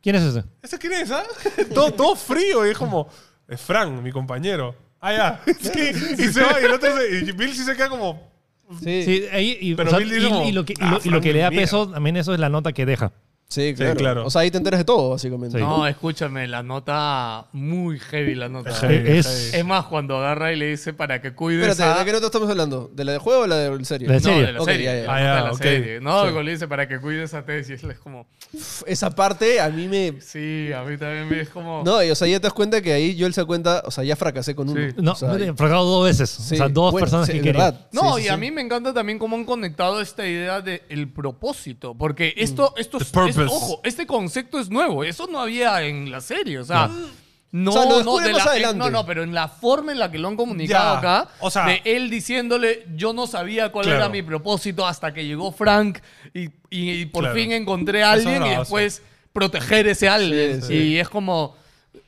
A: ¿Quién es ese?
B: ¿Ese quién es? ah?" todo, todo frío. Y es como. Es Frank, mi compañero. Ah, ya. Sí, y se va. Y, el otro se- y Bill sí se queda como.
D: Sí.
A: Sí, ahí, y,
B: Pero
A: o sea,
B: Bill
A: y-
B: dijo,
A: y lo que, y
B: "Ah,
A: lo- y lo
B: Frank
A: que
B: es
A: le da
B: mierda".
A: peso, también eso es la nota que deja.
D: Sí, claro.
B: claro.
D: O sea, ahí te enteras de todo, básicamente.
A: Sí.
E: No, escúchame, la nota muy heavy la nota.
B: Es heavy.
A: Eh, Es-
E: Es más, cuando agarra y le dice para que cuides
D: Espérate,
E: a...
D: ¿de qué nota estamos hablando? ¿De la de juego o la del serio?
A: La de
E: No,
A: serie?
E: de la
D: Ok,
E: serie.
D: ya, ya.
E: la
B: Ah,
E: nota de
B: ya,
E: la
B: ok.
E: serie. No,
B: Sí.
E: cuando le dice para que cuides a Tess y es como...
D: Pff, Esa parte a mí me...
E: Sí, a mí también me es como...
D: No, y, o sea, ya te das cuenta que ahí Joel se da cuenta, o sea, ya fracasé con uno.
E: Sí.
A: No,
D: O sea,
A: he fracasado dos veces.
D: sí,
A: o sea, dos
D: bueno,
A: personas
D: sí,
A: que
D: es
A: querían.
D: verdad.
E: No,
D: Sí, sí,
E: y a
D: sí.
E: mí me encanta también cómo han conectado esta idea del el propósito. Porque esto, esto
B: Mm. The
E: es-
B: purpose.
E: es- ojo, este concepto es nuevo. Eso no había en la serie. O sea, no,
D: O sea, lo
E: no,
D: descubren
E: de
D: más
E: la- eh,
D: adelante.
E: no, no, pero en la forma en la que lo han comunicado
B: Ya,
E: acá,
B: o sea-
E: de él diciéndole, yo no sabía cuál
B: Claro.
E: era mi propósito hasta que llegó Frank y, y- y por
B: Claro.
E: fin encontré
B: Eso
E: a
B: es
E: alguien y
B: bravazo.
E: después proteger ese alguien.
D: Sí,
E: Y es como...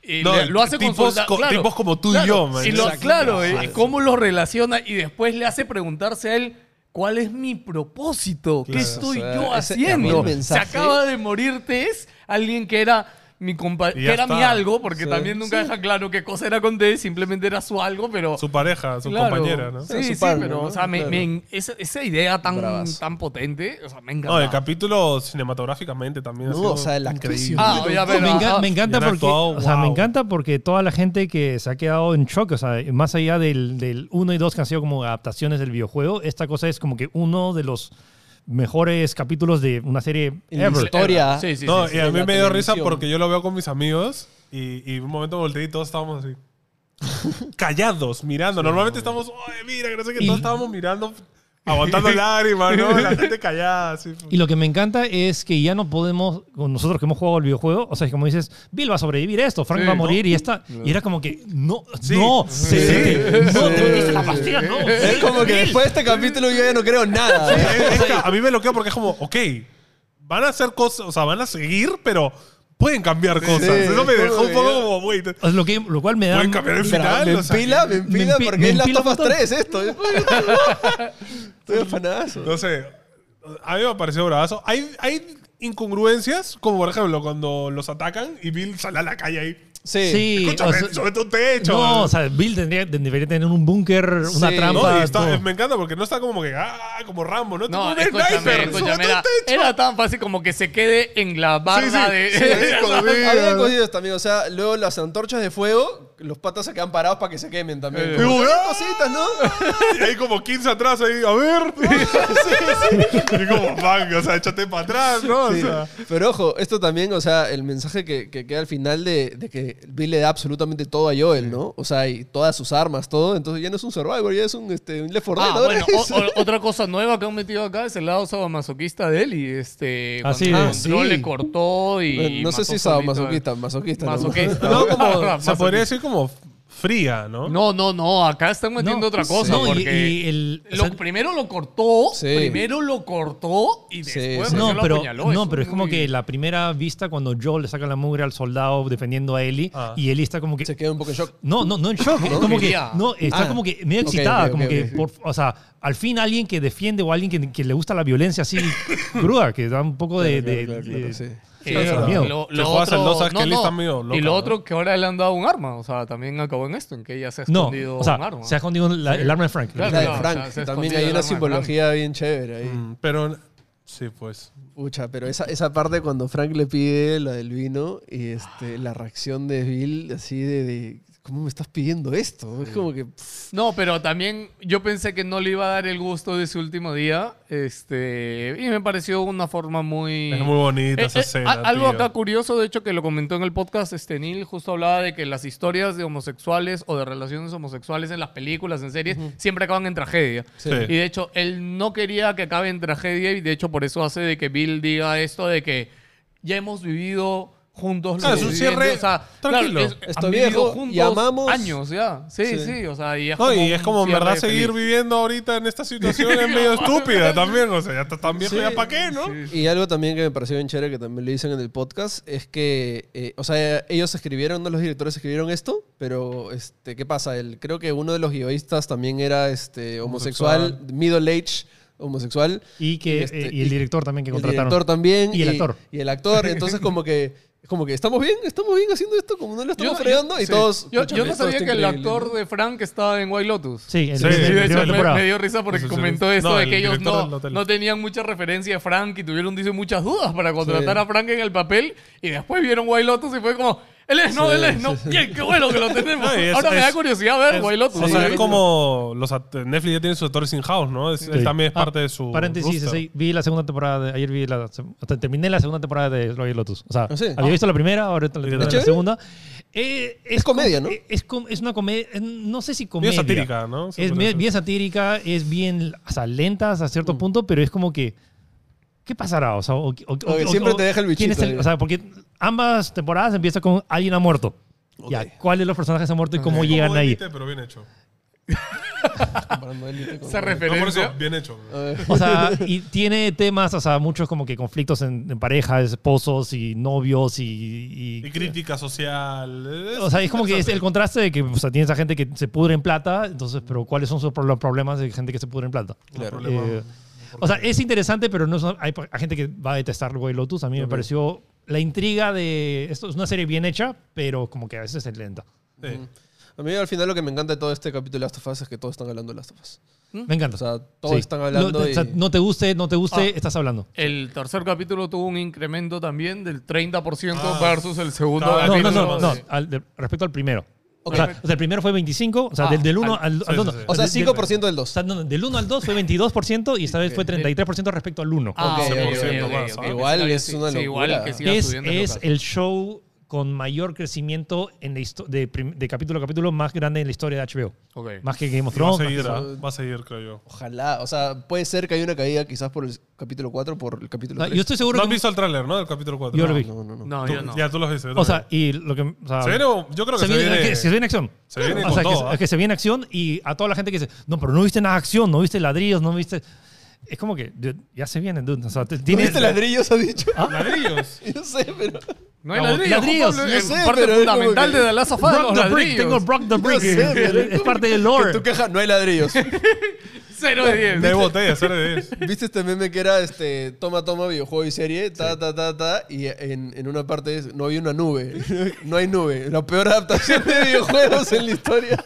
E: y
B: No,
E: le- lo hace
B: tipos
E: consulta-
B: co-
E: claro.
B: tipos como tú y
E: Claro.
B: yo, man.
E: Y lo-
B: Exacto.
E: claro, y- y cómo lo relaciona y después le hace preguntarse a él cuál es mi propósito, qué
B: Claro.
E: estoy
D: O sea,
E: yo
D: ese- también
E: haciendo.
D: el mensaje-
E: Se acaba de morir Tess, alguien que era mi compa
B: Y
E: que
B: ya
E: era
B: está.
E: mi algo, porque
D: Sí.
E: también nunca
D: Sí.
E: deja claro qué cosa era con Tess, simplemente era su algo, pero
B: Su pareja, su
E: Claro.
B: compañera, ¿no?
D: Su
E: Sí, sí,
D: partner,
E: pero
D: ¿no?
E: o sea, me-
D: Claro.
E: me- esa, esa idea tan,
D: Bravazo.
E: tan potente, o sea, me encanta.
B: No, el capítulo cinematográficamente también. ha
D: No,
B: sido
D: o sea, la actuación.
E: Ah, ya,
A: No,
E: pero-
A: me, enca- me encanta
B: Bien
A: porque,
B: actuado,
A: o sea, me
B: wow.
A: encanta porque toda la gente que se ha quedado en shock, o sea, más allá del, del 1 y 2 que han sido como adaptaciones del videojuego, esta cosa es como que uno de los mejores capítulos de una serie
D: En la
A: ever.
D: historia.
E: Sí, sí,
B: No,
E: sí,
B: y
D: de
B: a mí
D: la
B: me dio risa
D: televisión.
B: porque yo lo veo con mis amigos y, y un momento volteé y todos estábamos así. callados, mirando. Normalmente estamos, oye, mira, que no sé qué,
A: Y-
B: todos estábamos mirando, aguantando lágrimas, ¿no? La gente callada, así.
A: Y lo que me encanta es que ya no podemos, con nosotros que hemos jugado el videojuego, o sea, como dices, Bill va a sobrevivir a esto, Frank
E: Sí,
A: va a
E: ¿no?
A: morir y está. Y era como que, no,
B: Sí.
A: no,
B: Sí.
A: se- se- no,
D: Sí.
A: te metiste la pastilla, no.
D: Es como que después de este capítulo yo ya no creo nada. ¿eh?
B: Es- es que a mí me bloquea porque es como, ok, van a hacer cosas, o sea, van a seguir, pero pueden cambiar cosas. Eso me
D: es
B: dejó
D: como
B: un poco
D: que-
B: como, wait,
A: O sea, lo, que, lo cual me da.
B: pueden cambiar el
D: Pero
B: final.
D: me
B: O sea,
D: empila, me empila
A: empi-
D: porque
A: me
D: es las
A: empila un
D: tomas
A: montón.
D: 3 esto. Estoy afanazo.
B: No sé. A mí me pareció bravazo. Hay, hay incongruencias, como por ejemplo cuando los atacan y Bill sale a la calle ahí.
D: Sí.
A: Sí,
B: Escúchame,
A: o sea-
B: sobre tu techo.
A: No, o sea, Bill tendría, debería tener un búnker, una
D: Sí,
B: No,
A: trampa.
B: y está-
A: todo.
B: me encanta porque no está como que, ah, como Rambo, ¿no?
E: No,
B: Tú eres
E: escúchame,
B: sniper,
E: escúchame,
B: sube
E: era,
B: tu techo.
E: era tan fácil como que se quede en la barra
B: sí,
E: de...
B: sí, sí, sí.
D: Había cositas también, o sea, luego las antorchas de fuego, los patas se quedan parados para que se quemen también.
B: Y
D: Como
B: como,
D: que,
B: ¡ah!
D: cositas, ¿no?
B: Y hay como 15 atrás ahí, a ver. Y como, man, o sea, échate para atrás, ¿no? O
D: Sí.
B: sea,
D: Pero ojo, esto también, o sea, el mensaje que, que queda al final de, de que Bill le da absolutamente todo a Joel, ¿no? O sea, y todas sus armas, todo. Entonces ya no es un Survivor, ya es un, este, un Left 4 Dead.
E: Ah,
D: ahora
E: bueno, o-
D: es-
E: o- otra cosa nueva que han metido acá es el lado sadomasoquista de él y este
A: Ah, sí,
E: cuando
A: de-
E: entró,
D: sí.
E: le cortó y
D: no sé si es masoquista, masoquista. ¿no?
E: Masoquista.
B: no, como, se
E: Masoquista.
B: podría decir como fría, ¿no?
E: No, no, no, acá están metiendo
A: No,
E: otra cosa
A: no, y-
E: porque
A: y el- o
E: lo-
A: sea-
E: primero lo cortó,
D: Sí.
E: primero lo cortó y
D: Sí,
E: después
D: sí.
E: recién
A: No,
E: lo
A: pero,
E: apuñaló.
A: no,
E: Eso
A: pero es como
E: muy-
A: que la primera vista cuando Joel le saca la mugre al soldado defendiendo a Ellie
B: Ah.
A: y Ellie está como que...
D: Se queda un poco en shock.
A: No, no, no en shock. es como que,
E: Quería.
A: no, está
D: Ah.
A: como que medio
D: Ok,
A: excitada.
D: ok, ok,
A: como que,
D: ok.
A: por- o sea, al fin alguien que defiende o alguien que, que le gusta la violencia así cruda, que da un poco de... de-
D: Claro, claro,
A: de-
D: claro, sí.
E: Eh,
A: Sí,
B: claro.
A: miedo.
E: lo,
B: Te
E: lo
B: juegas al
E: otro-
B: dos, sabes
E: no,
B: que él está
E: no.
B: medio loco,
E: y lo
B: ¿no?
E: otro que ahora le han dado un arma, o sea, también acabó en esto, en que ella se ha
A: No,
E: escondido
A: o sea,
E: un arma.
A: se ha escondido la- el arma de Frank.
E: Claro.
D: La de
E: no,
D: Frank.
E: o sea, se
D: también
E: escondió
D: hay
E: el
D: una
E: arma de
D: simbología bien chévere ahí.
B: Mm, Pero, sí, pues.
D: Pucha, pero esa, esa parte cuando Frank le pide la del vino y este, la reacción de Bill así de, de, ¿cómo me estás pidiendo esto? Es como que... pff,
E: No, pero también yo pensé que no le iba a dar el gusto de su último día. Este, y me pareció una forma muy.
B: Es muy bonita
E: Eh,
B: esa
E: eh,
B: escena.
E: a- algo
B: tío.
E: acá curioso, de hecho, que lo comentó en el podcast, este Neil justo hablaba de que las historias de homosexuales o de relaciones homosexuales en las películas, en series, siempre acaban en tragedia.
B: Sí.
E: Y de hecho, él no quería que acabe en tragedia y de hecho por eso hace de que Bill diga esto de que ya hemos vivido juntos los
B: Claro, Ah, es un
E: vivientes,
B: cierre
E: o sea,
B: tranquilo.
E: claro, es-
D: Estoy
E: han vivido
D: viejo y
E: juntos
D: amamos-
E: años ya. Sí,
D: Sí.
E: sí, o sea, y es
B: No,
E: como
B: y es
E: un
B: como en verdad
E: cierre
B: seguir
E: feliz.
B: viviendo ahorita en esta situación es medio estúpida también. O sea, ya estás tan viejo,
D: Sí.
B: ya para qué, ¿no?
D: Y algo también que me pareció bien chévere que también lo dicen en el podcast es que, eh, o sea, ellos escribieron, no los directores escribieron esto, pero este, ¿qué pasa? El, creo que uno de los guionistas también era este, homosexual,
B: Homosexual.
D: middle age homosexual.
A: Y, que,
D: Y este-
A: eh, y el
D: y-
A: director también que
D: el
A: contrataron.
D: director también.
A: Y el actor.
D: Y el actor. Entonces, como que Es como que, ¿estamos bien? ¿Estamos bien haciendo esto? Como no lo estamos
E: no-
D: fregando. y
B: sí.
D: todos.
E: Yo,
D: pucha,
E: yo no
D: esto
E: sabía
D: está
E: que el
D: increíble.
E: actor de Frank estaba en White Lotus.
A: Sí, en
B: Sí,
A: la- en la
B: sí,
E: Sí,
A: primera
E: eso me,
A: temporada.
E: me dio risa porque
B: Sí, sí, sí.
E: comentó eso
B: No,
E: de
B: el
E: que ellos
B: director
E: no,
B: del hotel.
E: no tenían mucha referencia de Frank y tuvieron, dice, muchas dudas para contratar
D: Sí.
E: a Frank en el papel y después vieron White Lotus y fue como, él es no, él es no. Bien, qué bueno que lo tenemos.
B: No, y es-
E: Ahora me da
B: es-
E: curiosidad ver
B: Es-
E: White Lotus.
B: o sea,
E: Sí.
B: es como los act- Netflix ya tiene sus actores in-house, ¿no? Es- Pues, él También es
A: Ah,
B: parte de su.
A: Paréntesis,
B: roster.
A: sí, vi la segunda temporada. De, ayer vi la. Hasta terminé la segunda temporada de Royal Lotus. O sea,
D: ¿Ah, sí?
A: había
D: Ah.
A: visto la primera, ahora estoy viendo la
D: chévere?
A: segunda. Eh,
D: Es comedia,
A: com-
D: ¿no?
A: eh, Es, com- es una comedia. eh, No sé si comedia.
B: satírica, ¿no? Se
A: Es
B: podría
A: bien,
B: decir.
A: bien satírica, es bien. O sea, lenta hasta
D: Mm.
A: cierto punto, pero es como que. ¿Qué pasará? O sea, o- o- o-
D: Oye,
A: o-
D: siempre
A: o-
D: te deja el
A: ¿quién es
D: bichito ahí.
A: o sea, porque ambas temporadas empiezan con alguien ha muerto. Ya,
D: Ok.
A: ¿cuáles los personajes han muerto y cómo
B: Como
A: llegan ahí?
B: Elite, pero bien hecho.
D: Comparando élite con-
E: Esa
B: No, por eso,
E: referencia.
B: bien hecho.
A: O sea, y tiene temas, o sea, muchos como que conflictos en, en pareja, esposos y novios y... y-
B: Y crítica social.
A: o sea, es como que es el
B: interesante.
A: contraste de que o sea, tienes a gente que se pudre en plata, entonces, pero ¿cuáles son sus pro- los problemas de gente que se pudre en plata?
B: Claro.
A: Eh, o sea, es interesante, pero no son- hay, hay gente que va a detestar White Lotus. A mí me pareció la intriga de... Esto es una serie bien hecha, pero como que a veces es lenta.
B: Sí.
D: A mí al final lo que me encanta de todo este capítulo de Last of Us es que todos están hablando de Last of Us.
A: Me encanta.
D: O sea, todos
A: Sí.
D: están hablando
A: Lo- o sea,
D: y-
A: no te guste, no te guste,
E: Ah.
A: estás hablando.
E: El tercer capítulo tuvo un incremento también del 30%
B: Ah.
E: versus el segundo
B: No,
A: No,
E: capítulo.
A: no, no, no,
E: Sí.
A: al- de- respecto al primero.
D: Ok.
A: O, sea, o sea, el primero fue 25, o sea,
E: Ah,
A: del, del 1
E: al-
A: al,
B: sí,
A: 2.
B: sí, sí.
D: O sea, 5% del 2.
A: del 1 al 2 fue 22% y esta vez fue 33% respecto al 1.
E: Ah,
D: Ok,
E: ok, ok,
B: 11%
E: ok,
B: más,
E: ok.
B: ¿no?
D: Igual es una
E: Sí, Igual
D: locura.
E: que siga
A: es
E: subiendo
A: es
E: local.
A: el show con mayor crecimiento en la histo- de, prim- de capítulo a capítulo más grande en la historia de HBO.
E: Ok.
A: Más que Game of
B: Va
A: Thrones. más
B: a
A: que-
B: seguir, ¿ah? va a seguir, creo yo.
D: Ojalá. O sea, puede ser que haya una caída quizás por el capítulo 4 por el
A: o
D: capítulo
A: sea,
D: 3.
A: Ah, yo estoy seguro
B: No has
A: que...
B: visto el tráiler, ¿no? Del capítulo 4.
A: Yo lo vi.
D: No, no, no.
E: No, yo no.
B: Ya tú lo has visto. yo
A: O sea,
B: también.
A: y lo que... o sea,
B: se viene, yo creo que
A: se viene, que- se viene acción.
B: se viene
A: o
B: con
A: sea, que,
B: todo, ¿ah?
A: que se viene acción y a toda la gente que dice, no, pero no viste nada de acción, no viste ladrillos, no viste... Es como que dude, ya se vienen, dude. O sea, te-
D: ¿No
A: tienes-
D: viste ladrillos, ha dicho?
B: Ladrillos.
D: Yo sé, pero...
E: No hay
A: Vamos,
E: ladrillos.
A: ladrillos,
E: Juan
D: yo
E: Pablo,
D: sé,
E: es parte
D: pero es como
E: fundamental
D: que-
E: de The Last of Us,
A: Brock
E: los
A: the Brick, tengo
E: ladrillos.
A: Brock the
D: Yo
A: Brick.
D: sé, pero
A: es parte del
D: Que
A: lore.
D: tu queja, no hay ladrillos.
E: 0 de 10.
B: De botella, 0 de 10.
D: ¿Viste este meme que era este toma, toma, videojuego y serie? Ta, ta, ta, ta. Y en, en una parte es, no había una nube. No hay nube. La peor adaptación de videojuegos en la historia.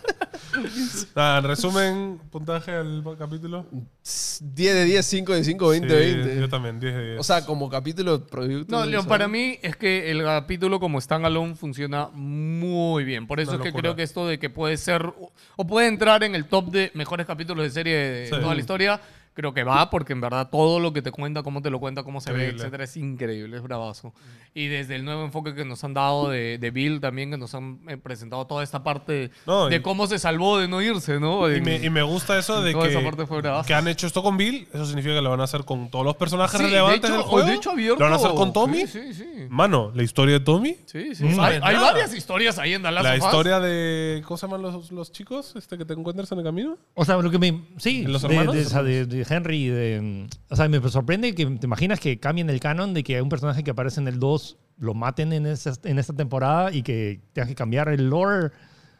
B: Nada, en resumen, puntaje al capítulo.
D: 10 de 10, 5 de 5, 20 de
B: Sí,
D: 20.
B: Yo también, 10 de 10.
D: O sea, como capítulo de producto.
E: No, Leon,
D: ¿sabes?
E: para mí es que el capítulo como standalone funciona muy bien. Por eso
B: Una
E: es que
B: locura.
E: creo que esto de que puede ser o puede entrar en el top de mejores capítulos de serie de
B: Sí.
E: toda la historia, creo que va, porque en verdad todo lo que te cuenta, cómo te lo cuenta, cómo se ve,
B: Increíble.
E: etcétera, es increíble, es bravazo. Y desde el nuevo enfoque que nos han dado de, de Bill también, que nos han eh, presentado toda esta parte
B: No,
E: de
B: y-
E: cómo se salvó de no irse, ¿no?
B: Y me, y me gusta eso de
E: Toda
B: que,
E: esa parte fue brava.
B: que han hecho esto con Bill. Eso significa que lo van a hacer con todos los personajes
E: Sí, de
B: relevantes
E: hecho-
B: del juego.
E: de hecho, abierto.
B: Lo van a hacer con Tommy.
E: Sí, sí, sí.
B: Mano, la historia de Tommy.
E: Sí, sí.
B: No
E: hay
B: sabes
E: hay
B: nada.
E: varias historias ahí en The Last
B: la
E: of Us.
B: historia de. ¿Cómo se llaman los, los chicos? Este que te encuentras en el camino.
A: O sea, lo que me. Sí,
B: ¿Los
A: de,
B: hermanos?
A: de- o sea, de- de Henry. y De, mm, o sea, me sorprende que te imaginas que cambien el canon de que un personaje que aparece en el 2 lo maten en, esa- en esta temporada y que tengas que cambiar el lore.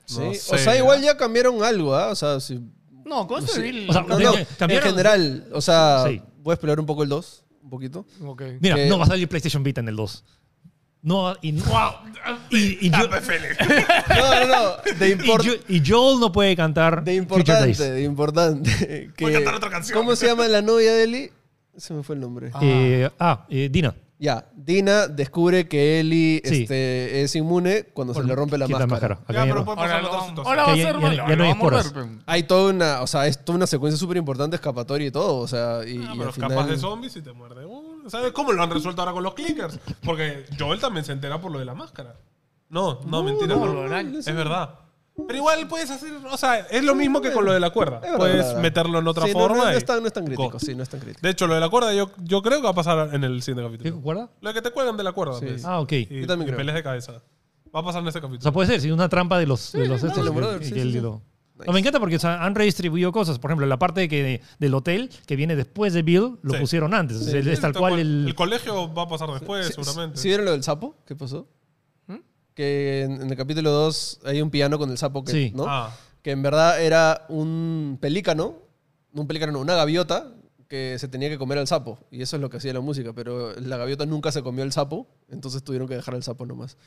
D: Sí.
B: No
D: o
B: sé,
D: sea,
B: ya.
D: igual ya cambiaron algo, ¿ah? O sea, si-
E: No, con
D: Sí.
E: este Bill.
A: O sea,
D: No,
A: de-
D: no,
A: de- cambiaron-
D: en general. O sea,
A: Sí.
D: voy a explorar un poco el 2, un poquito.
E: Ok.
A: Mira,
D: Que- Ah,
A: no va a salir PlayStation Vita en el 2. No, y,
C: Ah,
A: y, y, yo-
D: No, no, no. De,
A: y
D: import-
A: yo- y Joel no puede cantar
D: de
A: Future Days.
D: importante, de importante. Que- ¿Cómo se llama la novia de Ellie? Se me fue el nombre.
A: Eh, ah, eh, Dina.
D: Ya, Dina descubre que Ellie
A: Sí.
D: este, es inmune cuando se le rompe la
A: Quita
D: máscara.
A: Acá
B: Ya,
A: ya
B: pero
A: no.
B: puede
E: Ahora,
B: pasar
E: lo,
B: otra
E: vamos-
B: situación.
E: ahora va a
A: Que ya-
E: ser
A: ya-
E: malo,
A: ya
E: ahora
A: no hay
E: vamos a
A: esporas.
E: ver, pe.
D: Hay toda una, o sea, es toda una secuencia súper importante escapatoria y todo, o sea, y,
B: Ah,
D: y
B: pero
D: al
B: es
D: final...
B: capaz de zombies y te muerde uno. ¿Sabes cómo lo han resuelto ahora con los clickers? Porque Joel también se entera por lo de la máscara. No, no, mentira.
E: no,
B: por-
E: lo del año.
B: es verdad. Pero igual puedes hacer, o sea, es lo mismo que con lo de la cuerda.
D: Es verdad,
B: puedes
D: verdad.
B: meterlo en otra
D: Sí, no,
B: forma.
D: No, no
B: y-
D: es tan, no es tan crítico,
B: Go.
D: sí, no es tan crítico.
B: De hecho, lo de la cuerda yo, yo creo que va a pasar en el siguiente
A: ¿Te
B: capítulo.
A: acuerdas?
B: Lo que te cuelgan de la cuerda. pues.
A: Ah, ok.
B: Y,
D: Yo también
B: y
D: creo.
B: peleas de cabeza. Va a pasar en ese
A: O
B: capítulo.
A: sea, puede ser, sí, una trampa de los, de los estos.
D: no,
A: que-
D: brother,
A: que-
D: sí,
A: que
D: sí,
A: el-
D: sí.
A: lo-
D: Nice.
A: No, me encanta porque o sea, han redistribuido cosas. Por ejemplo, la parte de que, del hotel que viene después de Bill lo
B: Sí.
A: pusieron antes. O sea,
B: Sí,
A: es tal cual el.
B: colegio va a pasar después,
D: Sí,
B: seguramente. ¿Mm?
D: sí, ¿sí vieron lo del sapo? ¿Qué pasó? Que en, en el capítulo 2 hay un piano con el sapo que,
A: Sí.
D: ¿no?
B: Ah,
D: que en verdad era un pelícano, no un pelícano, no, una gaviota que se tenía que comer al sapo. Y eso es lo que hacía la música. Pero la gaviota nunca se comió al sapo, entonces tuvieron que dejar al sapo nomás.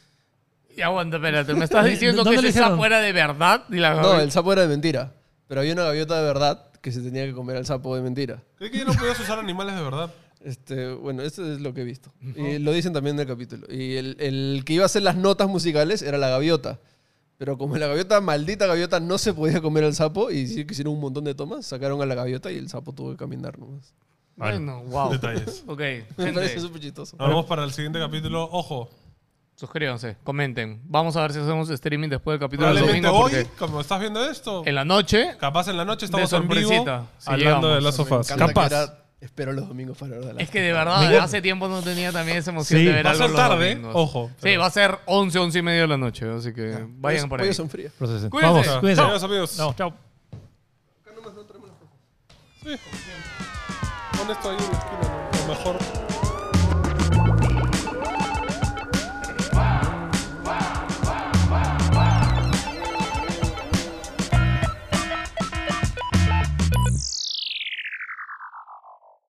E: Y aguanta, espérate, me estás diciendo
A: ¿Dónde
E: que
A: le
E: ese
A: hicieron?
E: sapo era de verdad. Y
B: Ah,
E: la
D: No, el sapo era de mentira. Pero había una gaviota de verdad que se tenía que comer al sapo de mentira.
B: Creí que ya no podías usar animales de verdad.
D: Este, bueno, eso es lo que he visto. Y lo dicen también en el capítulo. Y el, el que iba a hacer las notas musicales era la gaviota. Pero como la gaviota, maldita gaviota, no se podía comer al sapo y sí que hicieron un montón de tomas, sacaron a la gaviota y el sapo tuvo que caminar nomás.
E: Bueno, wow.
B: Detalles.
E: Ok,
D: Me parece
E: gente,
D: súper chistoso.
B: Ahora vamos para el siguiente capítulo. Ojo,
E: suscríbanse, comenten. Vamos a ver si hacemos streaming después del capítulo del
B: probablemente
E: domingo.
B: hoy,
E: porque
B: como estás viendo esto,
E: en la noche,
B: capaz en la noche estamos
E: de
B: en vivo
E: sorpresita, si
B: hablando de las
E: llegamos.
D: Me
B: sofás.
D: encanta que
B: Capaz.
D: ahora espero los domingos para hablar de la
E: es que de verdad hace tiempo no tenía también esa emoción
A: Sí,
E: de ver
B: va a
E: algo
B: ser
E: los
B: tarde,
E: domingos.
B: ojo,
E: Sí,
B: pero-
E: va a ser 11, 11 y media de la noche, así que vayan por ahí.
D: Pollos son fríos.
A: Proceso.
E: Cuídense.
A: Vamos,
E: Chao.
A: cuídense.
B: Adiós, amigos.
A: No, chao.
B: Pon esto ahí en la esquina, ¿no? Lo mejor.